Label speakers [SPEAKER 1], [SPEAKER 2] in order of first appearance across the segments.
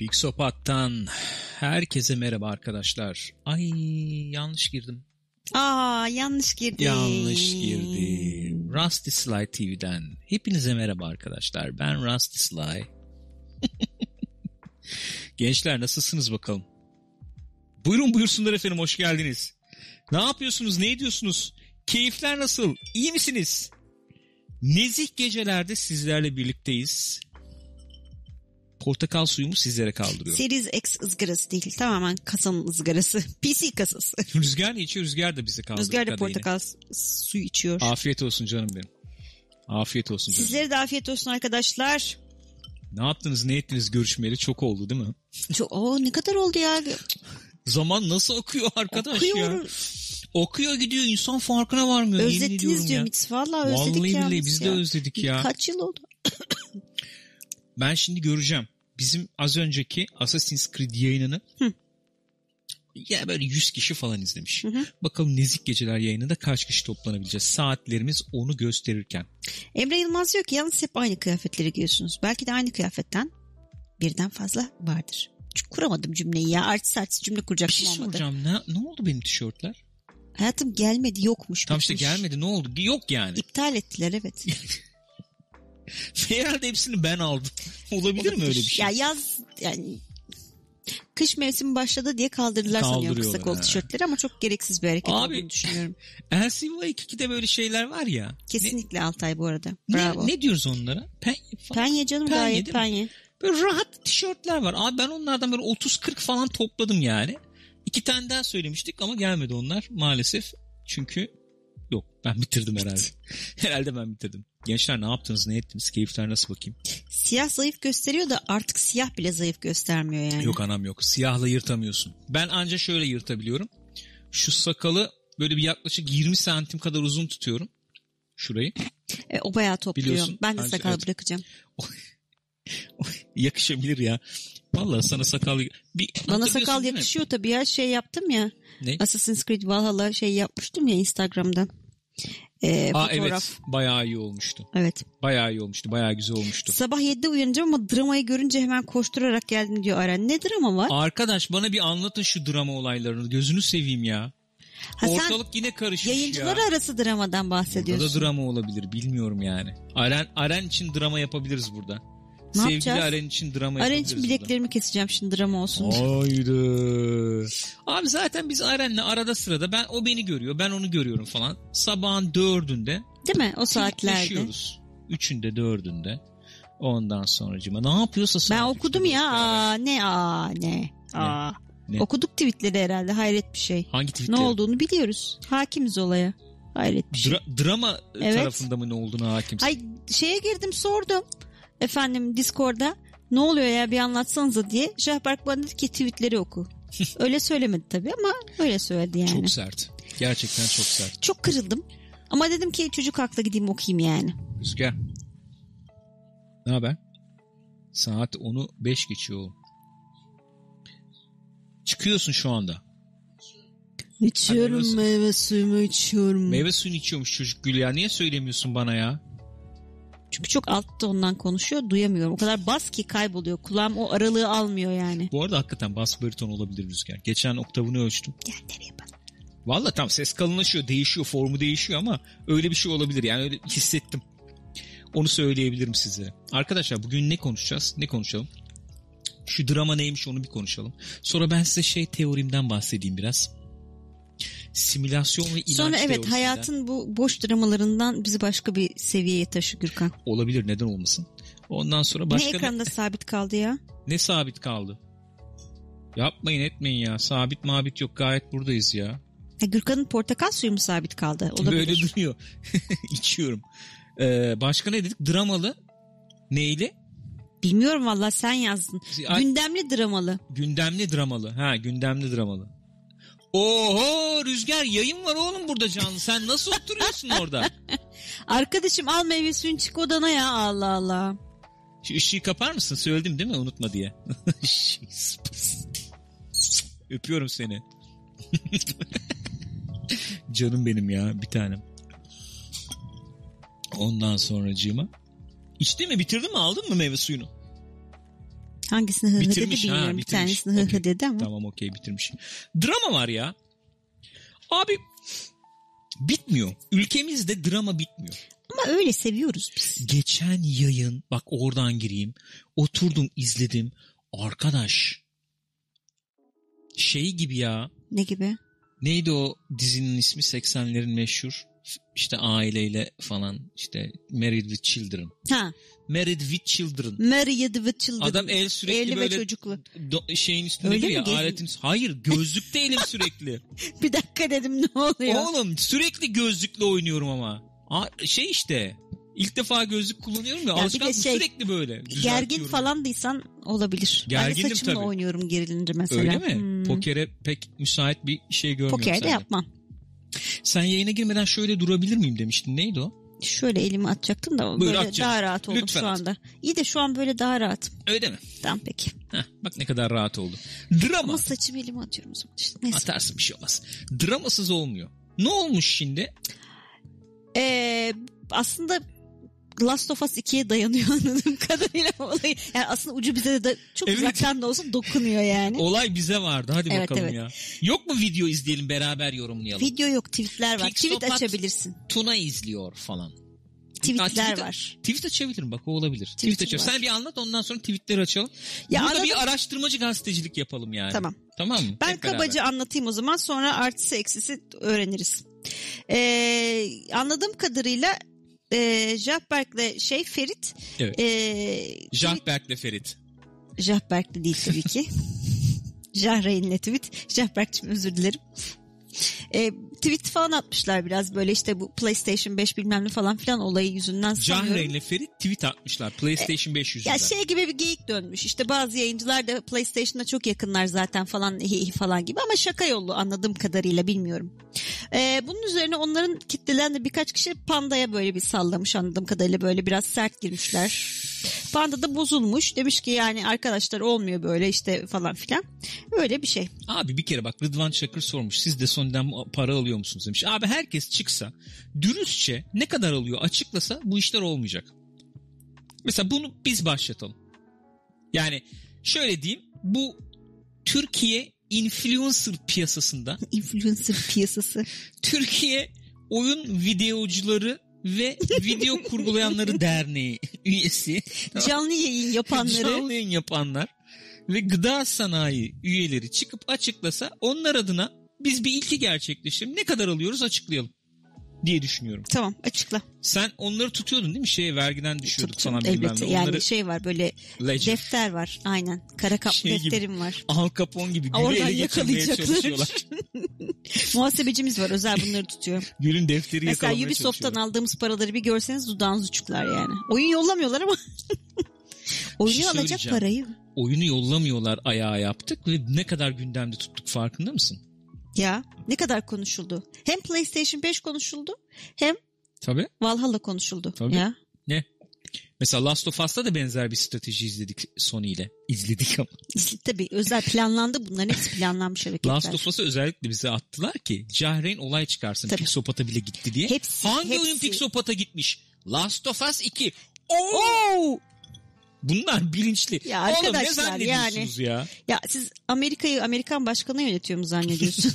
[SPEAKER 1] Pixopat'tan herkese merhaba arkadaşlar. Ay yanlış girdim.
[SPEAKER 2] Aa yanlış girdim.
[SPEAKER 1] Yanlış girdim. Rusty Sly TV'den hepinize merhaba arkadaşlar. Ben Rusty Sly. Gençler nasılsınız bakalım? Buyurun buyursunlar efendim hoş geldiniz. Ne yapıyorsunuz ne ediyorsunuz? Keyifler nasıl? İyi misiniz? Nezih gecelerde sizlerle birlikteyiz. Portakal suyumu sizlere kaldırıyorum.
[SPEAKER 2] Series X ızgarası değil tamamen kasanın ızgarası. PC kasası.
[SPEAKER 1] Rüzgar ne içiyor? Rüzgar da bizi kaldırıyor.
[SPEAKER 2] Rüzgar da
[SPEAKER 1] kadehini.
[SPEAKER 2] portakal s- suyu içiyor.
[SPEAKER 1] Afiyet olsun canım benim. Afiyet olsun canım.
[SPEAKER 2] Sizlere de afiyet olsun arkadaşlar.
[SPEAKER 1] Ne yaptınız ne ettiniz görüşmeyeli çok oldu değil mi?
[SPEAKER 2] Çok, oo, ne kadar oldu ya.
[SPEAKER 1] Zaman nasıl akıyor arkadaş ya?
[SPEAKER 2] Okuyorum.
[SPEAKER 1] Okuyor gidiyor insan farkına varmıyor. Yemin ediyorum
[SPEAKER 2] Özlediniz diyor
[SPEAKER 1] ya.
[SPEAKER 2] Mitz. Valla özledik
[SPEAKER 1] Vallahi
[SPEAKER 2] yalnız
[SPEAKER 1] billahi biz de
[SPEAKER 2] ya.
[SPEAKER 1] özledik ya.
[SPEAKER 2] Kaç yıl oldu?
[SPEAKER 1] Ben şimdi göreceğim. Bizim az önceki Assassin's Creed yayınını
[SPEAKER 2] Hı.
[SPEAKER 1] ya böyle 100 kişi falan izlemiş.
[SPEAKER 2] Hı hı.
[SPEAKER 1] Bakalım Nezik Geceler yayınında kaç kişi toplanabileceğiz? Saatlerimiz onu gösterirken.
[SPEAKER 2] Emre Yılmaz diyor ki yalnız hep aynı kıyafetleri giyiyorsunuz. Belki de aynı kıyafetten birden fazla vardır. Çünkü kuramadım cümleyi ya. Artist artist cümle
[SPEAKER 1] Bir
[SPEAKER 2] kuracaktım
[SPEAKER 1] şey
[SPEAKER 2] olmadı.
[SPEAKER 1] soracağım. Ne, ne oldu benim tişörtler?
[SPEAKER 2] Hayatım gelmedi yokmuş.
[SPEAKER 1] Tam işte
[SPEAKER 2] bitmiş.
[SPEAKER 1] gelmedi ne oldu? Yok yani.
[SPEAKER 2] İptal ettiler evet.
[SPEAKER 1] Herhalde hepsini ben aldım. Olabilir mi öyle bir şey?
[SPEAKER 2] Ya yaz yani kış mevsimi başladı diye kaldırdılar sanıyorum kısa
[SPEAKER 1] Kaldırıyorlar,
[SPEAKER 2] kol
[SPEAKER 1] ha.
[SPEAKER 2] tişörtleri ama çok gereksiz bir hareket
[SPEAKER 1] Abi-
[SPEAKER 2] olduğunu düşünüyorum.
[SPEAKER 1] LCY 2'de böyle şeyler var ya.
[SPEAKER 2] Kesinlikle Altay bu arada.
[SPEAKER 1] Ne,
[SPEAKER 2] Bravo.
[SPEAKER 1] ne, ne diyoruz onlara? Penye falan.
[SPEAKER 2] Penye canım
[SPEAKER 1] Penye
[SPEAKER 2] gayet
[SPEAKER 1] değil mi?
[SPEAKER 2] penye.
[SPEAKER 1] Böyle rahat tişörtler var. Abi ben onlardan böyle 30-40 falan topladım yani. İki tane daha söylemiştik ama gelmedi onlar maalesef. Çünkü yok ben bitirdim herhalde. herhalde ben bitirdim. Gençler ne yaptınız ne ettiniz keyifler nasıl bakayım?
[SPEAKER 2] Siyah zayıf gösteriyor da artık siyah bile zayıf göstermiyor yani.
[SPEAKER 1] Yok anam yok siyahla yırtamıyorsun. Ben anca şöyle yırtabiliyorum. Şu sakalı böyle bir yaklaşık 20 santim kadar uzun tutuyorum. Şurayı.
[SPEAKER 2] E, o bayağı topluyor.
[SPEAKER 1] Biliyorsun.
[SPEAKER 2] Ben de
[SPEAKER 1] Bence-
[SPEAKER 2] sakal
[SPEAKER 1] evet.
[SPEAKER 2] bırakacağım.
[SPEAKER 1] yakışabilir ya. Vallahi sana sakal bir
[SPEAKER 2] Bana
[SPEAKER 1] hatırlıyorsun
[SPEAKER 2] sakal
[SPEAKER 1] değil mi?
[SPEAKER 2] yakışıyor tabii ya şey yaptım ya.
[SPEAKER 1] Ne?
[SPEAKER 2] Assassin's Creed Valhalla şey yapmıştım ya Instagram'da. E,
[SPEAKER 1] Aa
[SPEAKER 2] fotoğraf.
[SPEAKER 1] evet. Bayağı iyi olmuştu.
[SPEAKER 2] evet.
[SPEAKER 1] Bayağı iyi olmuştu. Bayağı güzel olmuştu.
[SPEAKER 2] Sabah 7'de uyanacağım ama dramayı görünce hemen koşturarak geldim diyor Aren. Ne drama var?
[SPEAKER 1] Arkadaş bana bir anlatın şu drama olaylarını. Gözünü seveyim ya.
[SPEAKER 2] Ha, sen
[SPEAKER 1] Ortalık yine karışmış
[SPEAKER 2] Yayıncılar
[SPEAKER 1] ya.
[SPEAKER 2] arası dramadan
[SPEAKER 1] Burada da
[SPEAKER 2] bahsediyorsun.
[SPEAKER 1] drama olabilir. Bilmiyorum yani. Aren, Aren için drama yapabiliriz burada.
[SPEAKER 2] Ne
[SPEAKER 1] Sevgili
[SPEAKER 2] yapacağız?
[SPEAKER 1] Aren için drama
[SPEAKER 2] Aren
[SPEAKER 1] yapabiliriz
[SPEAKER 2] için bileklerimi keseceğim şimdi drama olsun. diye.
[SPEAKER 1] burada. Haydi. Abi zaten biz Aren'le arada sırada ben o beni görüyor ben onu görüyorum falan. Sabahın dördünde
[SPEAKER 2] Değil mi? O saatlerde.
[SPEAKER 1] Yaşıyoruz. Üçünde dördünde. Ondan sonracıma ne yapıyorsa
[SPEAKER 2] Ben
[SPEAKER 1] saat
[SPEAKER 2] okudum
[SPEAKER 1] üçte,
[SPEAKER 2] ya.
[SPEAKER 1] dörtte
[SPEAKER 2] Aa, ne aa ne. Aa.
[SPEAKER 1] Ne?
[SPEAKER 2] Okuduk tweetleri herhalde hayret bir şey.
[SPEAKER 1] Hangi tweetleri?
[SPEAKER 2] Ne olduğunu biliyoruz. Hakimiz olaya. Hayret bir şey.
[SPEAKER 1] Dra- drama
[SPEAKER 2] Evet.
[SPEAKER 1] tarafında mı ne olduğuna hakimsin.
[SPEAKER 2] Ay şeye girdim sordum. Efendim Discord'a ne oluyor ya bir anlatsanıza diye. Şahbark bana dedi ki tweetleri oku. öyle söylemedi tabii ama öyle söyledi yani.
[SPEAKER 1] Çok sert. Gerçekten çok sert.
[SPEAKER 2] Çok kırıldım. Ama dedim ki çocuk haklı gideyim okuyayım yani.
[SPEAKER 1] Rüzgar. Ne haber? Saat 10'u 5 geçiyor oğlum. Çıkıyorsun şu anda. Hadi
[SPEAKER 2] İçiyorum meyve suyumu içiyorum.
[SPEAKER 1] Meyve suyunu içiyormuş çocuk Gül ya. Niye söylemiyorsun bana ya?
[SPEAKER 2] Çünkü çok alt tondan konuşuyor duyamıyorum. O kadar bas ki kayboluyor. Kulağım o aralığı almıyor yani.
[SPEAKER 1] Bu arada hakikaten bas bariton olabilir Rüzgar. Geçen oktavını ölçtüm.
[SPEAKER 2] Gel nereye bak.
[SPEAKER 1] Valla tam ses kalınlaşıyor, değişiyor, formu değişiyor ama öyle bir şey olabilir. Yani öyle hissettim. Onu söyleyebilirim size. Arkadaşlar bugün ne konuşacağız? Ne konuşalım? Şu drama neymiş onu bir konuşalım. Sonra ben size şey teorimden bahsedeyim biraz. Simülasyon ve inanç
[SPEAKER 2] Sonra evet
[SPEAKER 1] teorisinden.
[SPEAKER 2] hayatın bu boş dramalarından bizi başka bir seviyeye taşı Gürkan.
[SPEAKER 1] Olabilir neden olmasın. Ondan sonra başka
[SPEAKER 2] ne
[SPEAKER 1] ne,
[SPEAKER 2] ekranda sabit kaldı ya?
[SPEAKER 1] ne sabit kaldı? Yapmayın etmeyin ya. Sabit mabit yok gayet buradayız ya.
[SPEAKER 2] ya E, Gürkan'ın portakal suyu mu sabit kaldı? Olabilir.
[SPEAKER 1] Böyle duruyor. İçiyorum. Ee, başka ne dedik? Dramalı. Neyli?
[SPEAKER 2] Bilmiyorum valla sen yazdın.
[SPEAKER 1] Ay,
[SPEAKER 2] Gündemli dramalı.
[SPEAKER 1] Gündemli dramalı. Ha gündemli dramalı. Oho Rüzgar yayın var oğlum burada canlı. Sen nasıl oturuyorsun orada?
[SPEAKER 2] Arkadaşım al meyve suyunu çık odana ya Allah Allah.
[SPEAKER 1] Şu ışığı kapar mısın? Söyledim değil mi? Unutma diye. Öpüyorum seni. Canım benim ya bir tanem. Ondan sonracığıma. İçtin mi bitirdin mi aldın mı meyve suyunu?
[SPEAKER 2] Hangisini hı hı dedi
[SPEAKER 1] Bitirmiş, ha,
[SPEAKER 2] bilmiyorum. bir
[SPEAKER 1] bitirmiş.
[SPEAKER 2] tanesini hı
[SPEAKER 1] Okey.
[SPEAKER 2] hı dedi ama.
[SPEAKER 1] Tamam okey bitirmiş. Drama var ya. Abi bitmiyor. Ülkemizde drama bitmiyor.
[SPEAKER 2] Ama öyle seviyoruz biz.
[SPEAKER 1] Geçen yayın bak oradan gireyim. Oturdum izledim. Arkadaş. Şey gibi ya.
[SPEAKER 2] Ne gibi?
[SPEAKER 1] Neydi o dizinin ismi? 80'lerin meşhur. İşte aileyle falan. işte Married with Children.
[SPEAKER 2] Ha.
[SPEAKER 1] Married with Children.
[SPEAKER 2] Married with children.
[SPEAKER 1] Adam el sürekli
[SPEAKER 2] Evli ve
[SPEAKER 1] böyle
[SPEAKER 2] çocuklu.
[SPEAKER 1] do- şeyin üstünde
[SPEAKER 2] Öyle
[SPEAKER 1] duruyor
[SPEAKER 2] mi
[SPEAKER 1] ya
[SPEAKER 2] gezi-
[SPEAKER 1] aletin. Hayır gözlükte elim sürekli.
[SPEAKER 2] Bir dakika dedim ne oluyor?
[SPEAKER 1] Oğlum sürekli gözlükle oynuyorum ama. A- şey işte ilk defa gözlük kullanıyorum ya,
[SPEAKER 2] bir de
[SPEAKER 1] alışkanlık
[SPEAKER 2] şey,
[SPEAKER 1] sürekli böyle.
[SPEAKER 2] Gergin
[SPEAKER 1] düzeltiyorum.
[SPEAKER 2] falandıysan olabilir. ben de
[SPEAKER 1] Gergindim
[SPEAKER 2] saçımla
[SPEAKER 1] tabii.
[SPEAKER 2] oynuyorum gerilince mesela.
[SPEAKER 1] Öyle mi?
[SPEAKER 2] Hmm.
[SPEAKER 1] Pokere pek müsait bir şey görmüyorum
[SPEAKER 2] Poker de
[SPEAKER 1] sende.
[SPEAKER 2] yapmam.
[SPEAKER 1] Sen yayına girmeden şöyle durabilir miyim demiştin. Neydi o?
[SPEAKER 2] Şöyle elimi atacaktım da
[SPEAKER 1] Buyur,
[SPEAKER 2] böyle
[SPEAKER 1] at canım.
[SPEAKER 2] daha rahat oldum
[SPEAKER 1] Lütfen
[SPEAKER 2] şu
[SPEAKER 1] at.
[SPEAKER 2] anda. İyi de şu an böyle daha rahatım.
[SPEAKER 1] Öyle mi?
[SPEAKER 2] Tamam peki.
[SPEAKER 1] Heh, bak ne kadar rahat oldu. Drama.
[SPEAKER 2] Ama saçımı elime atıyorum o zaman işte. Neyse.
[SPEAKER 1] Atarsın bir şey olmaz. Dramasız olmuyor. Ne olmuş şimdi?
[SPEAKER 2] Ee, aslında Last of Us 2'ye dayanıyor anladığım kadarıyla olayı. Yani aslında ucu bize de da- çok
[SPEAKER 1] Evet.
[SPEAKER 2] uzaktan da olsa dokunuyor yani.
[SPEAKER 1] Olay bize vardı. Hadi
[SPEAKER 2] Evet,
[SPEAKER 1] bakalım
[SPEAKER 2] evet.
[SPEAKER 1] ya. Yok mu video izleyelim beraber yorumlayalım?
[SPEAKER 2] Video yok tweetler var.
[SPEAKER 1] Pixopat-
[SPEAKER 2] Tweet açabilirsin.
[SPEAKER 1] Tuna izliyor falan. Ha,
[SPEAKER 2] Tweetler
[SPEAKER 1] tweet-
[SPEAKER 2] var.
[SPEAKER 1] Tweet açabilirim bak o olabilir. Tweet,
[SPEAKER 2] Tweetim
[SPEAKER 1] açalım.
[SPEAKER 2] var.
[SPEAKER 1] Sen bir anlat ondan sonra tweetleri açalım.
[SPEAKER 2] Ya
[SPEAKER 1] Burada
[SPEAKER 2] anladım.
[SPEAKER 1] bir araştırmacı gazetecilik yapalım yani.
[SPEAKER 2] Tamam.
[SPEAKER 1] Tamam mı?
[SPEAKER 2] Ben
[SPEAKER 1] Hep beraber.
[SPEAKER 2] kabaca anlatayım o zaman sonra artısı eksisi öğreniriz. Ee, anladığım kadarıyla e, Jahberk'le şey Ferit
[SPEAKER 1] Evet.
[SPEAKER 2] e,
[SPEAKER 1] Jahberk'le Ferit.
[SPEAKER 2] Jahberk'le değil tabii ki. Jahreyn'le tweet. Jahberk'cim özür dilerim. E, tweet falan atmışlar biraz böyle işte bu PlayStation 5 bilmem ne falan filan olayı yüzünden sanıyorum.
[SPEAKER 1] Jahreyn'le Ferit tweet atmışlar PlayStation 5 yüzünden.
[SPEAKER 2] Ya şey gibi bir geyik dönmüş. İşte bazı yayıncılar da PlayStation'a çok yakınlar zaten falan hi hi falan gibi ama şaka yollu anladığım kadarıyla bilmiyorum. Ee, bunun üzerine onların kitleden de birkaç kişi Panda'ya böyle bir sallamış anladığım kadarıyla böyle biraz sert girmişler. Panda da bozulmuş. Demiş ki yani arkadaşlar olmuyor böyle işte falan filan. Öyle bir şey.
[SPEAKER 1] Abi bir kere bak Rıdvan Çakır sormuş. Siz de Sony'den para alıyor musunuz demiş. Abi herkes çıksa dürüstçe ne kadar alıyor açıklasa bu işler olmayacak. Mesela bunu biz başlatalım. Yani şöyle diyeyim bu Türkiye influencer piyasasında
[SPEAKER 2] Influencer piyasası.
[SPEAKER 1] Türkiye Oyun Videocuları ve Video Kurgulayanları Derneği üyesi
[SPEAKER 2] Canlı yayın yapanları.
[SPEAKER 1] canlı yayın yapanlar ve gıda sanayi üyeleri çıkıp açıklasa onlar adına biz bir ilki gerçekleştirelim. Ne kadar alıyoruz açıklayalım diye düşünüyorum.
[SPEAKER 2] Tamam açıkla.
[SPEAKER 1] Sen onları tutuyordun değil mi? Şeye vergiden düşüyorduk
[SPEAKER 2] Tabii
[SPEAKER 1] falan
[SPEAKER 2] canım,
[SPEAKER 1] bilmem
[SPEAKER 2] elbette.
[SPEAKER 1] ne.
[SPEAKER 2] Yani
[SPEAKER 1] Onları
[SPEAKER 2] şey var böyle
[SPEAKER 1] legend.
[SPEAKER 2] defter var aynen. Kara kap
[SPEAKER 1] Şey gibi.
[SPEAKER 2] defterim var.
[SPEAKER 1] Al Capone gibi gülü
[SPEAKER 2] Oradan
[SPEAKER 1] ele geçirmeye çalışıyorlar.
[SPEAKER 2] yakalayacaklar. Muhasebecimiz var özel bunları tutuyor.
[SPEAKER 1] Gülün defteri
[SPEAKER 2] Mesela
[SPEAKER 1] yakalamaya
[SPEAKER 2] Ubisoft'tan
[SPEAKER 1] çalışıyorlar.
[SPEAKER 2] aldığımız paraları bir görseniz dudağınız uçuklar yani. Oyun yollamıyorlar ama. Oyunu
[SPEAKER 1] Bir şey
[SPEAKER 2] alacak
[SPEAKER 1] söyleyeceğim.
[SPEAKER 2] parayı.
[SPEAKER 1] Oyunu yollamıyorlar ayağa yaptık ve ne kadar gündemde tuttuk farkında mısın?
[SPEAKER 2] Ya ne kadar konuşuldu. Hem PlayStation 5 konuşuldu hem
[SPEAKER 1] Tabii.
[SPEAKER 2] Valhalla konuşuldu.
[SPEAKER 1] Tabii.
[SPEAKER 2] Ya.
[SPEAKER 1] Mesela Last of Us'ta da benzer bir strateji izledik Sony ile. İzledik ama.
[SPEAKER 2] Tabii özel planlandı bunların hepsi planlanmış hareketler.
[SPEAKER 1] Last of Us'ı özellikle bize attılar ki Cahreyn olay çıkarsın
[SPEAKER 2] Tabii.
[SPEAKER 1] Pixopat'a bile gitti diye.
[SPEAKER 2] Hepsi,
[SPEAKER 1] Hangi
[SPEAKER 2] hepsi.
[SPEAKER 1] oyun Pixopat'a gitmiş? Last of Us 2.
[SPEAKER 2] Oo!
[SPEAKER 1] Bunlar bilinçli.
[SPEAKER 2] Ya
[SPEAKER 1] Oğlum ne
[SPEAKER 2] arkadaşlar,
[SPEAKER 1] zannediyorsunuz ya?
[SPEAKER 2] Ya siz Amerika'yı Amerikan başkanı yönetiyor mu zannediyorsun?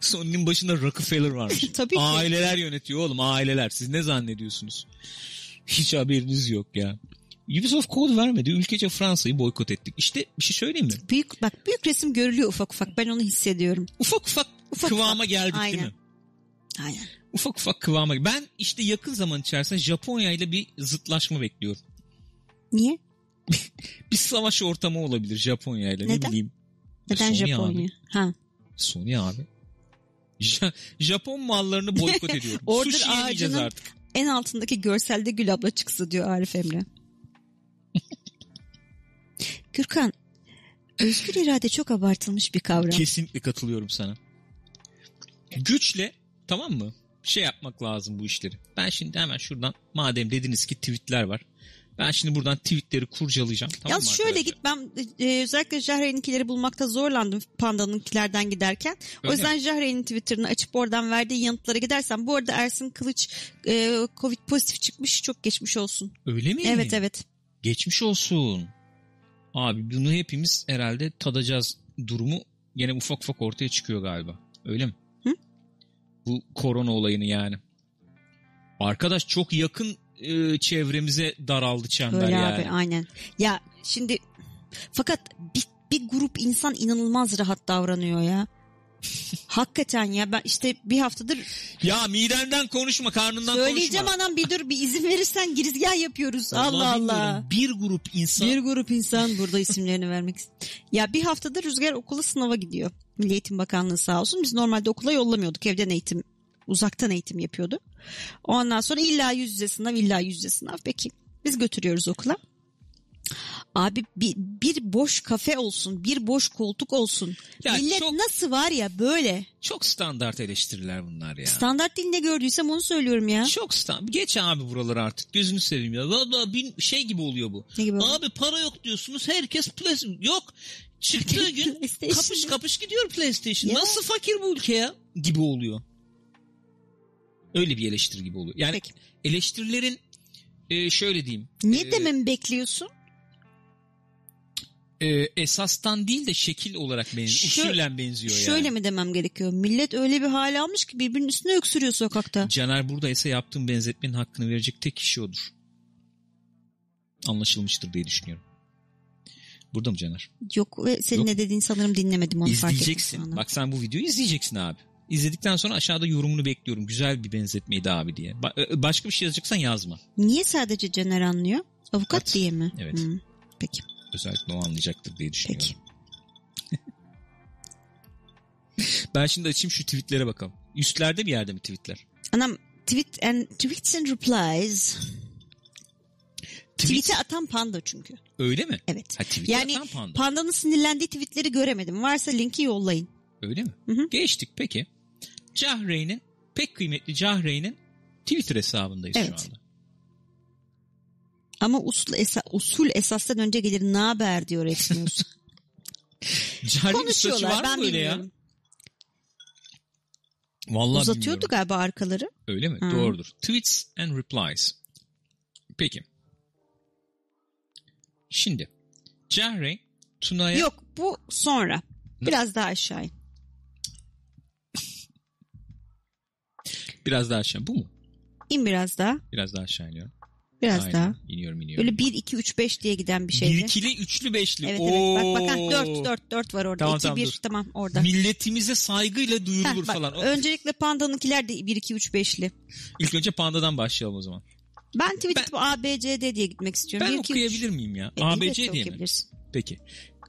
[SPEAKER 1] Sony'nin başında Rockefeller varmış.
[SPEAKER 2] Tabii ki.
[SPEAKER 1] Aileler yönetiyor oğlum aileler. Siz ne zannediyorsunuz? Hiç haberiniz yok ya. Ubisoft kod vermedi. Ülkece Fransa'yı boykot ettik. İşte bir şey söyleyeyim mi?
[SPEAKER 2] büyük bak büyük resim görülüyor ufak ufak. Ben onu hissediyorum.
[SPEAKER 1] Ufak ufak,
[SPEAKER 2] Ufak
[SPEAKER 1] kıvama geldik değil
[SPEAKER 2] aynen.
[SPEAKER 1] mi?
[SPEAKER 2] Aynen.
[SPEAKER 1] ufak ufak kıvama. Ben işte yakın zaman içerisinde Japonya ile bir zıtlaşma bekliyorum.
[SPEAKER 2] Niye?
[SPEAKER 1] Bir savaş ortamı olabilir Japonya ile. Ne
[SPEAKER 2] Neden?
[SPEAKER 1] bileyim.
[SPEAKER 2] Neden
[SPEAKER 1] Sony
[SPEAKER 2] Japonya?
[SPEAKER 1] Abi.
[SPEAKER 2] Ha.
[SPEAKER 1] Sony abi. Ja- Japon mallarını boykot ediyorum.
[SPEAKER 2] Order
[SPEAKER 1] Sushi yemeyeceğiz
[SPEAKER 2] ağacının-
[SPEAKER 1] artık.
[SPEAKER 2] En altındaki görselde Gül abla çıksa diyor Arif Emre. Gürkan, özgür irade çok abartılmış bir kavram.
[SPEAKER 1] Kesinlikle katılıyorum sana. Güçle tamam mı? Şey yapmak lazım bu işleri. Ben şimdi hemen şuradan madem dediniz ki tweetler var. Ben şimdi buradan tweetleri kurcalayacağım. Tamam
[SPEAKER 2] Yalnız
[SPEAKER 1] mı
[SPEAKER 2] şöyle
[SPEAKER 1] arkadaşlar?
[SPEAKER 2] git ben e, özellikle Jahre'ninkileri bulmakta zorlandım Panda'nınkilerden giderken.
[SPEAKER 1] Öyle
[SPEAKER 2] o yüzden Jahre'nin Twitter'ını açıp oradan verdiği yanıtlara gidersen. Bu arada Ersin Kılıç e, Covid pozitif çıkmış çok geçmiş olsun.
[SPEAKER 1] Öyle mi?
[SPEAKER 2] Evet evet.
[SPEAKER 1] Geçmiş olsun. Abi bunu hepimiz herhalde tadacağız durumu gene ufak ufak ortaya çıkıyor galiba. Öyle mi?
[SPEAKER 2] Hı?
[SPEAKER 1] Bu korona olayını yani. Arkadaş çok yakın e, çevremize daraldı çember
[SPEAKER 2] Öyle
[SPEAKER 1] yani.
[SPEAKER 2] abi aynen. Ya şimdi fakat bir, bir grup insan inanılmaz rahat davranıyor ya. Hakikaten ya ben işte bir haftadır
[SPEAKER 1] Ya midenden konuşma, karnından
[SPEAKER 2] söyleyeceğim
[SPEAKER 1] konuşma.
[SPEAKER 2] anam bir dur bir izin verirsen girizgah yapıyoruz. Allah
[SPEAKER 1] Vallahi
[SPEAKER 2] Allah.
[SPEAKER 1] bilmiyorum. Bir grup insan
[SPEAKER 2] Bir grup insan burada isimlerini vermek ist- Ya bir haftada Rüzgar okula sınava gidiyor. Milli Eğitim Bakanlığı sağ olsun. Biz normalde okula yollamıyorduk. Evden eğitim, uzaktan eğitim yapıyordu. Ondan sonra illa yüz yüze sınav, illa yüz yüze sınav. Peki biz götürüyoruz okula. Abi bir, bir boş kafe olsun, bir boş koltuk olsun.
[SPEAKER 1] Ya
[SPEAKER 2] Millet
[SPEAKER 1] çok-
[SPEAKER 2] nasıl var ya böyle.
[SPEAKER 1] çok standart eleştiriler bunlar ya.
[SPEAKER 2] Standart dilinde gördüysem onu söylüyorum ya.
[SPEAKER 1] Çok standart. Geç abi buraları artık. Gözünü seveyim ya. Valla bin şey gibi oluyor bu.
[SPEAKER 2] Ne gibi?
[SPEAKER 1] Abi para yok diyorsunuz. Herkes PlayStation yok. Çıktığı gün
[SPEAKER 2] PlayStation.
[SPEAKER 1] kapış kapış gidiyor PlayStation.
[SPEAKER 2] Ya.
[SPEAKER 1] Nasıl fakir bu ülke ya? Gibi oluyor. Öyle bir eleştiri gibi oluyor. Yani
[SPEAKER 2] Peki.
[SPEAKER 1] eleştirilerin e, şöyle diyeyim.
[SPEAKER 2] Ne
[SPEAKER 1] e,
[SPEAKER 2] dememi bekliyorsun?
[SPEAKER 1] e, esastan değil de şekil olarak benziyor.
[SPEAKER 2] Şö-
[SPEAKER 1] Usulen benziyor yani.
[SPEAKER 2] Şöyle mi demem gerekiyor? Millet öyle bir hale almış ki birbirinin üstüne öksürüyor sokakta.
[SPEAKER 1] Caner buradaysa yaptığım benzetmenin hakkını verecek tek kişi odur. Anlaşılmıştır diye düşünüyorum. Burada mı Caner?
[SPEAKER 2] Yok ve senin
[SPEAKER 1] Yok.
[SPEAKER 2] ne dediğini sanırım dinlemedim onu fark ettim şu
[SPEAKER 1] İzleyeceksin.
[SPEAKER 2] anda.
[SPEAKER 1] Bak sen bu videoyu izleyeceksin abi. İzledikten sonra aşağıda yorumunu bekliyorum. Güzel bir benzetmeydi abi diye. Ba- e, başka bir şey yazacaksan yazma.
[SPEAKER 2] Niye sadece Caner anlıyor? Avukat
[SPEAKER 1] Evet.
[SPEAKER 2] diye mi?
[SPEAKER 1] Evet. Şey
[SPEAKER 2] Hı, Peki.
[SPEAKER 1] Özellikle o anlayacaktır diye düşünüyorum.
[SPEAKER 2] Peki.
[SPEAKER 1] Ben şimdi açayım şu tweetlere bakalım. Üstlerde bir yerde mi tweetler?
[SPEAKER 2] Anam tweet and tweets and replies. Tweet'e atan panda çünkü.
[SPEAKER 1] Öyle mi?
[SPEAKER 2] Evet.
[SPEAKER 1] Ha tweet
[SPEAKER 2] Yani
[SPEAKER 1] atan panda.
[SPEAKER 2] Pandanın sinirlendiği tweetleri göremedim. Varsa linki yollayın.
[SPEAKER 1] Öyle mi?
[SPEAKER 2] Hı hı.
[SPEAKER 1] Geçtik peki. Cahreyn'in pek kıymetli Cahreyn'in Twitter hesabındayız
[SPEAKER 2] Evet.
[SPEAKER 1] şu anda.
[SPEAKER 2] Ama usul, esa, usul esastan önce gelir ne haber diyor etmiyoruz.
[SPEAKER 1] Cahreyn'in saçı
[SPEAKER 2] Konuşuyorlar
[SPEAKER 1] var
[SPEAKER 2] ben
[SPEAKER 1] mı böyle ya?
[SPEAKER 2] bilmiyorum.
[SPEAKER 1] Vallahi
[SPEAKER 2] Uzatıyordu
[SPEAKER 1] bilmiyorum.
[SPEAKER 2] galiba arkaları.
[SPEAKER 1] Öyle mi?
[SPEAKER 2] Hı.
[SPEAKER 1] Doğrudur. Tweets and replies. Peki. Şimdi. Cahreyn Tuna'ya...
[SPEAKER 2] Yok bu sonra. Biraz daha aşağı in.
[SPEAKER 1] Biraz daha aşağı. Bu mu?
[SPEAKER 2] İn biraz daha.
[SPEAKER 1] Biraz daha aşağı iniyorum.
[SPEAKER 2] Biraz
[SPEAKER 1] Aynen.
[SPEAKER 2] daha.
[SPEAKER 1] İniyorum iniyorum.
[SPEAKER 2] Böyle 1, 2, 3, 5 diye giden bir
[SPEAKER 1] Bir
[SPEAKER 2] şeydi.
[SPEAKER 1] ikili, üçlü, beşli.
[SPEAKER 2] Evet
[SPEAKER 1] Oo.
[SPEAKER 2] evet. Bak bak ha, 4, 4, 4 var
[SPEAKER 1] Tamam,
[SPEAKER 2] orada. 2,
[SPEAKER 1] tamam,
[SPEAKER 2] 1
[SPEAKER 1] dur.
[SPEAKER 2] tamam orada.
[SPEAKER 1] Milletimize saygıyla
[SPEAKER 2] Heh,
[SPEAKER 1] duyurulur
[SPEAKER 2] bak,
[SPEAKER 1] falan. O-
[SPEAKER 2] Öncelikle pandanınkiler de 1, 2, 3, 5'li.
[SPEAKER 1] İlk önce pandadan başlayalım o zaman.
[SPEAKER 2] Ben tweet atıp A, B, C, D diye gitmek istiyorum.
[SPEAKER 1] Ben
[SPEAKER 2] 1, 2, 3.
[SPEAKER 1] okuyabilir miyim ya?
[SPEAKER 2] E, elbette
[SPEAKER 1] ABC diye mi?
[SPEAKER 2] okuyabilirsin.
[SPEAKER 1] Peki.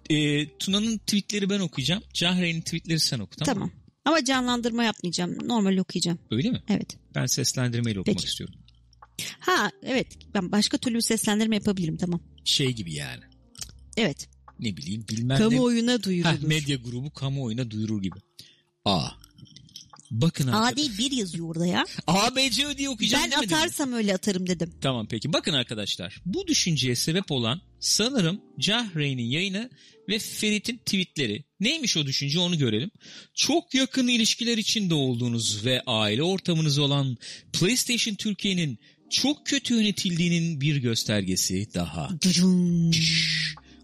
[SPEAKER 1] Ee, Tuna'nın tweetleri ben okuyacağım. Cahre'nin tweetleri sen oku tamam,
[SPEAKER 2] Tamam.
[SPEAKER 1] mı?
[SPEAKER 2] Ama canlandırma yapmayacağım. Normal okuyacağım.
[SPEAKER 1] Öyle mi?
[SPEAKER 2] Evet.
[SPEAKER 1] Ben seslendirmeyle okumak
[SPEAKER 2] Peki.
[SPEAKER 1] istiyorum.
[SPEAKER 2] Ha evet. Ben başka türlü bir seslendirme yapabilirim. Tamam.
[SPEAKER 1] Şey gibi yani.
[SPEAKER 2] Evet.
[SPEAKER 1] Ne bileyim bilmem ne.
[SPEAKER 2] Kamuoyuna
[SPEAKER 1] Heh,
[SPEAKER 2] duyurulur.
[SPEAKER 1] medya grubu kamuoyuna duyurur gibi. A. Bakın
[SPEAKER 2] A
[SPEAKER 1] arkadaşlar.
[SPEAKER 2] değil bir yazıyor orada ya.
[SPEAKER 1] A, B, C diye okuyacağım
[SPEAKER 2] Ben
[SPEAKER 1] demedim mi?
[SPEAKER 2] atarsam öyle atarım dedim.
[SPEAKER 1] Tamam peki. Bakın arkadaşlar. Bu düşünceye sebep olan sanırım Cahreyn'in yayını ve Ferit'in tweetleri. Neymiş o düşünce onu görelim. Çok yakın ilişkiler içinde olduğunuz ve aile ortamınız olan PlayStation Türkiye'nin çok kötü yönetildiğinin bir göstergesi daha.
[SPEAKER 2] Cucum.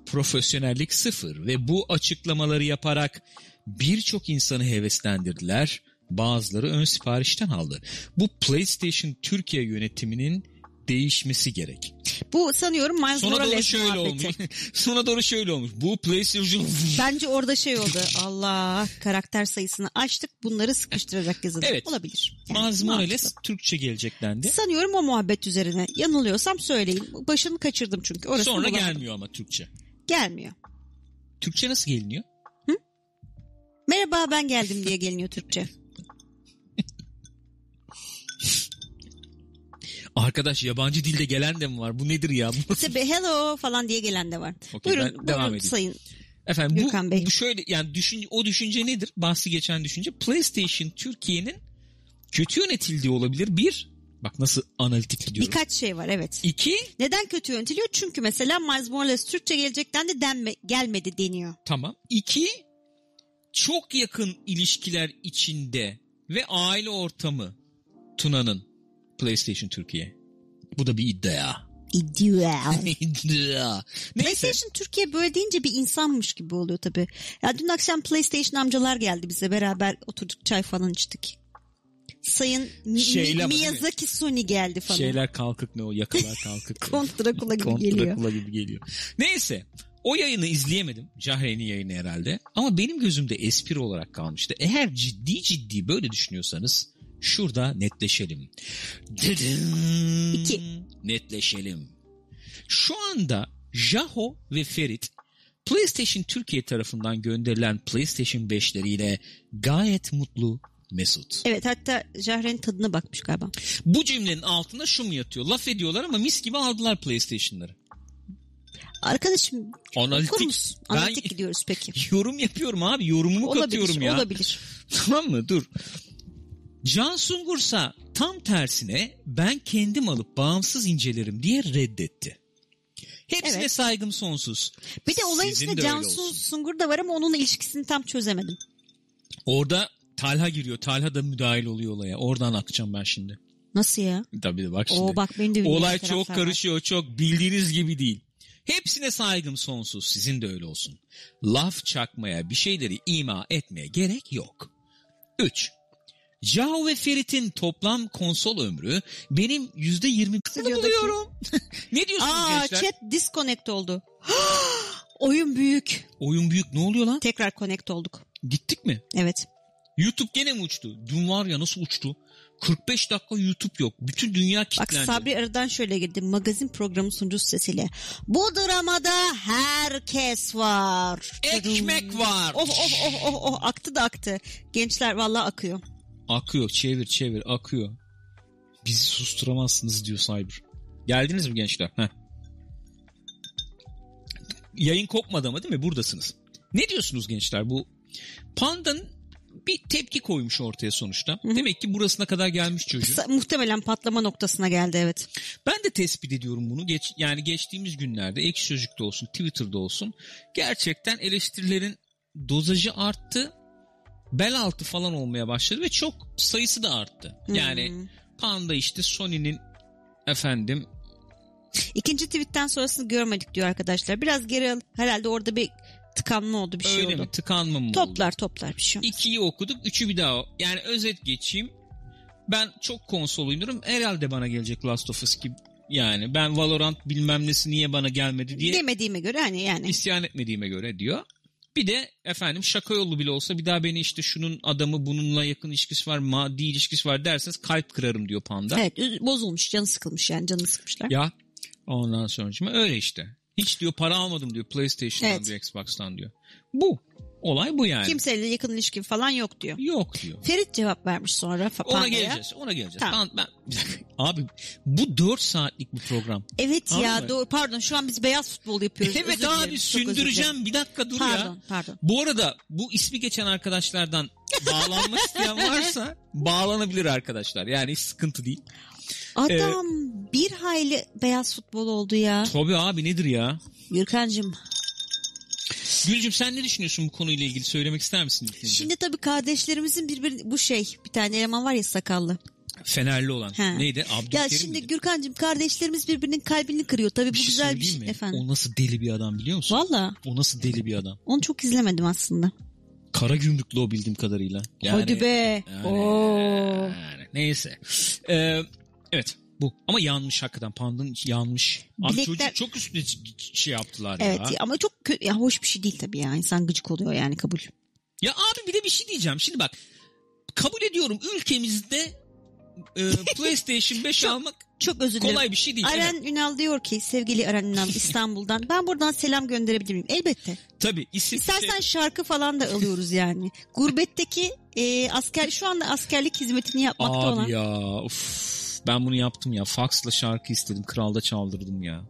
[SPEAKER 1] profesyonellik sıfır ve bu açıklamaları yaparak birçok insanı heveslendirdiler. Bazıları ön siparişten aldı. Bu PlayStation Türkiye yönetiminin değişmesi gerek.
[SPEAKER 2] Bu sanıyorum Miles
[SPEAKER 1] Sona doğru
[SPEAKER 2] Morales
[SPEAKER 1] şöyle
[SPEAKER 2] muhabbeti.
[SPEAKER 1] olmuş. Sona doğru şöyle olmuş. Bu PlayStation
[SPEAKER 2] Bence orada şey oldu. Allah karakter sayısını açtık. Bunları sıkıştırarak yazalım.
[SPEAKER 1] Evet.
[SPEAKER 2] Olabilir. Yani
[SPEAKER 1] Miles Morales
[SPEAKER 2] mantıklı.
[SPEAKER 1] Türkçe gelecek dendi.
[SPEAKER 2] Sanıyorum o muhabbet üzerine. Yanılıyorsam söyleyin. Başını kaçırdım çünkü. Orası
[SPEAKER 1] Sonra gelmiyor ama Türkçe.
[SPEAKER 2] Gelmiyor.
[SPEAKER 1] Türkçe nasıl geliniyor?
[SPEAKER 2] Merhaba ben geldim diye geliniyor Türkçe.
[SPEAKER 1] Arkadaş yabancı dilde gelen de mi var? Bu nedir ya? Bu-
[SPEAKER 2] İşte be- hello falan diye gelen de var.
[SPEAKER 1] Okey,
[SPEAKER 2] buyurun,
[SPEAKER 1] ben
[SPEAKER 2] buyurun
[SPEAKER 1] devam edeyim.
[SPEAKER 2] sayın.
[SPEAKER 1] Efendim
[SPEAKER 2] Gürkan
[SPEAKER 1] bu,
[SPEAKER 2] Bey.
[SPEAKER 1] bu şöyle yani düşün, o düşünce nedir? Bahsi geçen düşünce PlayStation Türkiye'nin kötü yönetildiği olabilir. Bir Bak nasıl analitik gidiyoruz.
[SPEAKER 2] Birkaç şey var evet.
[SPEAKER 1] İki
[SPEAKER 2] Neden kötü yönetiliyor? Çünkü mesela Miles Morales Türkçe gelecekten de denme, gelmedi deniyor.
[SPEAKER 1] tamam. İki çok yakın ilişkiler içinde ve aile ortamı Tuna'nın PlayStation Türkiye. Bu da bir iddia.
[SPEAKER 2] İdiyor.
[SPEAKER 1] iddia. Neyse.
[SPEAKER 2] PlayStation Türkiye böyle deyince bir insanmış gibi oluyor tabii. Ya dün akşam PlayStation amcalar geldi bize beraber oturduk çay falan içtik. Sayın Mi- Mi-
[SPEAKER 1] Şeyle ama değil mi?
[SPEAKER 2] Miyazaki Sony geldi falan.
[SPEAKER 1] Şeyler kalkık ne o yakalar kalkık.
[SPEAKER 2] Kont Drakula gibi
[SPEAKER 1] Kont
[SPEAKER 2] geliyor.
[SPEAKER 1] Drakula gibi geliyor. Neyse o yayını izleyemedim. Cahre'nin yayını herhalde. Ama benim gözümde espri olarak kalmıştı. Eğer ciddi ciddi böyle düşünüyorsanız şurada netleşelim. Dıdın.
[SPEAKER 2] İki.
[SPEAKER 1] Netleşelim. Şu anda Jaho ve Ferit PlayStation Türkiye tarafından gönderilen PlayStation 5'leriyle gayet mutlu Mesut.
[SPEAKER 2] Evet hatta Jahre'nin tadına bakmış galiba.
[SPEAKER 1] Bu cümlenin altında şu mu yatıyor? Laf ediyorlar ama mis gibi aldılar PlayStation'ları.
[SPEAKER 2] Arkadaşım
[SPEAKER 1] Analitik.
[SPEAKER 2] okur musun?
[SPEAKER 1] Ben-
[SPEAKER 2] Analitik gidiyoruz peki.
[SPEAKER 1] Yorum yapıyorum abi. Yorumumu katıyorum
[SPEAKER 2] Olabilir,
[SPEAKER 1] ya.
[SPEAKER 2] olabilir.
[SPEAKER 1] Tamam mı? Dur. Can Sungursa tam tersine ben kendim alıp bağımsız incelerim diye reddetti. Hepsine
[SPEAKER 2] Evet.
[SPEAKER 1] saygım sonsuz.
[SPEAKER 2] Bir de olayın
[SPEAKER 1] Sizin
[SPEAKER 2] içinde
[SPEAKER 1] de öyle
[SPEAKER 2] Cansu
[SPEAKER 1] olsun.
[SPEAKER 2] Sungur da var ama onun ilişkisini tam çözemedim.
[SPEAKER 1] Orada Talha giriyor. Talha da müdahil oluyor olaya. Oradan akacağım ben şimdi.
[SPEAKER 2] Nasıl ya?
[SPEAKER 1] Tabii bak şimdi.
[SPEAKER 2] Oo bak benim de bildiğim
[SPEAKER 1] Olay
[SPEAKER 2] taraflar
[SPEAKER 1] çok
[SPEAKER 2] var.
[SPEAKER 1] karışıyor çok bildiğiniz gibi değil. Hepsine saygım sonsuz sizin de öyle olsun. Laf çakmaya bir şeyleri ima etmeye gerek yok. 3. Cao ve Ferit'in toplam konsol ömrü benim %20'sini
[SPEAKER 2] Stüdyodaki-
[SPEAKER 1] buluyorum. ne diyorsunuz
[SPEAKER 2] Aa
[SPEAKER 1] gençler?
[SPEAKER 2] chat disconnect oldu. Oyun büyük.
[SPEAKER 1] Oyun büyük ne oluyor lan?
[SPEAKER 2] Tekrar connect olduk.
[SPEAKER 1] Gittik mi?
[SPEAKER 2] Evet.
[SPEAKER 1] YouTube gene mi uçtu? Dün var ya nasıl uçtu? 45 dakika YouTube yok. Bütün dünya
[SPEAKER 2] Bak
[SPEAKER 1] kilitlendi.
[SPEAKER 2] Sabri aradan şöyle girdi. Magazin programı sunucusu sesiyle. Bu dramada herkes var.
[SPEAKER 1] Ekmek var.
[SPEAKER 2] Oh oh oh oh oh aktı da aktı. Gençler vallahi akıyor.
[SPEAKER 1] Akıyor çevir çevir akıyor. Bizi susturamazsınız diyor Cyber. Geldiniz mi gençler? Heh. Yayın kopmadı ama değil mi? Buradasınız. Ne diyorsunuz gençler? Bu pandanın bir tepki koymuş ortaya sonuçta. Demek ki burasına kadar gelmiş çocuğu.
[SPEAKER 2] Sa- muhtemelen patlama noktasına geldi evet.
[SPEAKER 1] Ben de tespit ediyorum bunu. Geç, yani geçtiğimiz günlerde Ekşi Sözlük'te olsun, Twitter'da olsun gerçekten eleştirilerin dozajı arttı. Bel altı falan olmaya başladı ve çok sayısı da arttı. Yani
[SPEAKER 2] Hmm.
[SPEAKER 1] Panda işte Sony'nin efendim
[SPEAKER 2] İkinci tweetten sonrasını görmedik diyor arkadaşlar. Biraz geri al. Herhalde orada bir tıkanma oldu bir şey
[SPEAKER 1] öyle
[SPEAKER 2] oldu.
[SPEAKER 1] mi tıkanma mı oldu?
[SPEAKER 2] Toplar toplar bir şey oldu.
[SPEAKER 1] İkiyi okuduk, üçü bir daha. Yani özet geçeyim. Ben çok konsol oynuyorum. Herhalde bana gelecek Last of Us gibi. Yani ben Valorant bilmem nesi niye bana gelmedi diye
[SPEAKER 2] Demediğime göre hani yani.
[SPEAKER 1] isyan etmediğime göre diyor. Bir de efendim şaka yolu bile olsa bir daha beni işte şunun adamı bununla yakın ilişkisi var, maddi ilişkisi var derseniz kalp kırarım diyor Panda.
[SPEAKER 2] Evet üz- bozulmuş canı sıkılmış yani canı sıkmışlar.
[SPEAKER 1] Ya ondan sonra şimdi öyle işte. Hiç diyor para almadım diyor PlayStation'dan
[SPEAKER 2] Evet.
[SPEAKER 1] diyor Xbox'tan diyor. Bu. Olay bu yani.
[SPEAKER 2] Kimseyle yakın ilişkin falan yok diyor.
[SPEAKER 1] Yok diyor.
[SPEAKER 2] Ferit cevap vermiş sonra fa-
[SPEAKER 1] Ona
[SPEAKER 2] Panda'ya.
[SPEAKER 1] geleceğiz. Ona geleceğiz.
[SPEAKER 2] Tamam.
[SPEAKER 1] Ben, ben- abi bu 4 saatlik bir program.
[SPEAKER 2] Evet
[SPEAKER 1] Anladın
[SPEAKER 2] ya
[SPEAKER 1] mı?
[SPEAKER 2] doğru. Pardon şu an biz beyaz futbol yapıyoruz.
[SPEAKER 1] evet
[SPEAKER 2] Özür dilerim,
[SPEAKER 1] abi
[SPEAKER 2] çok özür dilerim.
[SPEAKER 1] sündüreceğim. Bir dakika dur ya.
[SPEAKER 2] Pardon pardon.
[SPEAKER 1] Bu arada bu ismi geçen arkadaşlardan bağlanmak isteyen varsa bağlanabilir arkadaşlar. Yani hiç sıkıntı değil. Ee,
[SPEAKER 2] Adam bir hayli beyaz futbol oldu ya.
[SPEAKER 1] Tabii abi nedir ya?
[SPEAKER 2] Gürkan'cığım.
[SPEAKER 1] Gülcüm sen ne düşünüyorsun bu konuyla ilgili? Söylemek ister misin? ilk önce?
[SPEAKER 2] Şimdi tabii kardeşlerimizin birbirini bu şey bir tane eleman var ya sakallı.
[SPEAKER 1] Fenerli olan.
[SPEAKER 2] He.
[SPEAKER 1] Neydi? Abdülkerim
[SPEAKER 2] Ya şimdi
[SPEAKER 1] miydi?
[SPEAKER 2] Gürkan'cığım kardeşlerimiz birbirinin kalbini kırıyor. Tabii bu
[SPEAKER 1] Bir şey
[SPEAKER 2] güzel bir
[SPEAKER 1] söyleyeyim
[SPEAKER 2] şey
[SPEAKER 1] mi?
[SPEAKER 2] efendim.
[SPEAKER 1] O nasıl deli bir adam biliyor musun?
[SPEAKER 2] Valla
[SPEAKER 1] O nasıl deli bir adam.
[SPEAKER 2] onu çok izlemedim aslında.
[SPEAKER 1] Kara gümrüklü o bildiğim kadarıyla. Yani,
[SPEAKER 2] Hadi be.
[SPEAKER 1] yani-
[SPEAKER 2] Oo.
[SPEAKER 1] yani neyse. Ee, evet bu. Ama yanmış hakikaten. Pandanın içi yanmış. Abi
[SPEAKER 2] Bilekler-
[SPEAKER 1] çocuk çok üstüne ç- ç- şey yaptılar
[SPEAKER 2] Evet
[SPEAKER 1] ya.
[SPEAKER 2] ama çok kö- ya hoş bir şey değil tabii ya. İnsan gıcık oluyor yani kabul.
[SPEAKER 1] Ya abi bir de bir şey diyeceğim. Şimdi bak kabul ediyorum ülkemizde e, PlayStation 5 almak
[SPEAKER 2] Çok özür dilerim.
[SPEAKER 1] kolay bir şey değil.
[SPEAKER 2] Aren
[SPEAKER 1] Evet.
[SPEAKER 2] Ünal diyor ki sevgili Aren Ünal İstanbul'dan ben buradan selam gönderebilir miyim? Elbette.
[SPEAKER 1] Tabii. isim- şey-
[SPEAKER 2] İstersen şarkı falan da alıyoruz yani. Gurbetteki e, asker şu anda askerlik hizmetini yapmakta
[SPEAKER 1] Abi
[SPEAKER 2] olan.
[SPEAKER 1] ya uf, ben bunu yaptım ya. Fax'la şarkı istedim. Kralda çaldırdım ya.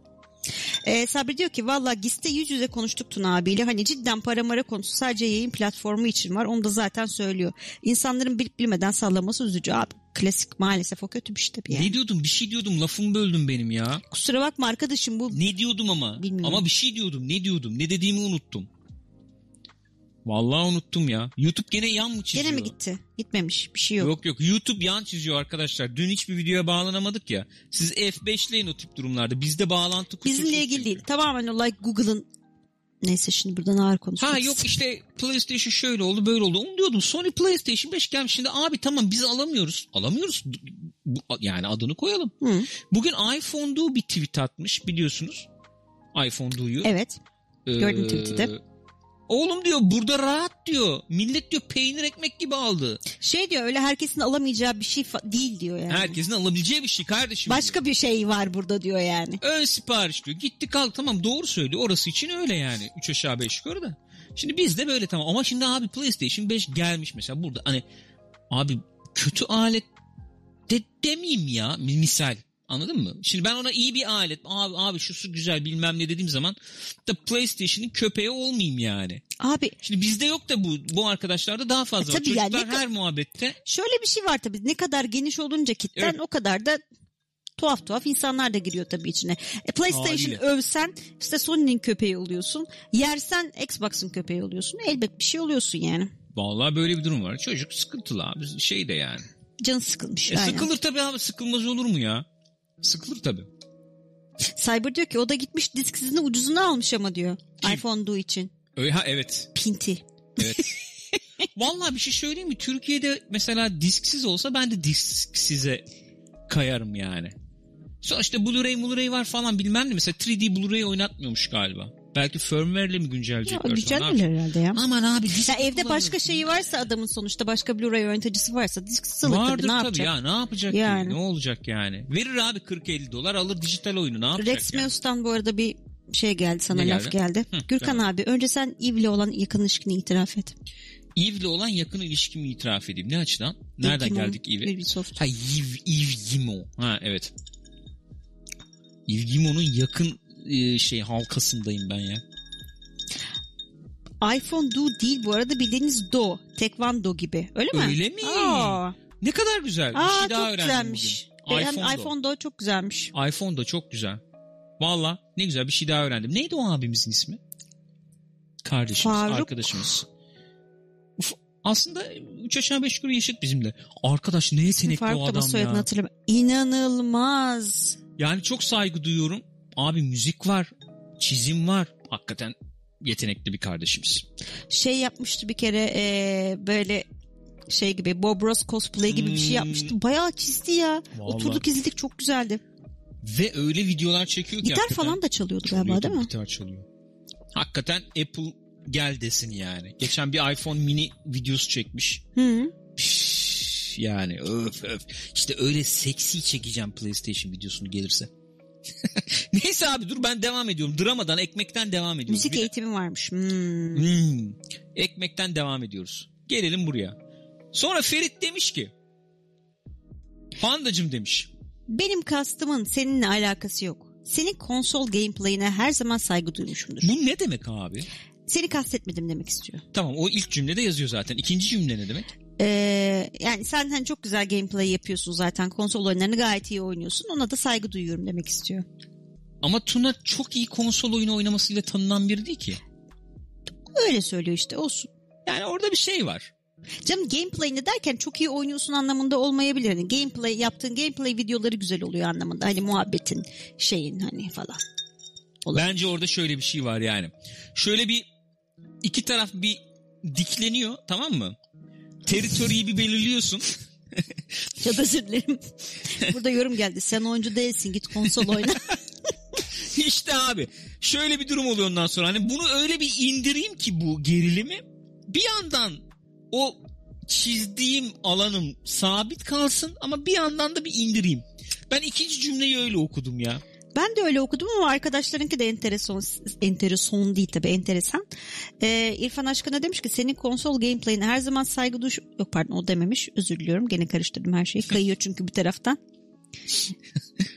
[SPEAKER 2] E, Sabri diyor ki valla Giste yüz yüze konuştuk Tuna abiyle. Hani cidden para mara konusu sadece yayın platformu için var. Onu da zaten söylüyor. İnsanların bilip bilmeden sallaması üzücü abi. Klasik maalesef o kötü bir şey tabii yani.
[SPEAKER 1] Ne diyordum? Bir şey diyordum. Lafımı böldüm benim ya.
[SPEAKER 2] Kusura bakma arkadaşım bu
[SPEAKER 1] Ne diyordum ama?
[SPEAKER 2] Bilmiyorum.
[SPEAKER 1] Ama bir şey diyordum. Ne diyordum? Ne dediğimi unuttum. Vallahi unuttum ya. YouTube gene yan mı çiziyor?
[SPEAKER 2] gene mi gitti? Gitmemiş bir şey yok.
[SPEAKER 1] Yok. yok YouTube yan çiziyor arkadaşlar. Dün hiçbir videoya bağlanamadık ya. Siz F5'leyin o tip durumlarda. Bizde bağlantı kusursuz.
[SPEAKER 2] Bizimle ilgili
[SPEAKER 1] çünkü.
[SPEAKER 2] değil. Tamamen olay Google'ın neyse şimdi buradan ağır konuşmak
[SPEAKER 1] Ha yok işte PlayStation şöyle oldu böyle oldu. Onu diyordum. Sony PlayStation 5 gelmiş. Şimdi abi tamam biz alamıyoruz. Alamıyoruz. Bu- Yani adını koyalım.
[SPEAKER 2] Hı,
[SPEAKER 1] Bugün iPhone Duo bir tweet atmış biliyorsunuz. iPhone Duo'yu.
[SPEAKER 2] evet. gördüm
[SPEAKER 1] Ee,
[SPEAKER 2] tweet'i de.
[SPEAKER 1] Oğlum diyor burada rahat diyor. Millet diyor peynir ekmek gibi aldı.
[SPEAKER 2] Şey diyor öyle herkesin alamayacağı bir şey fa- değil diyor yani.
[SPEAKER 1] Herkesin alabileceği bir şey kardeşim. diyor.
[SPEAKER 2] Başka bir şey var burada diyor yani.
[SPEAKER 1] Ön sipariş diyor. Gitti kal tamam doğru söylüyor. Orası için öyle yani. 3 aşağı 5 yukarı da. Şimdi biz de böyle tamam. Ama şimdi abi PlayStation 5 gelmiş mesela burada. Hani abi kötü alet de demeyeyim ya mi- misal. Anladın mı? Şimdi ben ona iyi bir alet abi, abi şusu güzel bilmem ne dediğim zaman da PlayStation'ın köpeği olmayayım yani.
[SPEAKER 2] Abi
[SPEAKER 1] Şimdi bizde yok da bu bu arkadaşlarda daha fazla
[SPEAKER 2] E
[SPEAKER 1] var.
[SPEAKER 2] tabii yani
[SPEAKER 1] Çocuklar
[SPEAKER 2] ne
[SPEAKER 1] her muhabbette
[SPEAKER 2] şöyle bir şey var tabii. Ne kadar geniş olunca kitlen
[SPEAKER 1] Evet.
[SPEAKER 2] o kadar da tuhaf tuhaf insanlar da giriyor tabii içine. E, PlayStation
[SPEAKER 1] Haliyle.
[SPEAKER 2] övsen işte Sony'nin köpeği oluyorsun. Yersen Xbox'ın köpeği oluyorsun. Elbet bir şey oluyorsun yani.
[SPEAKER 1] vallahi böyle bir durum var. Çocuk sıkıntılı abi şey de yani.
[SPEAKER 2] Canı sıkılmış.
[SPEAKER 1] E
[SPEAKER 2] aynen.
[SPEAKER 1] sıkılır tabii abi sıkılmaz olur mu ya? Sıkılır tabii.
[SPEAKER 2] Cyber diyor ki o da gitmiş disksizini ucuzuna almış ama diyor.
[SPEAKER 1] Kim?
[SPEAKER 2] iPhone Duo için.
[SPEAKER 1] Öyle, E, ha evet.
[SPEAKER 2] Pinti.
[SPEAKER 1] Evet. Vallahi bir şey söyleyeyim mi? Türkiye'de mesela disksiz olsa ben de disksize kayarım yani. Sonuçta Blu-ray, Blu-ray var falan bilmem ne. Mesela 3D Blu-ray oynatmeyecekmiş galiba. Belki firmware'le mi
[SPEAKER 2] Ya,
[SPEAKER 1] güncelleyecekler? sonra, ne
[SPEAKER 2] Güzel herhalde ya.
[SPEAKER 1] yapacak? Aman abi disk
[SPEAKER 2] Ya evde başka şey
[SPEAKER 1] kullanıyorsun.
[SPEAKER 2] şeyi varsa adamın sonuçta başka Blu-ray yöneticisi varsa disksiz alır
[SPEAKER 1] Vardır
[SPEAKER 2] tabii ne yapacak?
[SPEAKER 1] ya ne yapacak
[SPEAKER 2] Yani.
[SPEAKER 1] yani. ne olacak yani. Verir abi 40-50 dolar alır dijital oyunu ne yapacak
[SPEAKER 2] Rex
[SPEAKER 1] yani?
[SPEAKER 2] Meus'tan bu arada bir şey geldi sana
[SPEAKER 1] Ne
[SPEAKER 2] laf geldi.
[SPEAKER 1] Hı,
[SPEAKER 2] Gürkan abi önce sen Eve'le olan yakın ilişkini itiraf et.
[SPEAKER 1] Eve'le olan yakın ilişkimi itiraf edeyim. Ne açıdan? Nereden
[SPEAKER 2] Yevgimo,
[SPEAKER 1] geldik Eve'e?
[SPEAKER 2] Ubisoft.
[SPEAKER 1] Ha Yv, Yvgimo. Ha evet. Yvgimo'nun yakın e, şey halkasındayım ben ya.
[SPEAKER 2] iPhone Do değil bu arada bildiğiniz Do. Tekvando gibi. Öyle mi?
[SPEAKER 1] Öyle mi?
[SPEAKER 2] Aa,
[SPEAKER 1] Ne kadar güzel.
[SPEAKER 2] aa
[SPEAKER 1] Bir şey daha
[SPEAKER 2] çok
[SPEAKER 1] öğrendim
[SPEAKER 2] güzelmiş.
[SPEAKER 1] bugün.
[SPEAKER 2] Hem
[SPEAKER 1] iPhone'da.
[SPEAKER 2] iPhone Do çok güzelmiş.
[SPEAKER 1] iPhone. da çok güzel. Valla ne güzel bir şey daha öğrendim. Neydi o abimizin ismi? Kardeşimiz,
[SPEAKER 2] Faruk.
[SPEAKER 1] arkadaşımız. Uf, aslında 3 aşağı 5 yukarı yaşıt bizimle. Arkadaş ne yetenekli
[SPEAKER 2] Farklı
[SPEAKER 1] o
[SPEAKER 2] ama
[SPEAKER 1] adam
[SPEAKER 2] soyadını
[SPEAKER 1] ya.
[SPEAKER 2] hatırlamıyorum. İnanılmaz.
[SPEAKER 1] Yani çok saygı duyuyorum. Abi müzik var, çizim var. Hakikaten yetenekli bir kardeşimiz.
[SPEAKER 2] Şey yapmıştı bir kere eee, böyle şey gibi Bob Ross cosplay gibi bir şey
[SPEAKER 1] Hmm.
[SPEAKER 2] yapmıştı. Bayağı çizdi ya.
[SPEAKER 1] Vallahi.
[SPEAKER 2] Oturduk izledik çok güzeldi.
[SPEAKER 1] Ve öyle videolar çekiyor ki
[SPEAKER 2] Gitar
[SPEAKER 1] hakikaten.
[SPEAKER 2] falan da çalıyordu
[SPEAKER 1] Çalıyor
[SPEAKER 2] galiba
[SPEAKER 1] tabii,
[SPEAKER 2] değil mi?
[SPEAKER 1] Gitar çalıyor. Hakikaten Apple gel desin yani. Geçen bir iPhone mini videosu çekmiş.
[SPEAKER 2] Hı.
[SPEAKER 1] Üf, yani öf öf. İşte öyle seksi çekeceğim PlayStation videosunu gelirse. Neyse abi dur ben devam ediyorum. Dramadan ekmekten devam ediyorum.
[SPEAKER 2] Müzik
[SPEAKER 1] Bir-
[SPEAKER 2] eğitimi varmış. Hmm.
[SPEAKER 1] Hmm. Ekmekten devam ediyoruz. Gelelim buraya. Sonra Ferit demiş ki Pandacım demiş.
[SPEAKER 2] Benim kastımın seninle alakası yok. Senin konsol gameplay'ine her zaman saygı duymuşumdur.
[SPEAKER 1] Bu ne demek abi?
[SPEAKER 2] Seni kastetmedim demek istiyor.
[SPEAKER 1] Tamam o ilk cümlede yazıyor zaten. İkinci cümle ne demek?
[SPEAKER 2] Ee, yani sen hani çok güzel gameplay yapıyorsun zaten. Konsol oyunlarını gayet iyi oynuyorsun. Ona da saygı duyuyorum demek istiyor.
[SPEAKER 1] Ama Tuna çok iyi konsol oyunu oynamasıyla tanınan biri değil ki.
[SPEAKER 2] Öyle söylüyor işte olsun.
[SPEAKER 1] Yani orada bir şey var.
[SPEAKER 2] Canım gameplay'ini derken çok iyi oynuyorsun anlamında olmayabilir. Hani gameplay yaptığın gameplay videoları güzel oluyor anlamında. Hani muhabbetin şeyin hani falan.
[SPEAKER 1] Bence orada şöyle bir şey var yani. Şöyle bir iki taraf bir dikleniyor tamam mı? Teritoriyi bir belirliyorsun.
[SPEAKER 2] Ya da özür dilerim. Burada yorum geldi. Sen oyuncu değilsin git konsol oyna.
[SPEAKER 1] işte abi şöyle bir durum oluyor ondan sonra. Hani bunu öyle bir indireyim ki bu gerilimi bir yandan o çizdiğim alanım sabit kalsın ama bir yandan da bir indireyim. Ben ikinci cümleyi öyle okudum ya.
[SPEAKER 2] Ben de öyle okudum ama arkadaşlarınki de enteresan, enteresan değil tabii enteresan. Ee, İrfan Aşkın'a demiş ki senin konsol gameplay'ine her zaman saygı duş... Yok pardon o dememiş özür diliyorum gene karıştırdım her şeyi. Kayıyor çünkü bir taraftan.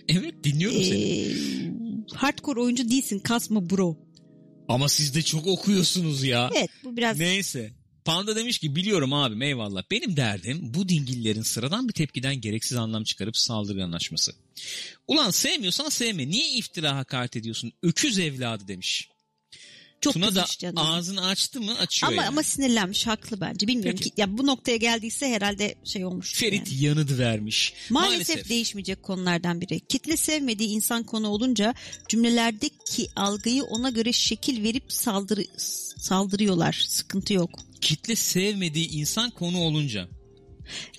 [SPEAKER 1] Evet dinliyorum seni.
[SPEAKER 2] Ee, hardcore oyuncu değilsin kasma bro.
[SPEAKER 1] Ama siz de çok okuyorsunuz ya.
[SPEAKER 2] Evet bu biraz
[SPEAKER 1] Neyse. Panda demiş ki biliyorum abim eyvallah. Benim derdim bu dingillerin sıradan bir tepkiden gereksiz anlam çıkarıp saldırı anlaşması. Ulan sevmiyorsan sevme. Niye iftira hakaret ediyorsun? Öküz evladı demiş.
[SPEAKER 2] Çok
[SPEAKER 1] Tuna da
[SPEAKER 2] kızmış canım.
[SPEAKER 1] ağzını açtı mı açıyor
[SPEAKER 2] ama
[SPEAKER 1] yani.
[SPEAKER 2] ama sinirlenmiş haklı bence. Bilmiyorum
[SPEAKER 1] Peki.
[SPEAKER 2] ki ya bu noktaya geldiyse herhalde şey olmuş.
[SPEAKER 1] Ferit yanıdı vermiş.
[SPEAKER 2] Maalesef,
[SPEAKER 1] Maalesef.
[SPEAKER 2] değişmeyecek konulardan biri. Kitle sevmediği insan konu olunca cümlelerdeki algıyı ona göre şekil verip saldırı saldırıyorlar. Sıkıntı yok.
[SPEAKER 1] Kitle sevmediği insan konu olunca.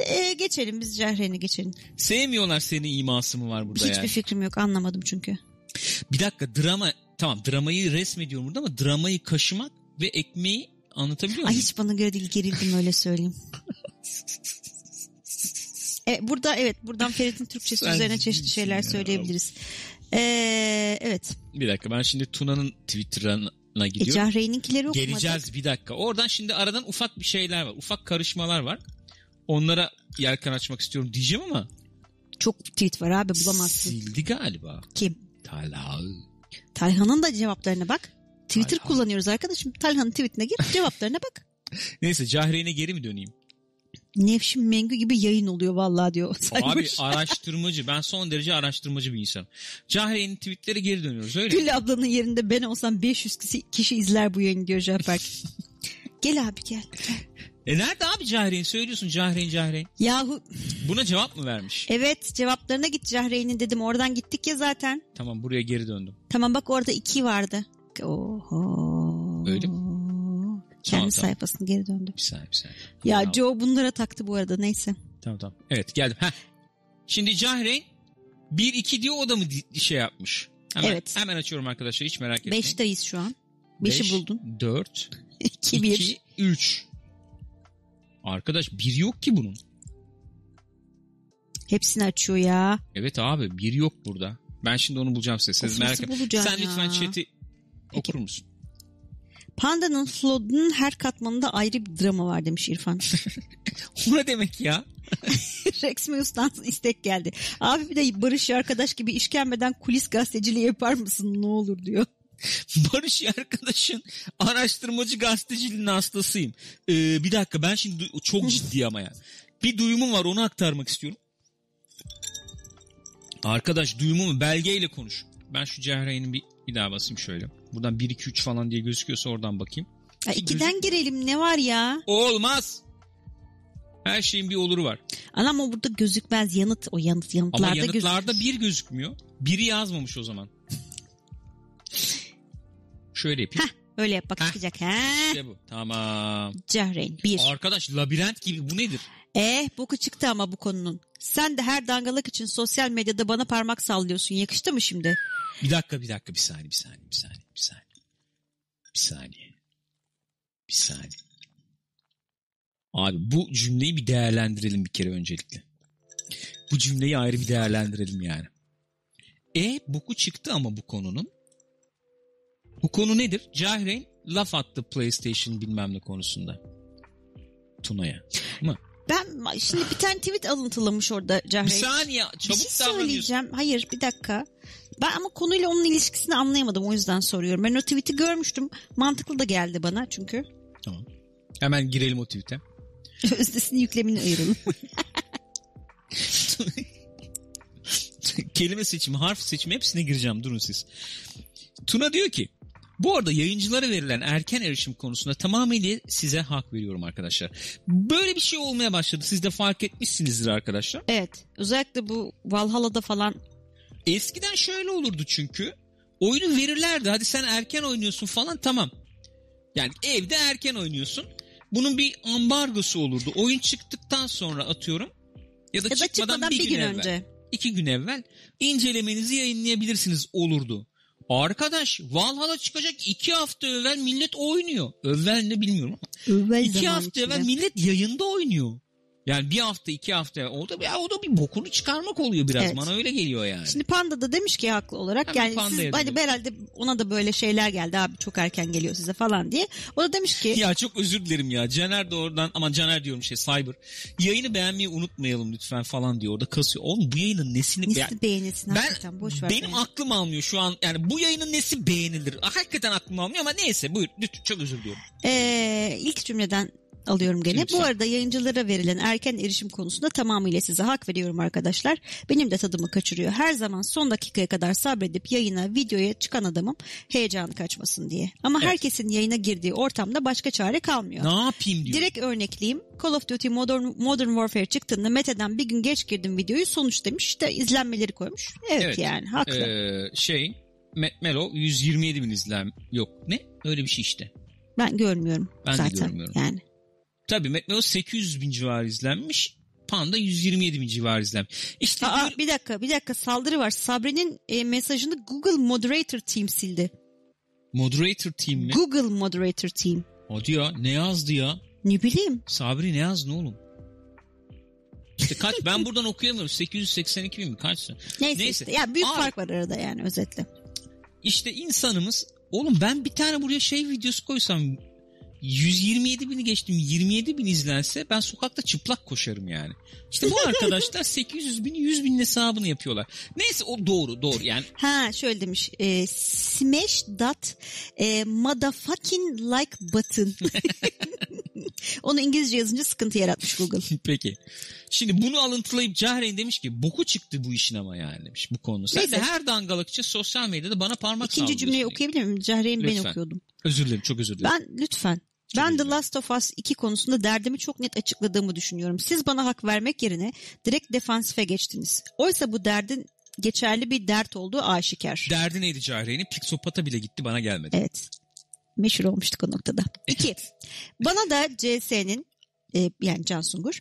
[SPEAKER 2] Ee, geçelim biz Cehren'i geçelim.
[SPEAKER 1] Sevmiyorlar senin iması mı var burada
[SPEAKER 2] Hiçbir
[SPEAKER 1] yani?
[SPEAKER 2] fikrim yok anlamadım çünkü.
[SPEAKER 1] Bir dakika drama tamam dramayı resmediyorum burada ama dramayı kaşımak ve ekmeği anlatabiliyor
[SPEAKER 2] Ay
[SPEAKER 1] muyum?
[SPEAKER 2] hiç bana göre değil gerildim öyle söyleyeyim. E, burada evet buradan Ferit'in Türkçesi
[SPEAKER 1] Sen
[SPEAKER 2] üzerine
[SPEAKER 1] ciddi
[SPEAKER 2] çeşitli
[SPEAKER 1] misin
[SPEAKER 2] şeyler
[SPEAKER 1] ya?
[SPEAKER 2] söyleyebiliriz. Ee, evet.
[SPEAKER 1] Bir dakika ben şimdi Tuna'nın Twitter'ına
[SPEAKER 2] E,
[SPEAKER 1] gidiyorum.
[SPEAKER 2] Cahre'ninkileri okumadık.
[SPEAKER 1] Geleceğiz bir dakika. Oradan şimdi aradan ufak bir şeyler var. Ufak karışmalar var. Onlara yelken açmak istiyorum diyeceğim ama
[SPEAKER 2] Çok tweet var abi bulamazsın.
[SPEAKER 1] sildi galiba.
[SPEAKER 2] Kim?
[SPEAKER 1] Talha.
[SPEAKER 2] Talha'nın da cevaplarına bak. Twitter
[SPEAKER 1] Talha.
[SPEAKER 2] kullanıyoruz arkadaşım. Talha'nın tweetine gir cevaplarına bak.
[SPEAKER 1] Neyse Cahreyn'e geri mi döneyim?
[SPEAKER 2] Nevşin Mengü gibi yayın oluyor vallahi diyor.
[SPEAKER 1] Abi
[SPEAKER 2] Saymış.
[SPEAKER 1] araştırmacı. Ben son derece araştırmacı bir insanım. Cahreyn'in tweetleri geri dönüyoruz öyle mi?
[SPEAKER 2] Gül ablanın yerinde ben olsam 500 kişi, kişi izler bu yayını diyor Japerk. gel abi gel.
[SPEAKER 1] E nerede abi Cahreyn? Söylüyorsun Cahreyn Cahreyn.
[SPEAKER 2] Yahu
[SPEAKER 1] Buna cevap mı vermiş?
[SPEAKER 2] evet cevaplarına git Cahreyn'in dedim. Oradan gittik ya zaten.
[SPEAKER 1] Tamam buraya geri döndüm.
[SPEAKER 2] Tamam bak orada iki vardı. Oho.
[SPEAKER 1] Öyle
[SPEAKER 2] Kendi
[SPEAKER 1] Tamam, tamam.
[SPEAKER 2] sayfasını geri döndü.
[SPEAKER 1] Bir saniye bir saniye.
[SPEAKER 2] Ya
[SPEAKER 1] Tamam.
[SPEAKER 2] Joe bunlara taktı bu arada neyse.
[SPEAKER 1] Tamam tamam. Evet geldim. Heh. Şimdi Cahreyn 1-2 diyor o da mı di- şey yapmış? Hemen,
[SPEAKER 2] Evet.
[SPEAKER 1] Hemen açıyorum arkadaşlar hiç merak etmeyin.
[SPEAKER 2] Beşteyiz şu an. Beşi buldun.
[SPEAKER 1] 4,
[SPEAKER 2] İki bir.
[SPEAKER 1] 2, 3. Arkadaş bir yok ki bunun.
[SPEAKER 2] Hepsini açıyor ya.
[SPEAKER 1] Evet abi bir yok burada. Ben şimdi onu bulacağım size. Siz
[SPEAKER 2] Of,
[SPEAKER 1] merak
[SPEAKER 2] nasıl
[SPEAKER 1] etmeyin.
[SPEAKER 2] bulacağım
[SPEAKER 1] Sen
[SPEAKER 2] ya?
[SPEAKER 1] lütfen chat'i
[SPEAKER 2] Peki.
[SPEAKER 1] okur musun?
[SPEAKER 2] Panda'nın Flood'un her katmanında ayrı bir drama var demiş İrfan.
[SPEAKER 1] Bu ne demek ya?
[SPEAKER 2] Rex Mews'tan istek geldi. Abi bir de Barış arkadaş gibi işkembeden kulis gazeteciliği yapar mısın ne olur diyor.
[SPEAKER 1] Barış arkadaşın araştırmacı gazeteciliğinin hastasıyım. Ee, bir dakika ben şimdi du- çok ciddi ama ya. Bir duyumum var onu aktarmak istiyorum. Arkadaş duyumumu belgeyle konuş. Ben şu Cehreyn'i bir, bir daha basayım şöyle. Buradan 1 2 3 falan diye gözüküyorsa oradan bakayım.
[SPEAKER 2] Ya ikiden girelim ne var ya?
[SPEAKER 1] Olmaz. Her şeyin bir oluru var.
[SPEAKER 2] Anam o burada gözükmez yanıt o yanıt yanıtlarda,
[SPEAKER 1] Ama
[SPEAKER 2] gözükmez.
[SPEAKER 1] yanıtlarda bir gözükmüyor. Biri yazmamış o zaman. Şöyle yapayım.
[SPEAKER 2] Öyle yap bak
[SPEAKER 1] Heh.
[SPEAKER 2] çıkacak. He.
[SPEAKER 1] İşte bu. Tamam.
[SPEAKER 2] Cahreyn bir.
[SPEAKER 1] Arkadaş labirent gibi bu nedir?
[SPEAKER 2] Eh boku çıktı ama bu konunun. Sen de her dangalak için sosyal medyada bana parmak sallıyorsun. Yakıştı mı şimdi?
[SPEAKER 1] Bir dakika bir dakika bir saniye bir saniye bir saniye bir saniye. Bir saniye. Bir saniye. Abi bu cümleyi bir değerlendirelim bir kere öncelikle. Bu cümleyi ayrı bir değerlendirelim yani. E boku çıktı ama bu konunun. Bu konu nedir? Cahreyn laf attı PlayStation bilmem ne konusunda. Tuna'ya.
[SPEAKER 2] Ben şimdi bir tane tweet alıntılamış orada Cahreyn.
[SPEAKER 1] Bir saniye
[SPEAKER 2] Bir
[SPEAKER 1] çabuk
[SPEAKER 2] şey
[SPEAKER 1] davranıyorsun.
[SPEAKER 2] söyleyeceğim. Hayır bir dakika. Ben ama konuyla onun ilişkisini anlayamadım o yüzden soruyorum. Ben o tweet'i görmüştüm. Mantıklı da geldi bana çünkü.
[SPEAKER 1] Hemen girelim o tweet'e.
[SPEAKER 2] Özdesini yüklemini ayıralım.
[SPEAKER 1] kelime seçimi, harf seçimi hepsine gireceğim. Durun siz. Tuna diyor ki bu arada yayıncılara verilen erken erişim konusunda tamamıyla size hak veriyorum arkadaşlar. Böyle bir şey olmaya başladı. Siz de fark etmişsinizdir arkadaşlar.
[SPEAKER 2] evet. Özellikle bu Valhalla'da falan.
[SPEAKER 1] Eskiden şöyle olurdu çünkü. Oyunu verirlerdi. Hadi sen erken oynuyorsun falan tamam. Yani evde erken oynuyorsun. Bunun bir ambargosu olurdu. Oyun çıktıktan sonra atıyorum. Ya da,
[SPEAKER 2] Ya da
[SPEAKER 1] çıkmadan, bir, gün, evvel.
[SPEAKER 2] önce.
[SPEAKER 1] iki gün evvel incelemenizi yayınlayabilirsiniz olurdu. Arkadaş Valhalla çıkacak iki hafta evvel millet oynuyor. Evvel ne bilmiyorum ama.
[SPEAKER 2] Evvel
[SPEAKER 1] iki
[SPEAKER 2] zaman
[SPEAKER 1] hafta
[SPEAKER 2] içinde.
[SPEAKER 1] evvel millet yayında oynuyor. Yani bir hafta iki hafta evvel. o da, ya o da bir bokunu çıkarmak oluyor biraz
[SPEAKER 2] Evet.
[SPEAKER 1] bana öyle geliyor yani.
[SPEAKER 2] Şimdi Panda da demiş ki haklı olarak
[SPEAKER 1] Hemen
[SPEAKER 2] yani siz
[SPEAKER 1] Panda'ya
[SPEAKER 2] hani
[SPEAKER 1] dönelim.
[SPEAKER 2] herhalde ona da böyle şeyler geldi abi çok erken geliyor size falan diye. O da demiş ki
[SPEAKER 1] Ya çok özür dilerim ya. Caner de oradan ama Caner diyorum şey Cyber. Yayını beğenmeyi unutmayalım lütfen falan diyor. Orada kasıyor. Oğlum bu yayının nesini beğen...
[SPEAKER 2] nesli beğenilsin
[SPEAKER 1] Ben-
[SPEAKER 2] hakikaten boş ver.
[SPEAKER 1] Benim
[SPEAKER 2] yani.
[SPEAKER 1] aklım almıyor şu an. Yani bu yayının nesi beğenilir? Hakikaten aklım almıyor ama neyse buyur. Lütfen çok özür diliyorum.
[SPEAKER 2] Ee, ilk cümleden alıyorum gene.
[SPEAKER 1] Lütfen.
[SPEAKER 2] Bu arada yayıncılara verilen erken erişim konusunda tamamıyla size hak veriyorum arkadaşlar. Benim de tadımı kaçırıyor. Her zaman son dakikaya kadar sabredip yayına, videoya çıkan adamım heyecanı kaçmasın diye. Ama
[SPEAKER 1] Evet.
[SPEAKER 2] herkesin yayına girdiği ortamda başka çare kalmıyor.
[SPEAKER 1] Ne yapayım diyor.
[SPEAKER 2] Direkt örnekleyeyim. Call of Duty Modern, Modern Warfare çıktığında Meta'dan bir gün geç girdim videoyu sonuç demiş. İşte izlenmeleri koymuş. Evet,
[SPEAKER 1] Evet.
[SPEAKER 2] yani haklı.
[SPEAKER 1] Ee, şey Me- Melo 127 bin izlen yok ne öyle bir şey işte.
[SPEAKER 2] ben görmüyorum
[SPEAKER 1] Ben de
[SPEAKER 2] zaten.
[SPEAKER 1] görmüyorum.
[SPEAKER 2] Yani.
[SPEAKER 1] Tabii Met Melo 800 bin civarı izlenmiş. Panda 127 bin civarı izlenmiş. İşte
[SPEAKER 2] Aa,
[SPEAKER 1] diyor-
[SPEAKER 2] bir dakika bir dakika saldırı var. Sabri'nin e, mesajını Google Moderator Team sildi.
[SPEAKER 1] moderator team mi?
[SPEAKER 2] Google Moderator Team.
[SPEAKER 1] Hadi ya ne yazdı ya?
[SPEAKER 2] Ne bileyim.
[SPEAKER 1] Sabri ne yazdın oğlum? İşte kaç ben buradan okuyamıyorum. 882 bin mi kaçsın?
[SPEAKER 2] Neyse,
[SPEAKER 1] Neyse.
[SPEAKER 2] işte. Ya büyük
[SPEAKER 1] Abi.
[SPEAKER 2] fark var arada yani özetle.
[SPEAKER 1] İşte insanımız oğlum ben bir tane buraya şey videosu koysam 127 bini geçtim 27 bin izlense ben sokakta çıplak koşarım yani. İşte bu arkadaşlar 800 bin 100 binin hesabını yapıyorlar. Neyse o doğru doğru yani
[SPEAKER 2] Ha şöyle demiş. E, smash dot e, motherfucking like button. Onu İngilizce yazınca sıkıntı yaratmış Google.
[SPEAKER 1] peki. Şimdi bunu alıntılayıp Cahreyn demiş ki boku çıktı bu işin ama yani demiş bu konu. Sen de
[SPEAKER 2] Neyse.
[SPEAKER 1] her dangalıkça sosyal medyada bana parmak
[SPEAKER 2] İkinci
[SPEAKER 1] sallıyorsun
[SPEAKER 2] cümleyi
[SPEAKER 1] diye.
[SPEAKER 2] okuyabilir miyim? Cahreyn ben
[SPEAKER 1] Lütfen.
[SPEAKER 2] okuyordum.
[SPEAKER 1] Özür dilerim çok özür dilerim.
[SPEAKER 2] Ben lütfen.
[SPEAKER 1] Çok
[SPEAKER 2] Ben The
[SPEAKER 1] üzüldüm.
[SPEAKER 2] Last of Us 2 konusunda derdimi çok net açıkladığımı düşünüyorum. Siz bana hak vermek yerine direkt defansife geçtiniz. Oysa bu derdin geçerli bir dert olduğu aşikar.
[SPEAKER 1] Derdi neydi Cahreyn'in? Piksopata bile gitti bana gelmedi.
[SPEAKER 2] evet. Meşhur olmuştuk o noktada. 2. Bana da CS'nin e, yani Can Sungur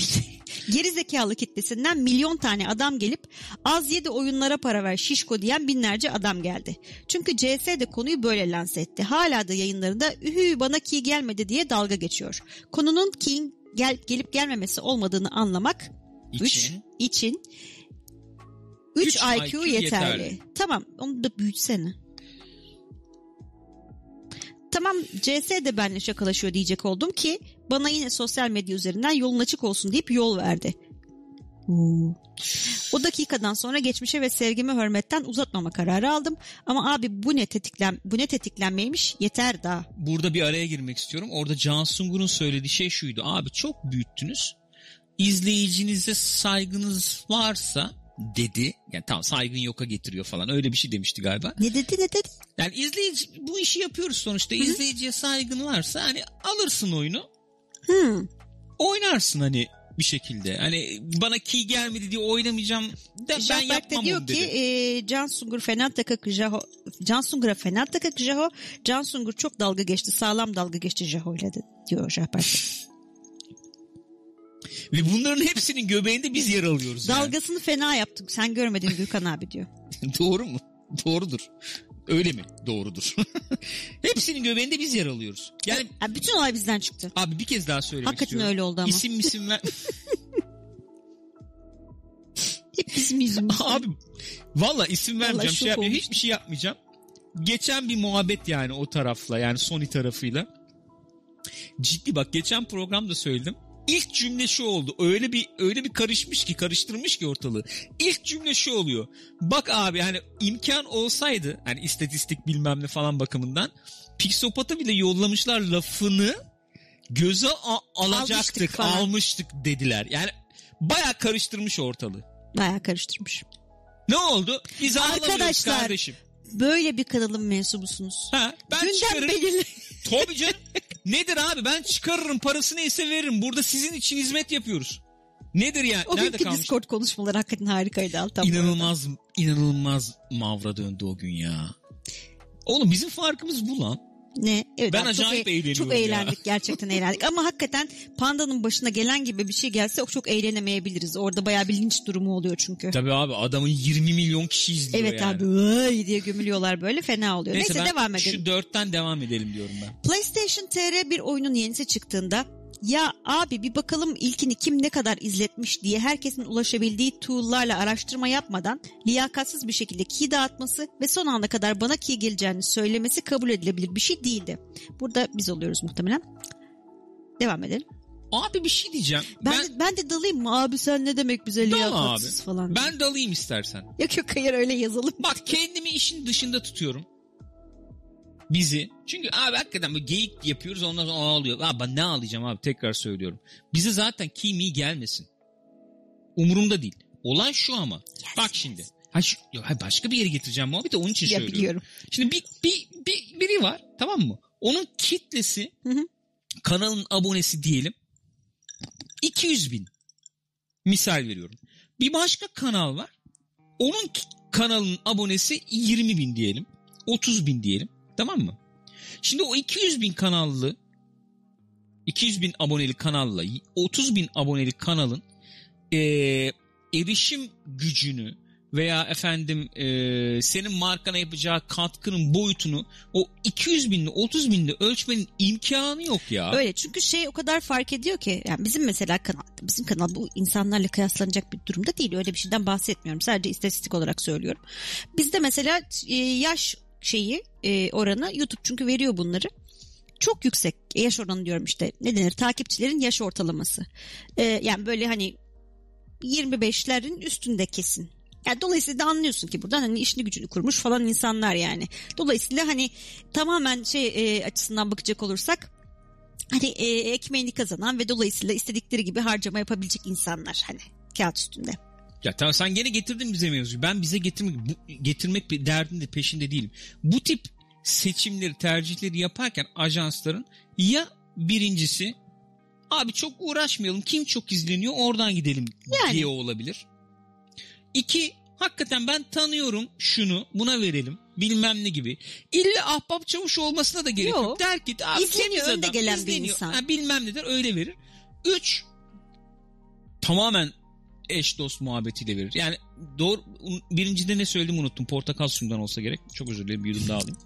[SPEAKER 2] gerizekalı kitlesinden milyon tane adam gelip az yedi oyunlara para ver şişko diyen binlerce adam geldi. Çünkü CS de konuyu böyle lanse etti. Hala da yayınlarında ühü bana key gelmedi diye dalga geçiyor. Konunun key'in gel, gelip gelmemesi olmadığını anlamak üç
[SPEAKER 1] İçin.
[SPEAKER 2] için 3,
[SPEAKER 1] Üç
[SPEAKER 2] IQ,
[SPEAKER 1] IQ
[SPEAKER 2] yeterli.
[SPEAKER 1] yeterli.
[SPEAKER 2] Tamam onu da büyütsene. Tamam CS de benimle şakalaşıyor diyecek oldum ki bana yine sosyal medya üzerinden yolun açık olsun deyip yol verdi. O dakikadan sonra geçmişe ve sevgime hürmetten uzatmama kararı aldım. Ama abi bu ne tetiklen bu ne tetiklenmeymiş yeter daha.
[SPEAKER 1] Burada bir araya girmek istiyorum. Orada Can Sungur'un söylediği şey şuydu. Abi çok büyüttünüz. İzleyicinize saygınız varsa dedi. Yani tamam saygın yoka getiriyor falan. Öyle bir şey demişti galiba.
[SPEAKER 2] Ne dedi ne dedi?
[SPEAKER 1] Yani izleyici bu işi yapıyoruz sonuçta.
[SPEAKER 2] hı.
[SPEAKER 1] İzleyiciye saygın varsa hani alırsın oyunu.
[SPEAKER 2] Hmm.
[SPEAKER 1] Oynarsın hani bir şekilde. Hani bana key gelmedi diye oynamayacağım. De, ben
[SPEAKER 2] Jack Black de
[SPEAKER 1] yapmam
[SPEAKER 2] diyor
[SPEAKER 1] onu
[SPEAKER 2] ki
[SPEAKER 1] dedi.
[SPEAKER 2] e, Can Sungur fena taka kıjaho. Can Sungur'a fena taka kıjaho. Can Sungur çok dalga geçti. Sağlam dalga geçti Jaho ile de diyor Jahber.
[SPEAKER 1] Ve bunların hepsinin göbeğinde biz yer alıyoruz. yani.
[SPEAKER 2] Dalgasını fena yaptım. Sen görmedin Gürkan abi diyor.
[SPEAKER 1] Doğru mu? Doğrudur. Öyle mi? Doğrudur. Hepsinin göbeğinde biz yer alıyoruz. Yani
[SPEAKER 2] Ha, bütün olay bizden çıktı.
[SPEAKER 1] abi bir kez daha söylemek
[SPEAKER 2] Hakikaten
[SPEAKER 1] istiyorum.
[SPEAKER 2] öyle oldu ama.
[SPEAKER 1] İsim misim ver.
[SPEAKER 2] Hep bizim yüzümüz.
[SPEAKER 1] abi valla isim vermeyeceğim.
[SPEAKER 2] Vallahi şok
[SPEAKER 1] şey yapmayacağım.
[SPEAKER 2] olmuştum.
[SPEAKER 1] Hiçbir şey yapmayacağım. Geçen bir muhabbet yani o tarafla yani Sony tarafıyla. Ciddi bak geçen programda söyledim. İlk cümle şu oldu. Öyle bir öyle bir karışmış ki karıştırmış ki ortalığı. İlk cümle şu oluyor. Bak abi hani imkan olsaydı hani istatistik bilmem ne falan bakımından Pixopat'a bile yollamışlar lafını göze a-
[SPEAKER 2] Almıştık
[SPEAKER 1] alacaktık,
[SPEAKER 2] falan.
[SPEAKER 1] almıştık dediler. Yani baya karıştırmış ortalığı.
[SPEAKER 2] Bayağı karıştırmış.
[SPEAKER 1] Ne oldu? Biz ağlamıyoruz
[SPEAKER 2] Arkadaşlar.
[SPEAKER 1] kardeşim.
[SPEAKER 2] Böyle bir kanalın mensubusunuz.
[SPEAKER 1] Ha, ben
[SPEAKER 2] Gündem
[SPEAKER 1] çıkarırım.
[SPEAKER 2] belirli.
[SPEAKER 1] Tabii canım. Nedir abi ben çıkarırım parası neyse veririm. Burada sizin için hizmet yapıyoruz. Nedir yani?
[SPEAKER 2] O
[SPEAKER 1] Nerede
[SPEAKER 2] günkü
[SPEAKER 1] kalmış?
[SPEAKER 2] Discord konuşmaları hakikaten harikaydı Altan. bu arada.
[SPEAKER 1] İnanılmaz, inanılmaz mavra döndü o gün ya. Oğlum bizim farkımız bu lan.
[SPEAKER 2] Ne? Evet,
[SPEAKER 1] Ben
[SPEAKER 2] abi, çok
[SPEAKER 1] acayip
[SPEAKER 2] e-
[SPEAKER 1] eğleniyorum
[SPEAKER 2] Çok
[SPEAKER 1] ya.
[SPEAKER 2] eğlendik gerçekten eğlendik. Ama hakikaten pandanın başına gelen gibi bir şey gelse çok eğlenemeyebiliriz. Orada bayağı bir linç durumu oluyor çünkü.
[SPEAKER 1] Tabii abi adamın 20 milyon kişi izliyor
[SPEAKER 2] Evet
[SPEAKER 1] yani.
[SPEAKER 2] abi vay diye gömülüyorlar böyle fena oluyor. Neyse,
[SPEAKER 1] ben
[SPEAKER 2] devam edelim.
[SPEAKER 1] Şu dörtten devam edelim diyorum ben.
[SPEAKER 2] PlayStation TR bir oyunun yenisi çıktığında ya abi bir bakalım ilkini kim ne kadar izletmiş diye herkesin ulaşabildiği tool'larla araştırma yapmadan liyakatsız bir şekilde key dağıtması ve son ana kadar bana key geleceğini söylemesi kabul edilebilir bir şey değildi. Burada biz oluyoruz muhtemelen. Devam edelim.
[SPEAKER 1] Abi bir şey diyeceğim.
[SPEAKER 2] Ben,
[SPEAKER 1] ben,
[SPEAKER 2] de, ben de dalayım mı abi sen ne demek bize
[SPEAKER 1] Dal
[SPEAKER 2] liyakatsız falan.
[SPEAKER 1] ben dalayım istersen.
[SPEAKER 2] Yok yok hayır öyle yazalım.
[SPEAKER 1] Bak kendimi işin dışında tutuyorum. bizi çünkü abi hakikaten böyle geyik yapıyoruz ondan sonra ağlıyor. Abi ben ne ağlayacağım abi tekrar söylüyorum. Bize zaten kimi gelmesin. Umurumda değil. Olay şu ama. Bak şimdi. Ha, şu- ya başka bir yere getireceğim muhabbeti onun için
[SPEAKER 2] Ya
[SPEAKER 1] şey söylüyorum.
[SPEAKER 2] biliyorum.
[SPEAKER 1] Şimdi bir, bir, bir- biri var tamam mı? Onun kitlesi
[SPEAKER 2] Hı hı.
[SPEAKER 1] kanalın abonesi diyelim 200 bin. Misal veriyorum. Bir başka kanal var. Onun ki- kanalın abonesi 20 bin diyelim. 30 bin diyelim. Tamam mı? Şimdi o 200 bin kanallı 200 bin aboneli kanalla 30 bin aboneli kanalın eee, erişim gücünü veya efendim eee, senin markana yapacağı katkının boyutunu o 200 binli 30 binli ölçmenin imkanı yok ya.
[SPEAKER 2] Öyle çünkü şey o kadar fark ediyor ki yani bizim mesela kanal bizim kanal bu insanlarla kıyaslanacak bir durumda değil öyle bir şeyden bahsetmiyorum sadece istatistik olarak söylüyorum. Bizde mesela e, yaş şeyi e, oranı YouTube çünkü veriyor bunları. Çok yüksek yaş oranı diyorum işte ne denir takipçilerin yaş ortalaması. E, yani böyle hani 25'lerin üstünde kesin. Yani dolayısıyla da anlıyorsun ki buradan hani işini gücünü kurmuş falan insanlar yani. Dolayısıyla hani tamamen şey e, açısından bakacak olursak hani e, ekmeğini kazanan ve dolayısıyla istedikleri gibi harcama yapabilecek insanlar hani kağıt üstünde.
[SPEAKER 1] Ya tamam sen gene getirdin bize mevzuyu. Ben bize getirmek, bu- getirmek bir derdinde peşinde değilim. Bu tip seçimleri, tercihleri yaparken ajansların ya birincisi abi çok uğraşmayalım kim çok izleniyor oradan gidelim
[SPEAKER 2] Yani.
[SPEAKER 1] diye olabilir. İki hakikaten ben tanıyorum şunu buna verelim bilmem ne gibi. İlla ahbap çavuş olmasına da gerek yok.
[SPEAKER 2] Yok.
[SPEAKER 1] Der ki abi
[SPEAKER 2] İzleniyor,
[SPEAKER 1] temiz
[SPEAKER 2] önde
[SPEAKER 1] adam,
[SPEAKER 2] gelen bir
[SPEAKER 1] izleniyor.
[SPEAKER 2] insan.
[SPEAKER 1] Ha, bilmem ne der öyle verir. Üç tamamen eş dost muhabbetiyle verir. Yani doğru birincide ne söylediğimi unuttum. Portakal suyundan olsa gerek. Çok özür dilerim bir yudum daha alayım.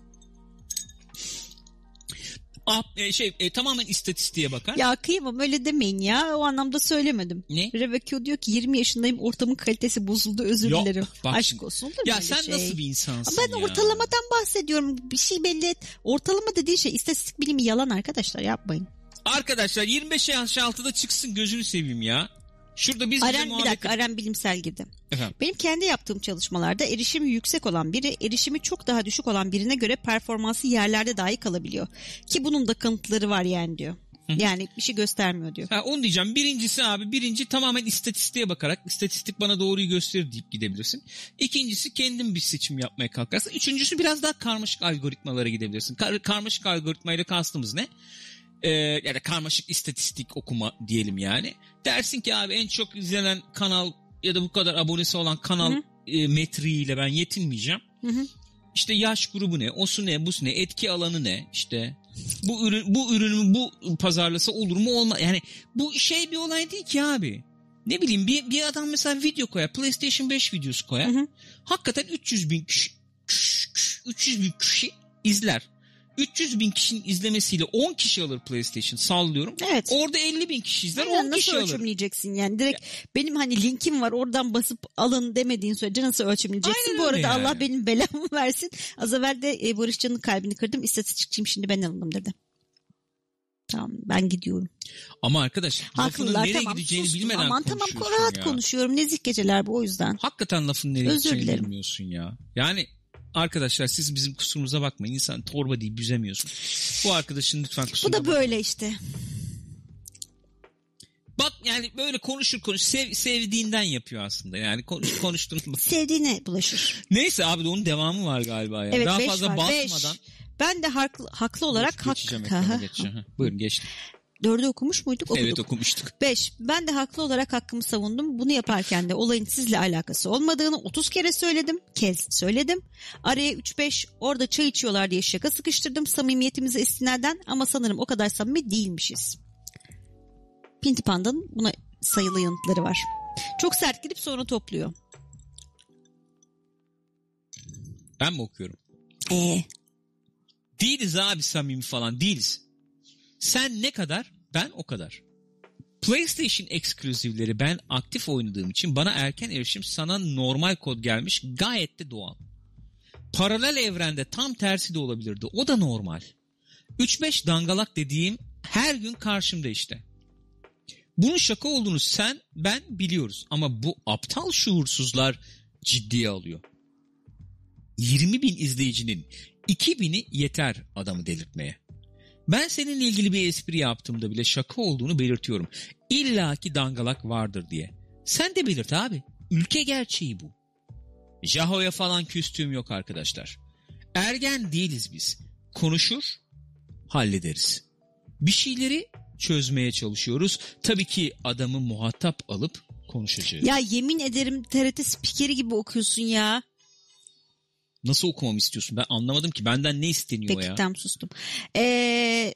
[SPEAKER 1] Ah, e, şey e, tamamen istatistiğe bakar.
[SPEAKER 2] Ya kıyamam öyle demeyin ya o anlamda söylemedim.
[SPEAKER 1] Ne?
[SPEAKER 2] Rebecca diyor ki 20 yaşındayım ortamın kalitesi bozuldu özür
[SPEAKER 1] Ya,
[SPEAKER 2] dilerim.
[SPEAKER 1] bak
[SPEAKER 2] Aşk
[SPEAKER 1] şimdi.
[SPEAKER 2] olsun olur mu
[SPEAKER 1] Ya
[SPEAKER 2] öyle
[SPEAKER 1] sen
[SPEAKER 2] şey?
[SPEAKER 1] nasıl bir insansın
[SPEAKER 2] Ben
[SPEAKER 1] ya?
[SPEAKER 2] ortalamadan bahsediyorum. Bir şey belli et. Ortalama dediğin şey istatistik bilimi yalan arkadaşlar yapmayın.
[SPEAKER 1] Arkadaşlar 25 yaş altında çıksın gözünü seveyim ya. Şurada biz bize
[SPEAKER 2] Aren bir
[SPEAKER 1] muhabbet
[SPEAKER 2] dakika Aren bilimsel girdi.
[SPEAKER 1] Efendim.
[SPEAKER 2] Benim kendi yaptığım çalışmalarda erişimi yüksek olan biri erişimi çok daha düşük olan birine göre performansı yerlerde dahi kalabiliyor. Ki bunun da kanıtları var yani diyor. Yani bir şey göstermiyor diyor.
[SPEAKER 1] Ha, onu diyeceğim. Birincisi abi birinci tamamen istatistiğe bakarak istatistik bana doğruyu gösterir deyip gidebilirsin. İkincisi kendin bir seçim yapmaya kalkarsın. Üçüncüsü biraz daha karmaşık algoritmalara gidebilirsin. Kar- karmaşık algoritmayla kastımız ne? Ee, ya da karmaşık istatistik okuma diyelim yani. Dersin ki abi en çok izlenen kanal ya da bu kadar abonesi olan kanal
[SPEAKER 2] Hı hı.
[SPEAKER 1] e, metriğiyle ben yetinmeyeceğim.
[SPEAKER 2] Hı hı.
[SPEAKER 1] İşte yaş grubu ne, osu ne, busu ne, etki alanı ne işte. Bu ürün bu ürünümü bu pazarlasa olur mu olmaz. Yani bu şey bir olay değil ki abi. Ne bileyim bir, bir adam mesela video koyar. PlayStation 5 videosu koyar.
[SPEAKER 2] Hı hı.
[SPEAKER 1] Hakikaten 300 bin kişi, kişi- kişi- 300 bin kişi izler. 300 bin kişinin izlemesiyle 10 kişi alır PlayStation sallıyorum.
[SPEAKER 2] Evet.
[SPEAKER 1] Orada 50 bin kişi izler
[SPEAKER 2] Aynen,
[SPEAKER 1] 10
[SPEAKER 2] nasıl
[SPEAKER 1] kişi alır.
[SPEAKER 2] ölçümleyeceksin yani direkt benim hani linkim var oradan basıp alın demediğin sürece nasıl ölçümleyeceksin?
[SPEAKER 1] Aynen
[SPEAKER 2] Bu arada
[SPEAKER 1] öyle yani.
[SPEAKER 2] Allah benim belamı versin. Az evvel de e, Barışcan'ın kalbini kırdım istatistikçiyim şimdi ben alındım dedi. Tamam ben gidiyorum.
[SPEAKER 1] Ama arkadaş lafının
[SPEAKER 2] Haklılar
[SPEAKER 1] nereye
[SPEAKER 2] tamam
[SPEAKER 1] gideceğini
[SPEAKER 2] sustum.
[SPEAKER 1] bilmeden
[SPEAKER 2] Aman tamam
[SPEAKER 1] konuşuyorsun
[SPEAKER 2] rahat
[SPEAKER 1] ya.
[SPEAKER 2] konuşuyorum nezih geceler bu o yüzden.
[SPEAKER 1] Hakikaten lafın nereye
[SPEAKER 2] Özür
[SPEAKER 1] gideceğini
[SPEAKER 2] dilerim.
[SPEAKER 1] bilmiyorsun ya. Yani arkadaşlar siz bizim kusurumuza bakmayın. İnsan torba deyip büzemiyorsun. Bu arkadaşın lütfen
[SPEAKER 2] Bu
[SPEAKER 1] kusuruna
[SPEAKER 2] da böyle işte.
[SPEAKER 1] Bak yani böyle konuşur konuş sev, sevdiğinden yapıyor aslında. Yani konuş, konuştuğunu.
[SPEAKER 2] Sevdiğine bulaşır.
[SPEAKER 1] Neyse abi de onun devamı var galiba ya.
[SPEAKER 2] Evet
[SPEAKER 1] Daha
[SPEAKER 2] beş
[SPEAKER 1] fazla
[SPEAKER 2] var. beş.
[SPEAKER 1] basmadan.
[SPEAKER 2] Ben de haklı, haklı olarak
[SPEAKER 1] Dur, geçeceğim
[SPEAKER 2] hakkı.
[SPEAKER 1] ekrana geçeceğim. Ha, Buyurun geçtik.
[SPEAKER 2] Dördü okumuş muyduk? Okuduk.
[SPEAKER 1] Evet okumuştuk.
[SPEAKER 2] 5. Ben de haklı olarak hakkımı savundum. Bunu yaparken de olayın sizle alakası olmadığını 30 kere söyledim. Kez söyledim. Araya 3-5 orada çay içiyorlar diye şaka sıkıştırdım samimiyetimize istinaden ama sanırım o kadar samimi değilmişiz. Pinti Panda'nın buna sayılı yanıtları var. Çok sert gidip sonra topluyor.
[SPEAKER 1] Ben mi okuyorum?
[SPEAKER 2] Ee,
[SPEAKER 1] Değiliz abi samimi falan değiliz. Sen ne kadar ben o kadar. PlayStation ekskluzivleri ben aktif oynadığım için bana erken erişim sana normal kod gelmiş gayet de doğal. Paralel evrende tam tersi de olabilirdi. O da normal. 3-5 dangalak dediğim her gün karşımda işte. Bunun şaka olduğunu sen ben biliyoruz ama bu aptal şuursuzlar ciddiye alıyor. 20 bin izleyicinin 2000'i yeter adamı delirtmeye. Ben seninle ilgili bir espri yaptığımda bile şaka olduğunu belirtiyorum. İlla ki dangalak vardır diye. Sen de belirt abi. Ülke gerçeği bu. Jaho'ya falan küstüğüm yok arkadaşlar. Ergen değiliz biz. Konuşur, hallederiz. Bir şeyleri çözmeye çalışıyoruz. Tabii ki adamı muhatap alıp konuşacağız.
[SPEAKER 2] Ya yemin ederim TRT spikeri gibi okuyorsun ya.
[SPEAKER 1] Nasıl okumamı istiyorsun? Ben anlamadım ki. Benden ne isteniyor
[SPEAKER 2] Peki
[SPEAKER 1] ya?
[SPEAKER 2] tam sustum. Ee,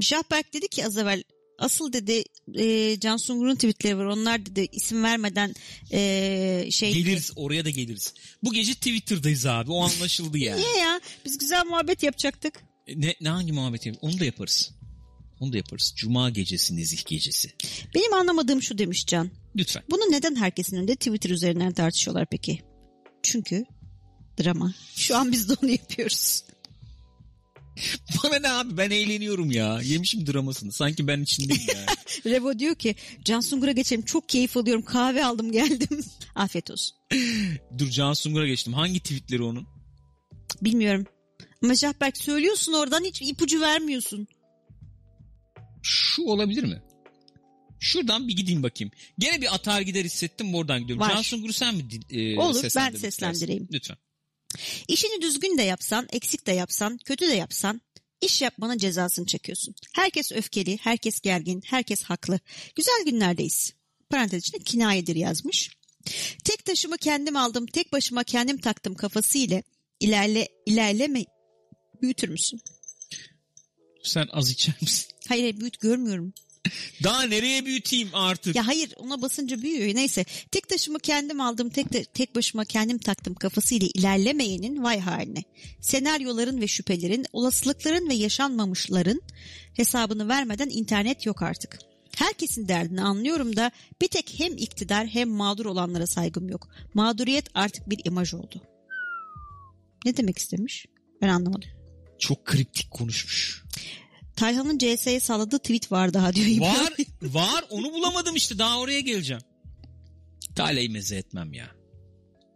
[SPEAKER 2] Şahberk dedi ki az evvel asıl dedi e, Can Sungur'un tweetleri var. Onlar dedi isim vermeden e, şey...
[SPEAKER 1] Geliriz oraya da geliriz. Bu gece Twitter'dayız abi. O anlaşıldı yani.
[SPEAKER 2] Niye ya? Biz güzel muhabbet yapacaktık.
[SPEAKER 1] ne, ne hangi muhabbeti? Onu da yaparız. Onu da yaparız. Cuma gecesi, nezih gecesi.
[SPEAKER 2] Benim anlamadığım şu demiş Can.
[SPEAKER 1] Lütfen.
[SPEAKER 2] Bunu neden herkesin önünde Twitter üzerinden tartışıyorlar peki? Çünkü drama. Şu an biz de onu yapıyoruz.
[SPEAKER 1] Bana ne abi ben eğleniyorum ya. Yemişim dramasını. Sanki ben içindeyim ya.
[SPEAKER 2] Revo diyor ki Can Sungur'a geçelim çok keyif alıyorum kahve aldım geldim. Afiyet olsun.
[SPEAKER 1] Dur Can Sungur'a geçtim. Hangi tweetleri onun?
[SPEAKER 2] Bilmiyorum. Ama Şahberk söylüyorsun oradan hiç ipucu vermiyorsun.
[SPEAKER 1] Şu olabilir mi? Şuradan bir gideyim bakayım. Gene bir atar gider hissettim oradan gidiyorum.
[SPEAKER 2] Var.
[SPEAKER 1] Can Sungur'u sen mi di- e,
[SPEAKER 2] Olur, ben
[SPEAKER 1] seslendirmek
[SPEAKER 2] seslendireyim.
[SPEAKER 1] istersin? Lütfen.
[SPEAKER 2] İşini düzgün de yapsan, eksik de yapsan, kötü de yapsan iş yapmanın cezasını çekiyorsun. Herkes öfkeli, herkes gergin, herkes haklı. Güzel günlerdeyiz. Parantez içinde kinayedir yazmış. Tek taşımı kendim aldım, tek başıma kendim taktım kafasıyla ilerle ilerleme büyütür müsün?
[SPEAKER 1] Sen az içer misin?
[SPEAKER 2] Hayır, hayır büyüt görmüyorum.
[SPEAKER 1] Daha nereye büyüteyim artık?
[SPEAKER 2] Ya hayır ona basınca büyüyor. Neyse tek taşımı kendim aldım tek de- tek başıma kendim taktım kafasıyla ilerlemeyenin vay haline. Senaryoların ve şüphelerin, olasılıkların ve yaşanmamışların hesabını vermeden internet yok artık. Herkesin derdini anlıyorum da bir tek hem iktidar hem mağdur olanlara saygım yok. Mağduriyet artık bir imaj oldu. Ne demek istemiş? Ben anlamadım.
[SPEAKER 1] Çok kriptik konuşmuş.
[SPEAKER 2] Tayhan'ın CS'ye salladığı tweet var daha diyor.
[SPEAKER 1] Var, var. Onu bulamadım işte. Daha oraya geleceğim. Taleyi meze etmem ya.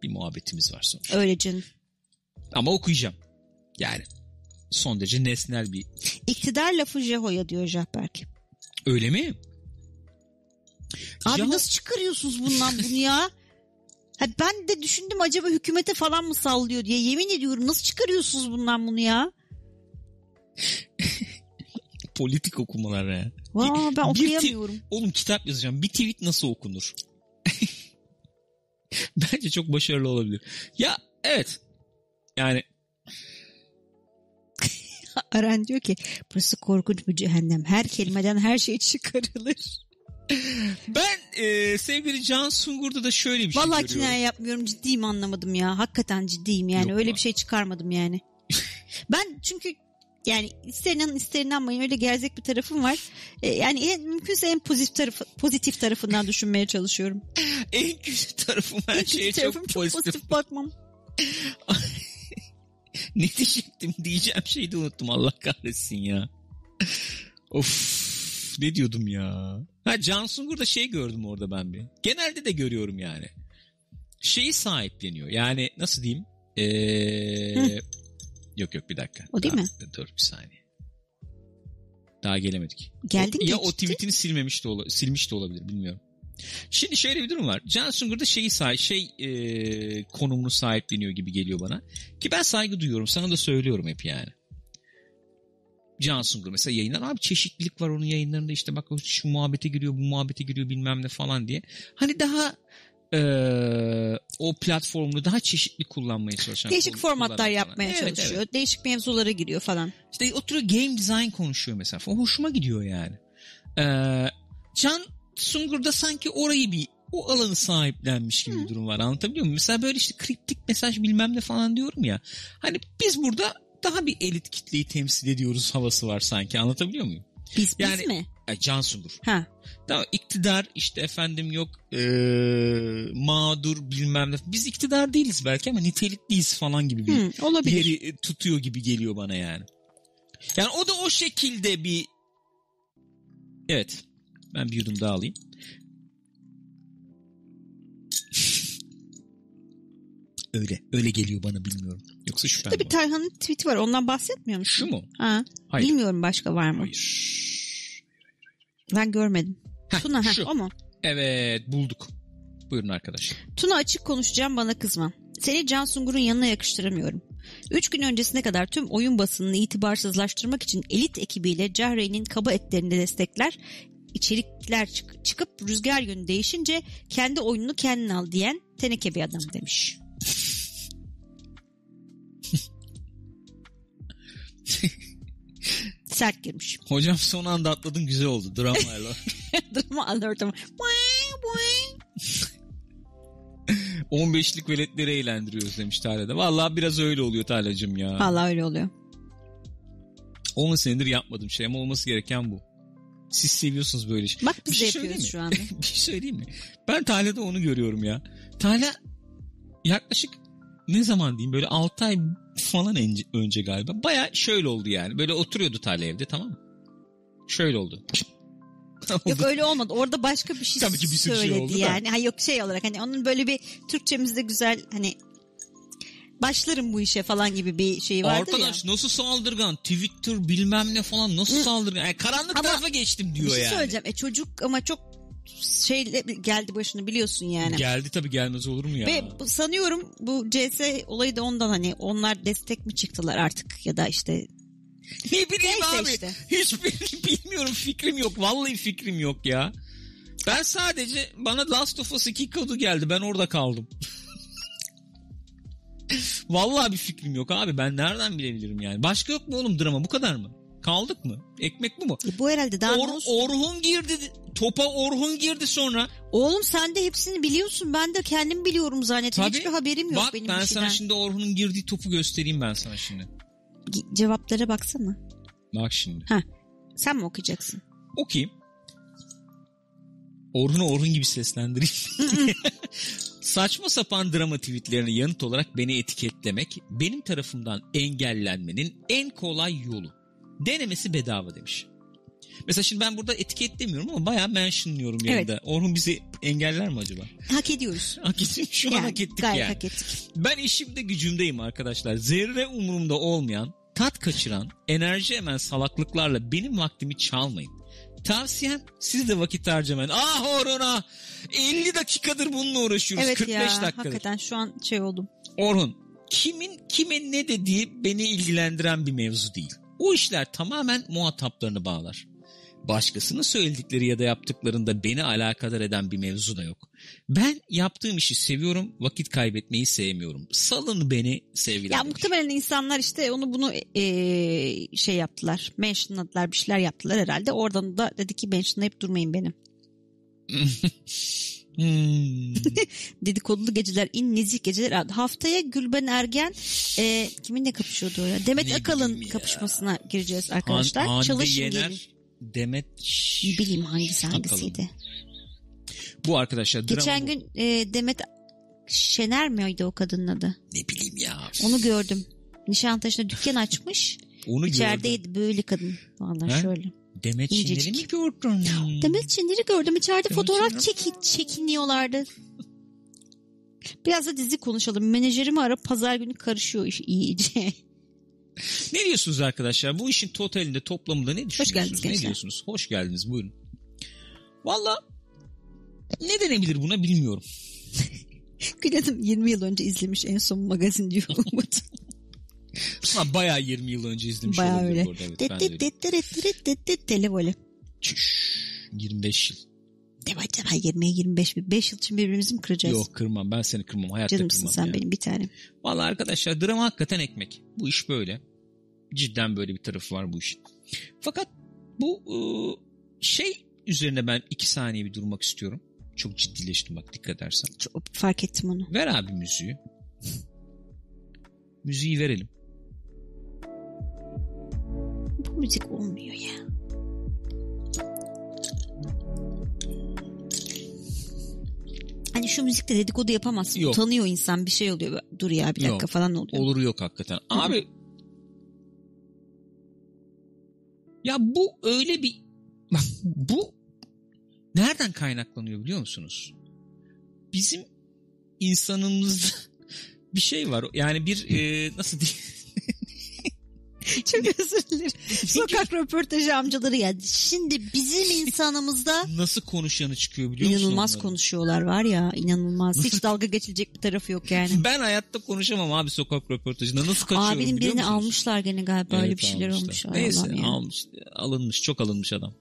[SPEAKER 1] Bir muhabbetimiz var sonra.
[SPEAKER 2] Öyle canım.
[SPEAKER 1] Ama okuyacağım. Yani son derece nesnel bir...
[SPEAKER 2] İktidar lafı Jeho'ya diyor Jahberk.
[SPEAKER 1] Öyle mi?
[SPEAKER 2] Abi
[SPEAKER 1] Ya-
[SPEAKER 2] nasıl çıkarıyorsunuz bundan bunu ya? Ha ben de düşündüm acaba hükümete falan mı sallıyor diye. Yemin ediyorum nasıl çıkarıyorsunuz bundan bunu ya?
[SPEAKER 1] Politik okumalar ya.
[SPEAKER 2] Aa, ben
[SPEAKER 1] Bir ti-
[SPEAKER 2] okuyamıyorum.
[SPEAKER 1] Oğlum kitap yazacağım. Bir tweet nasıl okunur? Bence çok başarılı olabilir. Ya evet. Yani
[SPEAKER 2] Aren diyor ki burası korkunç bir cehennem. Her kelimeden her şey çıkarılır.
[SPEAKER 1] ben e, sevgili Can Sungur'da da şöyle bir şey
[SPEAKER 2] Vallahi
[SPEAKER 1] görüyorum.
[SPEAKER 2] kinaye yapmıyorum ciddiyim anlamadım ya. Hakikaten ciddiyim yani
[SPEAKER 1] Yok
[SPEAKER 2] öyle
[SPEAKER 1] lan.
[SPEAKER 2] bir şey çıkarmadım yani. ben çünkü yani ister inanın ister inanmayın öyle gerzek bir tarafım var. Ee, yani en, mümkünse en pozitif, tarafı, pozitif tarafından düşünmeye çalışıyorum.
[SPEAKER 1] En kötü tarafım her
[SPEAKER 2] En kötü
[SPEAKER 1] şeye çok,
[SPEAKER 2] tarafım
[SPEAKER 1] pozitif.
[SPEAKER 2] bakmam.
[SPEAKER 1] ne diyecektim diyeceğim şeyi de unuttum Allah kahretsin ya. of ne diyordum ya. Ha Can Sungur'da şey gördüm orada ben bir. Genelde de görüyorum yani. Şeyi sahipleniyor yani nasıl diyeyim. Ee, yok yok bir dakika.
[SPEAKER 2] O değil
[SPEAKER 1] Daha-
[SPEAKER 2] mi?
[SPEAKER 1] Dur bir saniye. Daha gelemedik.
[SPEAKER 2] Geldin
[SPEAKER 1] Ya
[SPEAKER 2] geçti.
[SPEAKER 1] o tweetini silmemiş de ola- silmiş de olabilir bilmiyorum. Şimdi şöyle bir durum var. Can Sungur'da şeyi say şey e, konumunu sahipleniyor gibi geliyor bana. Ki ben saygı duyuyorum. Sana da söylüyorum hep yani. Can Sungur mesela yayınlar abi çeşitlilik var onun yayınlarında işte bak o şu muhabbete giriyor bu muhabbete giriyor bilmem ne falan diye. Hani daha e, o platformunu daha çeşitli kullanmaya çalışan.
[SPEAKER 2] Değişik
[SPEAKER 1] kul-
[SPEAKER 2] formatlar
[SPEAKER 1] kullanan
[SPEAKER 2] yapmaya
[SPEAKER 1] falan. Evet, evet.
[SPEAKER 2] çalışıyor. Değişik mevzulara giriyor falan.
[SPEAKER 1] İşte oturuyor game design konuşuyor mesela. falan. Hoşuma gidiyor yani. Ee, Can Sungur'da sanki orayı bir o alanı sahiplenmiş gibi bir durum var. Anlatabiliyor muyum? Mesela böyle işte kriptik mesaj bilmem ne falan diyorum ya. Hani biz burada daha bir elit kitleyi temsil ediyoruz havası var sanki. Anlatabiliyor muyum?
[SPEAKER 2] Biz
[SPEAKER 1] Yani-
[SPEAKER 2] biz mi?
[SPEAKER 1] Ay, Can Sungur.
[SPEAKER 2] Ha.
[SPEAKER 1] Tamam iktidar işte efendim yok ee, mağdur bilmem ne. Biz iktidar değiliz belki ama nitelikliyiz falan gibi bir
[SPEAKER 2] Hı, olabilir.
[SPEAKER 1] yeri e, tutuyor gibi geliyor bana yani. Yani o da o şekilde bir Evet. Ben bir yudum daha alayım. Öyle. Öyle geliyor bana bilmiyorum. Yoksa şu tane
[SPEAKER 2] Şurada bir
[SPEAKER 1] mi?
[SPEAKER 2] Tarhan'ın tweet'i var. Ondan bahsetmiyor musun?
[SPEAKER 1] Şu mu?
[SPEAKER 2] Ha.
[SPEAKER 1] Hayır.
[SPEAKER 2] Bilmiyorum başka var mı?
[SPEAKER 1] Hayır.
[SPEAKER 2] Ben görmedim.
[SPEAKER 1] Heh,
[SPEAKER 2] Tuna ha,
[SPEAKER 1] şu.
[SPEAKER 2] o mu?
[SPEAKER 1] Evet bulduk. Buyurun arkadaş.
[SPEAKER 2] Tuna açık konuşacağım bana kızma. Seni Can Sungur'un yanına yakıştıramıyorum. Üç gün öncesine kadar tüm oyun basınını itibarsızlaştırmak için elit ekibiyle Cahreyn'in kaba etlerini destekler, içerikler çık- çıkıp rüzgar yönü değişince kendi oyununu kendin al diyen teneke bir adam demiş. Sert girmiş.
[SPEAKER 1] Hocam son anda atladın güzel oldu dramayla.
[SPEAKER 2] Drama alert ama.
[SPEAKER 1] 15'lik veletleri eğlendiriyoruz demiş Tale'de. Vallahi biraz öyle oluyor Tale'cim ya.
[SPEAKER 2] Vallahi öyle oluyor.
[SPEAKER 1] 10 senedir yapmadığım şey ama olması gereken bu. Siz seviyorsunuz böyle şey.
[SPEAKER 2] Bak
[SPEAKER 1] Bir
[SPEAKER 2] biz
[SPEAKER 1] şey
[SPEAKER 2] de yapıyoruz şu
[SPEAKER 1] söyleyeyim
[SPEAKER 2] anda.
[SPEAKER 1] bir şey söyleyeyim mi? Ben Tale'de onu görüyorum ya. Tale yaklaşık ne zaman diyeyim böyle 6 ay falan önce, önce galiba. Baya şöyle oldu yani. Böyle oturuyordu Tale evde tamam mı? Şöyle oldu.
[SPEAKER 2] Yok öyle olmadı. Orada başka bir şey
[SPEAKER 1] Tabii ki bir sürü şey
[SPEAKER 2] söyledi
[SPEAKER 1] oldu da.
[SPEAKER 2] yani. Ha yok şey olarak hani onun böyle bir Türkçemizde güzel hani başlarım bu işe falan gibi bir şey vardır ya.
[SPEAKER 1] Arkadaş nasıl saldırgan? Twitter bilmem ne falan nasıl saldırgan? Yani karanlık
[SPEAKER 2] Ama
[SPEAKER 1] tarafa geçtim
[SPEAKER 2] Bir
[SPEAKER 1] diyor
[SPEAKER 2] şey
[SPEAKER 1] yani.
[SPEAKER 2] söyleyeceğim. E çocuk ama çok şeyle geldi başını biliyorsun yani.
[SPEAKER 1] Geldi tabii gelmez olur mu ya?
[SPEAKER 2] Ve bu- sanıyorum bu CS olayı da ondan hani onlar destek mi çıktılar artık ya da işte
[SPEAKER 1] Ne bileyim
[SPEAKER 2] Neyse
[SPEAKER 1] abi.
[SPEAKER 2] işte.
[SPEAKER 1] Hiçbir bilmiyorum fikrim yok. Vallahi fikrim yok ya. Ben sadece bana Last of Us 2 kodu geldi. Ben orada kaldım. Vallahi bir fikrim yok abi. Ben nereden bilebilirim yani? Başka yok mu oğlum drama? Bu kadar mı? Kaldık mı? Ekmek bu mu?
[SPEAKER 2] E bu herhalde daha ne
[SPEAKER 1] Or-
[SPEAKER 2] olsun?
[SPEAKER 1] Orhun girdi. Topa Orhun girdi sonra.
[SPEAKER 2] Oğlum sen de hepsini biliyorsun. Ben de kendim biliyorum zannettim.
[SPEAKER 1] Tabii.
[SPEAKER 2] Hiçbir haberim yok
[SPEAKER 1] Bak
[SPEAKER 2] benim
[SPEAKER 1] ben sana
[SPEAKER 2] bir şeyden.
[SPEAKER 1] şimdi Orhun'un girdiği topu göstereyim ben sana şimdi.
[SPEAKER 2] Ge- Cevaplara baksana.
[SPEAKER 1] Bak şimdi.
[SPEAKER 2] Sen mi okuyacaksın?
[SPEAKER 1] okuyayım. Orhun'u Orhun gibi seslendireyim. Saçma sapan drama tweetlerine yanıt olarak beni etiketlemek benim tarafımdan engellenmenin en kolay yolu. Denemesi bedava demiş. Mesela şimdi ben burada etiketlemiyorum ama bayağı mentionlıyorum
[SPEAKER 2] Evet.
[SPEAKER 1] yanında. Orhun bizi engeller mi acaba?
[SPEAKER 2] Hak ediyoruz.
[SPEAKER 1] Hak ettim şu an
[SPEAKER 2] Yani,
[SPEAKER 1] hak ettik
[SPEAKER 2] gayet
[SPEAKER 1] yani.
[SPEAKER 2] hak ettik.
[SPEAKER 1] Ben işimde gücümdeyim arkadaşlar. Zerre umurumda olmayan, tat kaçıran, enerji hemen salaklıklarla benim vaktimi çalmayın. Tavsiyem siz de vakit harcamayın. Ah Orhun ah! 50 dakikadır bununla uğraşıyoruz.
[SPEAKER 2] Evet
[SPEAKER 1] 45
[SPEAKER 2] ya
[SPEAKER 1] dakikadır.
[SPEAKER 2] hakikaten şu an şey oldum.
[SPEAKER 1] Orhun kimin kime ne dediği beni ilgilendiren bir mevzu değil. O işler tamamen muhataplarını bağlar. Başkasının söyledikleri ya da yaptıklarında beni alakadar eden bir mevzu da yok. Ben yaptığım işi seviyorum, vakit kaybetmeyi sevmiyorum. Salın beni sevgiler.
[SPEAKER 2] Ya muhtemelen insanlar işte onu bunu e, şey yaptılar. Mentionladılar bir şeyler yaptılar herhalde. Oradan da dedi ki mentionlayıp durmayın beni.
[SPEAKER 1] Hmm.
[SPEAKER 2] Dedikodulu geceler, in nezik geceler. Haftaya Gülben Ergen e, kiminle kapışıyordu o ya? Demet
[SPEAKER 1] Ne
[SPEAKER 2] Akalın
[SPEAKER 1] bileyim ya.
[SPEAKER 2] kapışmasına gireceğiz
[SPEAKER 1] Han-
[SPEAKER 2] arkadaşlar.
[SPEAKER 1] Hande
[SPEAKER 2] Çalışın
[SPEAKER 1] Yener,
[SPEAKER 2] gelin.
[SPEAKER 1] Demet...
[SPEAKER 2] Ne bileyim hangisi
[SPEAKER 1] Akalın.
[SPEAKER 2] hangisiydi.
[SPEAKER 1] Bu arkadaşlar drama
[SPEAKER 2] Geçen
[SPEAKER 1] bu.
[SPEAKER 2] gün e, Demet Şener miydi o kadının adı?
[SPEAKER 1] Ne bileyim ya.
[SPEAKER 2] Onu gördüm. Nişantaşı'nda dükkan açmış.
[SPEAKER 1] Onu gördüm.
[SPEAKER 2] İçerideydi böyle kadın. Vallahi
[SPEAKER 1] He?
[SPEAKER 2] şöyle.
[SPEAKER 1] Demet
[SPEAKER 2] İncecik.
[SPEAKER 1] Şener'i mi gördün?
[SPEAKER 2] Demet Çinleri gördüm. İçeride
[SPEAKER 1] Demet
[SPEAKER 2] fotoğraf
[SPEAKER 1] Şener-
[SPEAKER 2] çekin, çekiniyorlardı. Biraz da dizi konuşalım. Menajerimi arap pazar günü karışıyor iş iyice.
[SPEAKER 1] Ne diyorsunuz arkadaşlar? Bu işin totalinde toplamında ne düşünüyorsunuz?
[SPEAKER 2] geldiniz
[SPEAKER 1] ne
[SPEAKER 2] gençler.
[SPEAKER 1] diyorsunuz? Hoş geldiniz buyurun. Valla ne denebilir buna bilmiyorum.
[SPEAKER 2] Güledim 20 yıl önce izlemiş en son magazin diyor Umut.
[SPEAKER 1] Ha, bayağı 20 yıl önce izlemiş
[SPEAKER 2] Bayağı
[SPEAKER 1] olabilir
[SPEAKER 2] öyle.
[SPEAKER 1] bu arada. Evet,
[SPEAKER 2] Det
[SPEAKER 1] ben de
[SPEAKER 2] det
[SPEAKER 1] öyle.
[SPEAKER 2] det det det det det televole.
[SPEAKER 1] Çüş, 25 yıl.
[SPEAKER 2] Devam acaba 20'ye 25 mi? 5 yıl için birbirimizi mi kıracağız?
[SPEAKER 1] Yok kırmam ben seni kırmam hayatta
[SPEAKER 2] Canımsın
[SPEAKER 1] kırmam.
[SPEAKER 2] sen
[SPEAKER 1] ya.
[SPEAKER 2] benim bir tanem.
[SPEAKER 1] Valla arkadaşlar drama hakikaten ekmek. Bu iş böyle. Cidden böyle bir tarafı var bu işin. Fakat bu ıı, şey üzerine ben iki saniye bir durmak istiyorum. Çok ciddileştim bak dikkat edersen.
[SPEAKER 2] Çok, fark ettim onu.
[SPEAKER 1] Ver abi müziği. Müziği verelim.
[SPEAKER 2] Bu müzik olmuyor ya. Hani şu müzikte dedikodu yapamazsın.
[SPEAKER 1] Yok.
[SPEAKER 2] Utanıyor insan bir şey oluyor. Dur ya bir dakika
[SPEAKER 1] Yok.
[SPEAKER 2] falan oluyor.
[SPEAKER 1] Olur yok hakikaten.
[SPEAKER 2] hı.
[SPEAKER 1] Abi ya bu öyle bir bak bu nereden kaynaklanıyor biliyor musunuz? Bizim insanımızda bir şey var. Yani bir e, nasıl diyeyim?
[SPEAKER 2] Çok özür dilerim. Sokak röportajı amcaları geldi. Şimdi bizim
[SPEAKER 1] Şey-
[SPEAKER 2] insanımızda
[SPEAKER 1] Nasıl konuşanı çıkıyor biliyor musun?
[SPEAKER 2] inanılmaz
[SPEAKER 1] onların?
[SPEAKER 2] konuşuyorlar var ya inanılmaz. Hiç dalga geçilecek bir tarafı yok yani.
[SPEAKER 1] Ben hayatta konuşamam abi sokak röportajında. Nasıl kaçıyorum
[SPEAKER 2] Abinin
[SPEAKER 1] biliyor
[SPEAKER 2] birini
[SPEAKER 1] musunuz?
[SPEAKER 2] almışlar gene galiba öyle
[SPEAKER 1] Evet,
[SPEAKER 2] bir şeyler
[SPEAKER 1] almışlar.
[SPEAKER 2] olmuş. Ay
[SPEAKER 1] Neyse
[SPEAKER 2] Allah'ım ya.
[SPEAKER 1] almış, alınmış çok alınmış adam.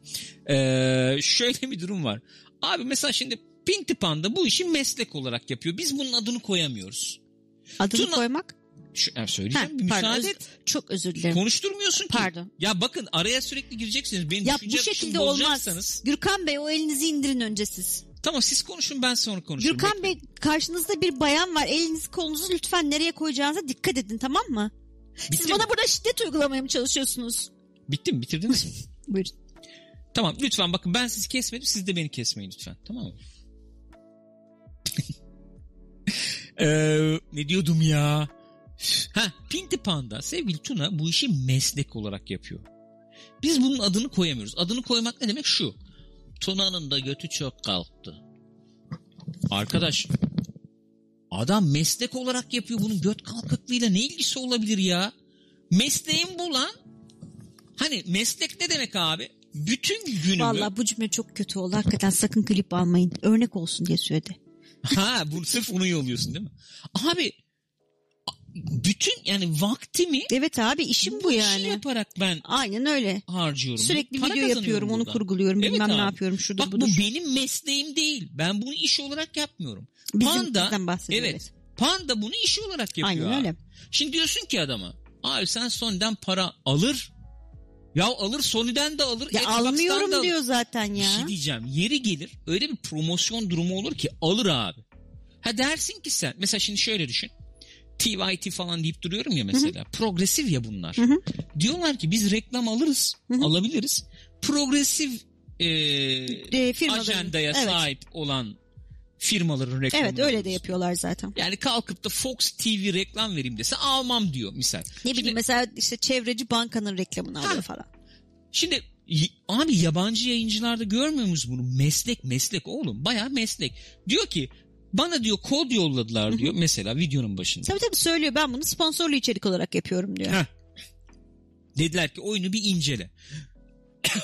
[SPEAKER 1] Ee, şöyle bir durum var. Abi mesela şimdi Pinti Panda bu işi meslek olarak yapıyor. Biz bunun adını koyamıyoruz.
[SPEAKER 2] Adını
[SPEAKER 1] Tuna-
[SPEAKER 2] koymak
[SPEAKER 1] Şu, ya söyleyeceğim
[SPEAKER 2] Ha,
[SPEAKER 1] bir şey müsaade
[SPEAKER 2] pardon,
[SPEAKER 1] et.
[SPEAKER 2] çok özür dilerim.
[SPEAKER 1] Konuşturmuyorsun ki.
[SPEAKER 2] Pardon.
[SPEAKER 1] Ya bakın araya sürekli gireceksiniz. Benim
[SPEAKER 2] Ya bu
[SPEAKER 1] düşünce akışımı
[SPEAKER 2] şekilde olmaz.
[SPEAKER 1] bozacaksanız-
[SPEAKER 2] Gürkan Bey o elinizi indirin önce siz.
[SPEAKER 1] Tamam siz konuşun ben sonra konuşurum.
[SPEAKER 2] Gürkan Bey karşınızda bir bayan var. Elinizi kolunuzu lütfen nereye koyacağınıza dikkat edin tamam mı? Siz
[SPEAKER 1] Bitti, mi?
[SPEAKER 2] bana burada şiddet uygulamaya mı çalışıyorsunuz?
[SPEAKER 1] Bitti mi? Bitirdiniz mi?
[SPEAKER 2] Buyurun.
[SPEAKER 1] tamam lütfen bakın ben sizi kesmedim siz de beni kesmeyin lütfen. Tamam mı? Ee, ne diyordum ya? Ha, Pinti Panda sevgili Tuna bu işi meslek olarak yapıyor. Biz bunun adını koyamıyoruz. Adını koymak ne demek şu. Tuna'nın da götü çok kalktı. Arkadaş adam meslek olarak yapıyor bunun göt kalkıklığıyla ne ilgisi olabilir ya? Mesleğin bu lan. Hani meslek ne demek abi? Bütün günümü...
[SPEAKER 2] Valla bu cümle çok kötü oldu. Hakikaten sakın klip almayın. Örnek olsun diye söyledi.
[SPEAKER 1] Ha bunu sırf onu yolluyorsun değil mi? Abi bütün yani vaktimi
[SPEAKER 2] Evet abi işim bu
[SPEAKER 1] bu işi
[SPEAKER 2] yani.
[SPEAKER 1] şey yaparak ben
[SPEAKER 2] Aynen öyle.
[SPEAKER 1] harcıyorum.
[SPEAKER 2] Sürekli
[SPEAKER 1] Para
[SPEAKER 2] video
[SPEAKER 1] kazanıyorum
[SPEAKER 2] yapıyorum, onu
[SPEAKER 1] buradan.
[SPEAKER 2] kurguluyorum,
[SPEAKER 1] Evet
[SPEAKER 2] bilmem ne
[SPEAKER 1] abi.
[SPEAKER 2] yapıyorum, şudur
[SPEAKER 1] Bak bu
[SPEAKER 2] budur.
[SPEAKER 1] benim mesleğim değil. Ben bunu iş olarak yapmıyorum.
[SPEAKER 2] Bizim
[SPEAKER 1] Panda-
[SPEAKER 2] bizden bahsediyor.
[SPEAKER 1] Evet. Panda bunu iş olarak yapıyor.
[SPEAKER 2] Aynen
[SPEAKER 1] abi.
[SPEAKER 2] öyle.
[SPEAKER 1] Şimdi diyorsun ki adama abi sen Sony'den para alır. Ya alır Sony'den de alır.
[SPEAKER 2] Ya
[SPEAKER 1] Xbox'tan da
[SPEAKER 2] almıyorum
[SPEAKER 1] alır.
[SPEAKER 2] diyor zaten
[SPEAKER 1] Bir
[SPEAKER 2] ya.
[SPEAKER 1] şey diyeceğim. Yeri gelir öyle bir promosyon durumu olur ki alır abi. Ha dersin ki sen mesela şimdi şöyle düşün. TYT falan deyip duruyorum ya mesela. Progresif ya bunlar.
[SPEAKER 2] Hı hı.
[SPEAKER 1] Diyorlar ki biz reklam alırız.
[SPEAKER 2] Hı hı.
[SPEAKER 1] Alabiliriz. Progresif eee
[SPEAKER 2] E, firmaların-
[SPEAKER 1] ajandaya
[SPEAKER 2] evet.
[SPEAKER 1] sahip olan firmaların reklamı.
[SPEAKER 2] Evet öyle de yapıyorlar zaten.
[SPEAKER 1] Yani kalkıp da Fox TV reklam vereyim dese almam diyor misal.
[SPEAKER 2] Ne bileyim mesela işte çevreci bankanın reklamını alıyor
[SPEAKER 1] Ha.
[SPEAKER 2] falan.
[SPEAKER 1] Şimdi y- abi yabancı yayıncılarda görmüyor muyuz bunu? Meslek meslek oğlum bayağı meslek. Diyor ki bana diyor kod yolladılar diyor mesela videonun başında.
[SPEAKER 2] Tabii tabii söylüyor ben bunu sponsorlu içerik olarak yapıyorum diyor.
[SPEAKER 1] Heh. Dediler ki oyunu bir incele.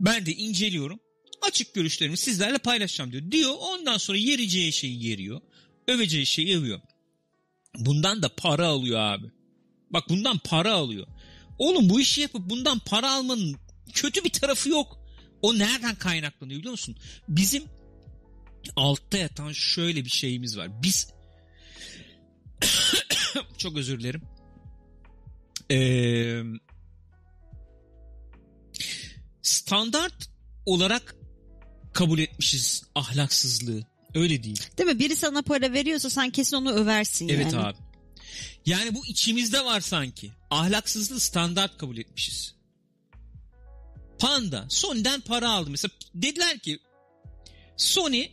[SPEAKER 1] ben de inceliyorum. Açık görüşlerimi sizlerle paylaşacağım diyor. Diyor ondan sonra yereceği şeyi yeriyor. Öveceği şeyi övüyor. Bundan da para alıyor abi. Bak bundan para alıyor. Oğlum bu işi yapıp bundan para almanın kötü bir tarafı yok. O nereden kaynaklanıyor biliyor musun? Bizim altta yatan şöyle bir şeyimiz var. Biz çok özür dilerim. Ee, standart olarak kabul etmişiz ahlaksızlığı. Öyle değil.
[SPEAKER 2] Değil mi? Biri sana para veriyorsa sen kesin onu översin
[SPEAKER 1] Evet
[SPEAKER 2] yani.
[SPEAKER 1] abi. Yani bu içimizde var sanki. Ahlaksızlığı standart kabul etmişiz. Panda Sony'den para aldı mesela. Dediler ki Sony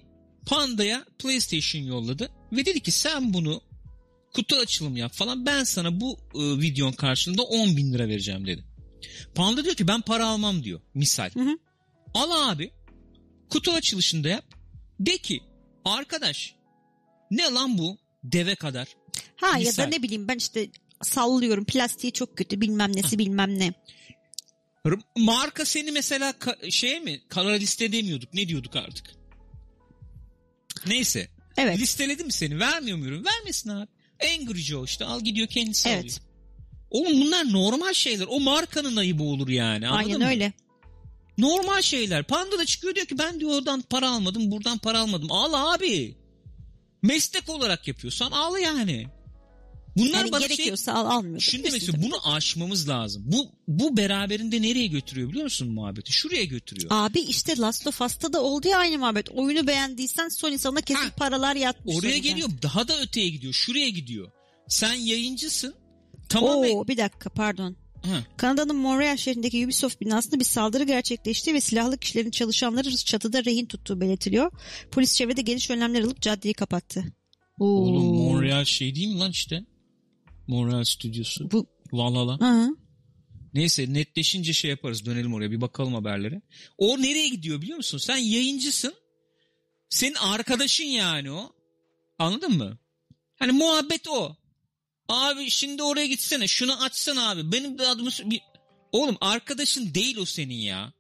[SPEAKER 1] Panda'ya PlayStation yolladı ve dedi ki sen bunu kutu açılım yap falan ben sana bu e, videon karşılığında 10 bin lira vereceğim dedi. Panda diyor ki ben para almam diyor misal.
[SPEAKER 2] Hı hı.
[SPEAKER 1] Al abi kutu açılışında yap de ki arkadaş ne lan bu deve kadar
[SPEAKER 2] Ha
[SPEAKER 1] Misal.
[SPEAKER 2] ya da ne bileyim ben işte sallıyorum plastiği çok kötü bilmem nesi bilmem ne.
[SPEAKER 1] R- Marka seni mesela ka- şeye mi kara liste demiyorduk ne diyorduk artık? Neyse
[SPEAKER 2] Evet.
[SPEAKER 1] listeledim seni vermiyor muyum? Vermesin abi. Angry Joe işte al gidiyor kendisi
[SPEAKER 2] Evet.
[SPEAKER 1] alıyor. Oğlum bunlar normal şeyler. O markanın ayıbı olur yani. Anladın
[SPEAKER 2] Aynen
[SPEAKER 1] mı?
[SPEAKER 2] öyle.
[SPEAKER 1] Normal şeyler. Panda da çıkıyor diyor ki ben diyor oradan para almadım buradan para almadım. Al abi. Meslek olarak yapıyorsan al yani. Bunlar
[SPEAKER 2] Yani
[SPEAKER 1] bana şey
[SPEAKER 2] gerekiyorsa al almıyor.
[SPEAKER 1] Şimdi
[SPEAKER 2] Bilirsin
[SPEAKER 1] mesela
[SPEAKER 2] tabii.
[SPEAKER 1] bunu aşmamız lazım. Bu bu beraberinde nereye götürüyor biliyor musun muhabbeti? Şuraya götürüyor.
[SPEAKER 2] Abi işte Last of Us'ta da oldu ya aynı muhabbet. Oyunu beğendiysen Sony sana kesin
[SPEAKER 1] Ha.
[SPEAKER 2] paralar yatmış.
[SPEAKER 1] Oraya
[SPEAKER 2] Sony'den.
[SPEAKER 1] geliyor. Daha da öteye gidiyor. Şuraya gidiyor. Sen yayıncısın. Tamam.
[SPEAKER 2] Oo bir dakika pardon.
[SPEAKER 1] Ha.
[SPEAKER 2] Kanada'nın Montreal şehrindeki Ubisoft binasında bir saldırı gerçekleşti ve silahlı kişilerin çalışanları çatıda rehin tuttuğu belirtiliyor. Polis çevrede geniş önlemler alıp caddeyi kapattı. Oo.
[SPEAKER 1] Oğlum Montreal şey değil mi lan işte? Montreal stüdyosu.
[SPEAKER 2] Bu
[SPEAKER 1] Valla lan.
[SPEAKER 2] ha.
[SPEAKER 1] Neyse netleşince şey yaparız. Dönelim oraya bir bakalım haberlere. O nereye gidiyor biliyor musun? Sen yayıncısın. Senin arkadaşın yani o. Anladın mı? Hani muhabbet o. Abi şimdi oraya gitsene şunu açsana abi. Benim de adımı... bir- Oğlum arkadaşın değil o senin ya.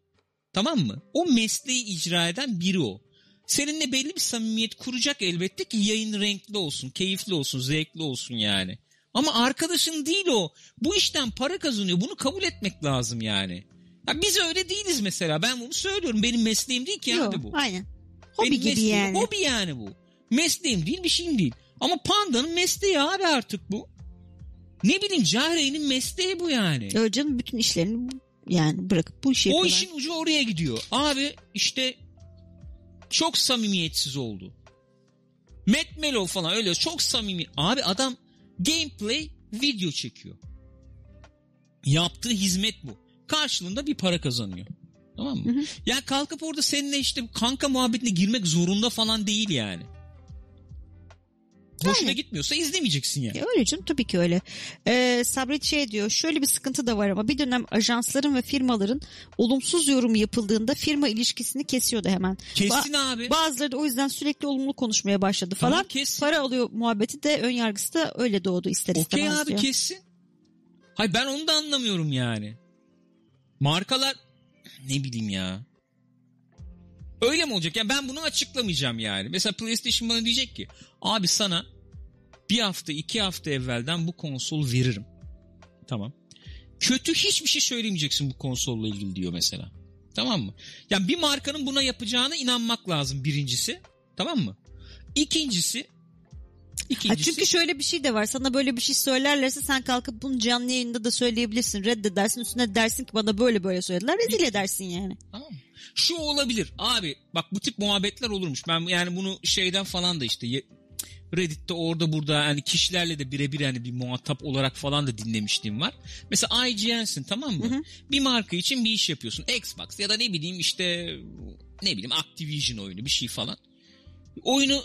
[SPEAKER 1] Tamam mı? O mesleği icra eden biri o. Seninle belli bir samimiyet kuracak elbette ki yayın renkli olsun, keyifli olsun, zevkli olsun yani. Ama arkadaşın değil o. Bu işten para kazanıyor. Bunu kabul etmek lazım yani. Ya biz öyle değiliz mesela. Ben bunu söylüyorum. Benim mesleğim değil ki
[SPEAKER 2] Yok,
[SPEAKER 1] abi bu.
[SPEAKER 2] Aynen. Hobi
[SPEAKER 1] Benim
[SPEAKER 2] gibi
[SPEAKER 1] mesleğim-
[SPEAKER 2] yani.
[SPEAKER 1] Hobi yani bu. Mesleğim değil bir şeyim değil. Ama pandanın mesleği abi artık bu. Ne bileyim Cahre'nin mesleği bu yani.
[SPEAKER 2] Öyle canım bütün işlerini yani bırakıp bu işi
[SPEAKER 1] o
[SPEAKER 2] yapıyorlar.
[SPEAKER 1] işin ucu oraya gidiyor. Abi işte çok samimiyetsiz oldu. Matt Melo falan öyle çok samimi. Abi adam gameplay video çekiyor. Yaptığı hizmet bu. Karşılığında bir para kazanıyor. Tamam mı?
[SPEAKER 2] Hı hı.
[SPEAKER 1] Ya kalkıp orada seninle işte kanka muhabbetine girmek zorunda falan değil yani. Boşuna
[SPEAKER 2] Aynen.
[SPEAKER 1] gitmiyorsa izlemeyeceksin yani.
[SPEAKER 2] Ya öyle canım tabii ki öyle. Ee, Sabret şey diyor şöyle bir sıkıntı da var ama bir dönem ajansların ve firmaların olumsuz yorum yapıldığında firma ilişkisini kesiyordu hemen.
[SPEAKER 1] Kesin abi.
[SPEAKER 2] Bazıları da o yüzden sürekli olumlu konuşmaya başladı falan.
[SPEAKER 1] Tamam, kesin.
[SPEAKER 2] Para alıyor muhabbeti de ön yargısı da öyle doğdu ister
[SPEAKER 1] Okey
[SPEAKER 2] istemez
[SPEAKER 1] abi
[SPEAKER 2] diyor.
[SPEAKER 1] kessin. Hayır ben onu da anlamıyorum yani. Markalar ne bileyim ya. Öyle mi olacak? Yani ben bunu açıklamayacağım yani. Mesela PlayStation bana diyecek ki abi sana bir hafta iki hafta evvelden bu konsol veririm. Tamam. Kötü hiçbir şey söylemeyeceksin bu konsolla ilgili diyor mesela. Tamam mı? Yani bir markanın buna yapacağına inanmak lazım birincisi. Tamam mı? İkincisi
[SPEAKER 2] Ha,
[SPEAKER 1] ikincisi
[SPEAKER 2] çünkü şöyle bir şey de var. Sana böyle bir şey söylerlerse sen kalkıp bunu canlı yayında da söyleyebilirsin. Reddedersin üstüne dersin ki bana böyle böyle söylediler. Rezil edersin yani.
[SPEAKER 1] Tamam mı? Şu olabilir. Abi bak bu tip muhabbetler olurmuş. Ben yani bunu şeyden falan da işte ye- Reddit'te orada burada yani kişilerle de birebir yani bir muhatap olarak falan da dinlemişliğim var. Mesela IGN'sin tamam mı?
[SPEAKER 2] Hı hı.
[SPEAKER 1] Bir marka için bir iş yapıyorsun. Xbox ya da ne bileyim işte ne bileyim Activision oyunu bir şey falan. Oyunu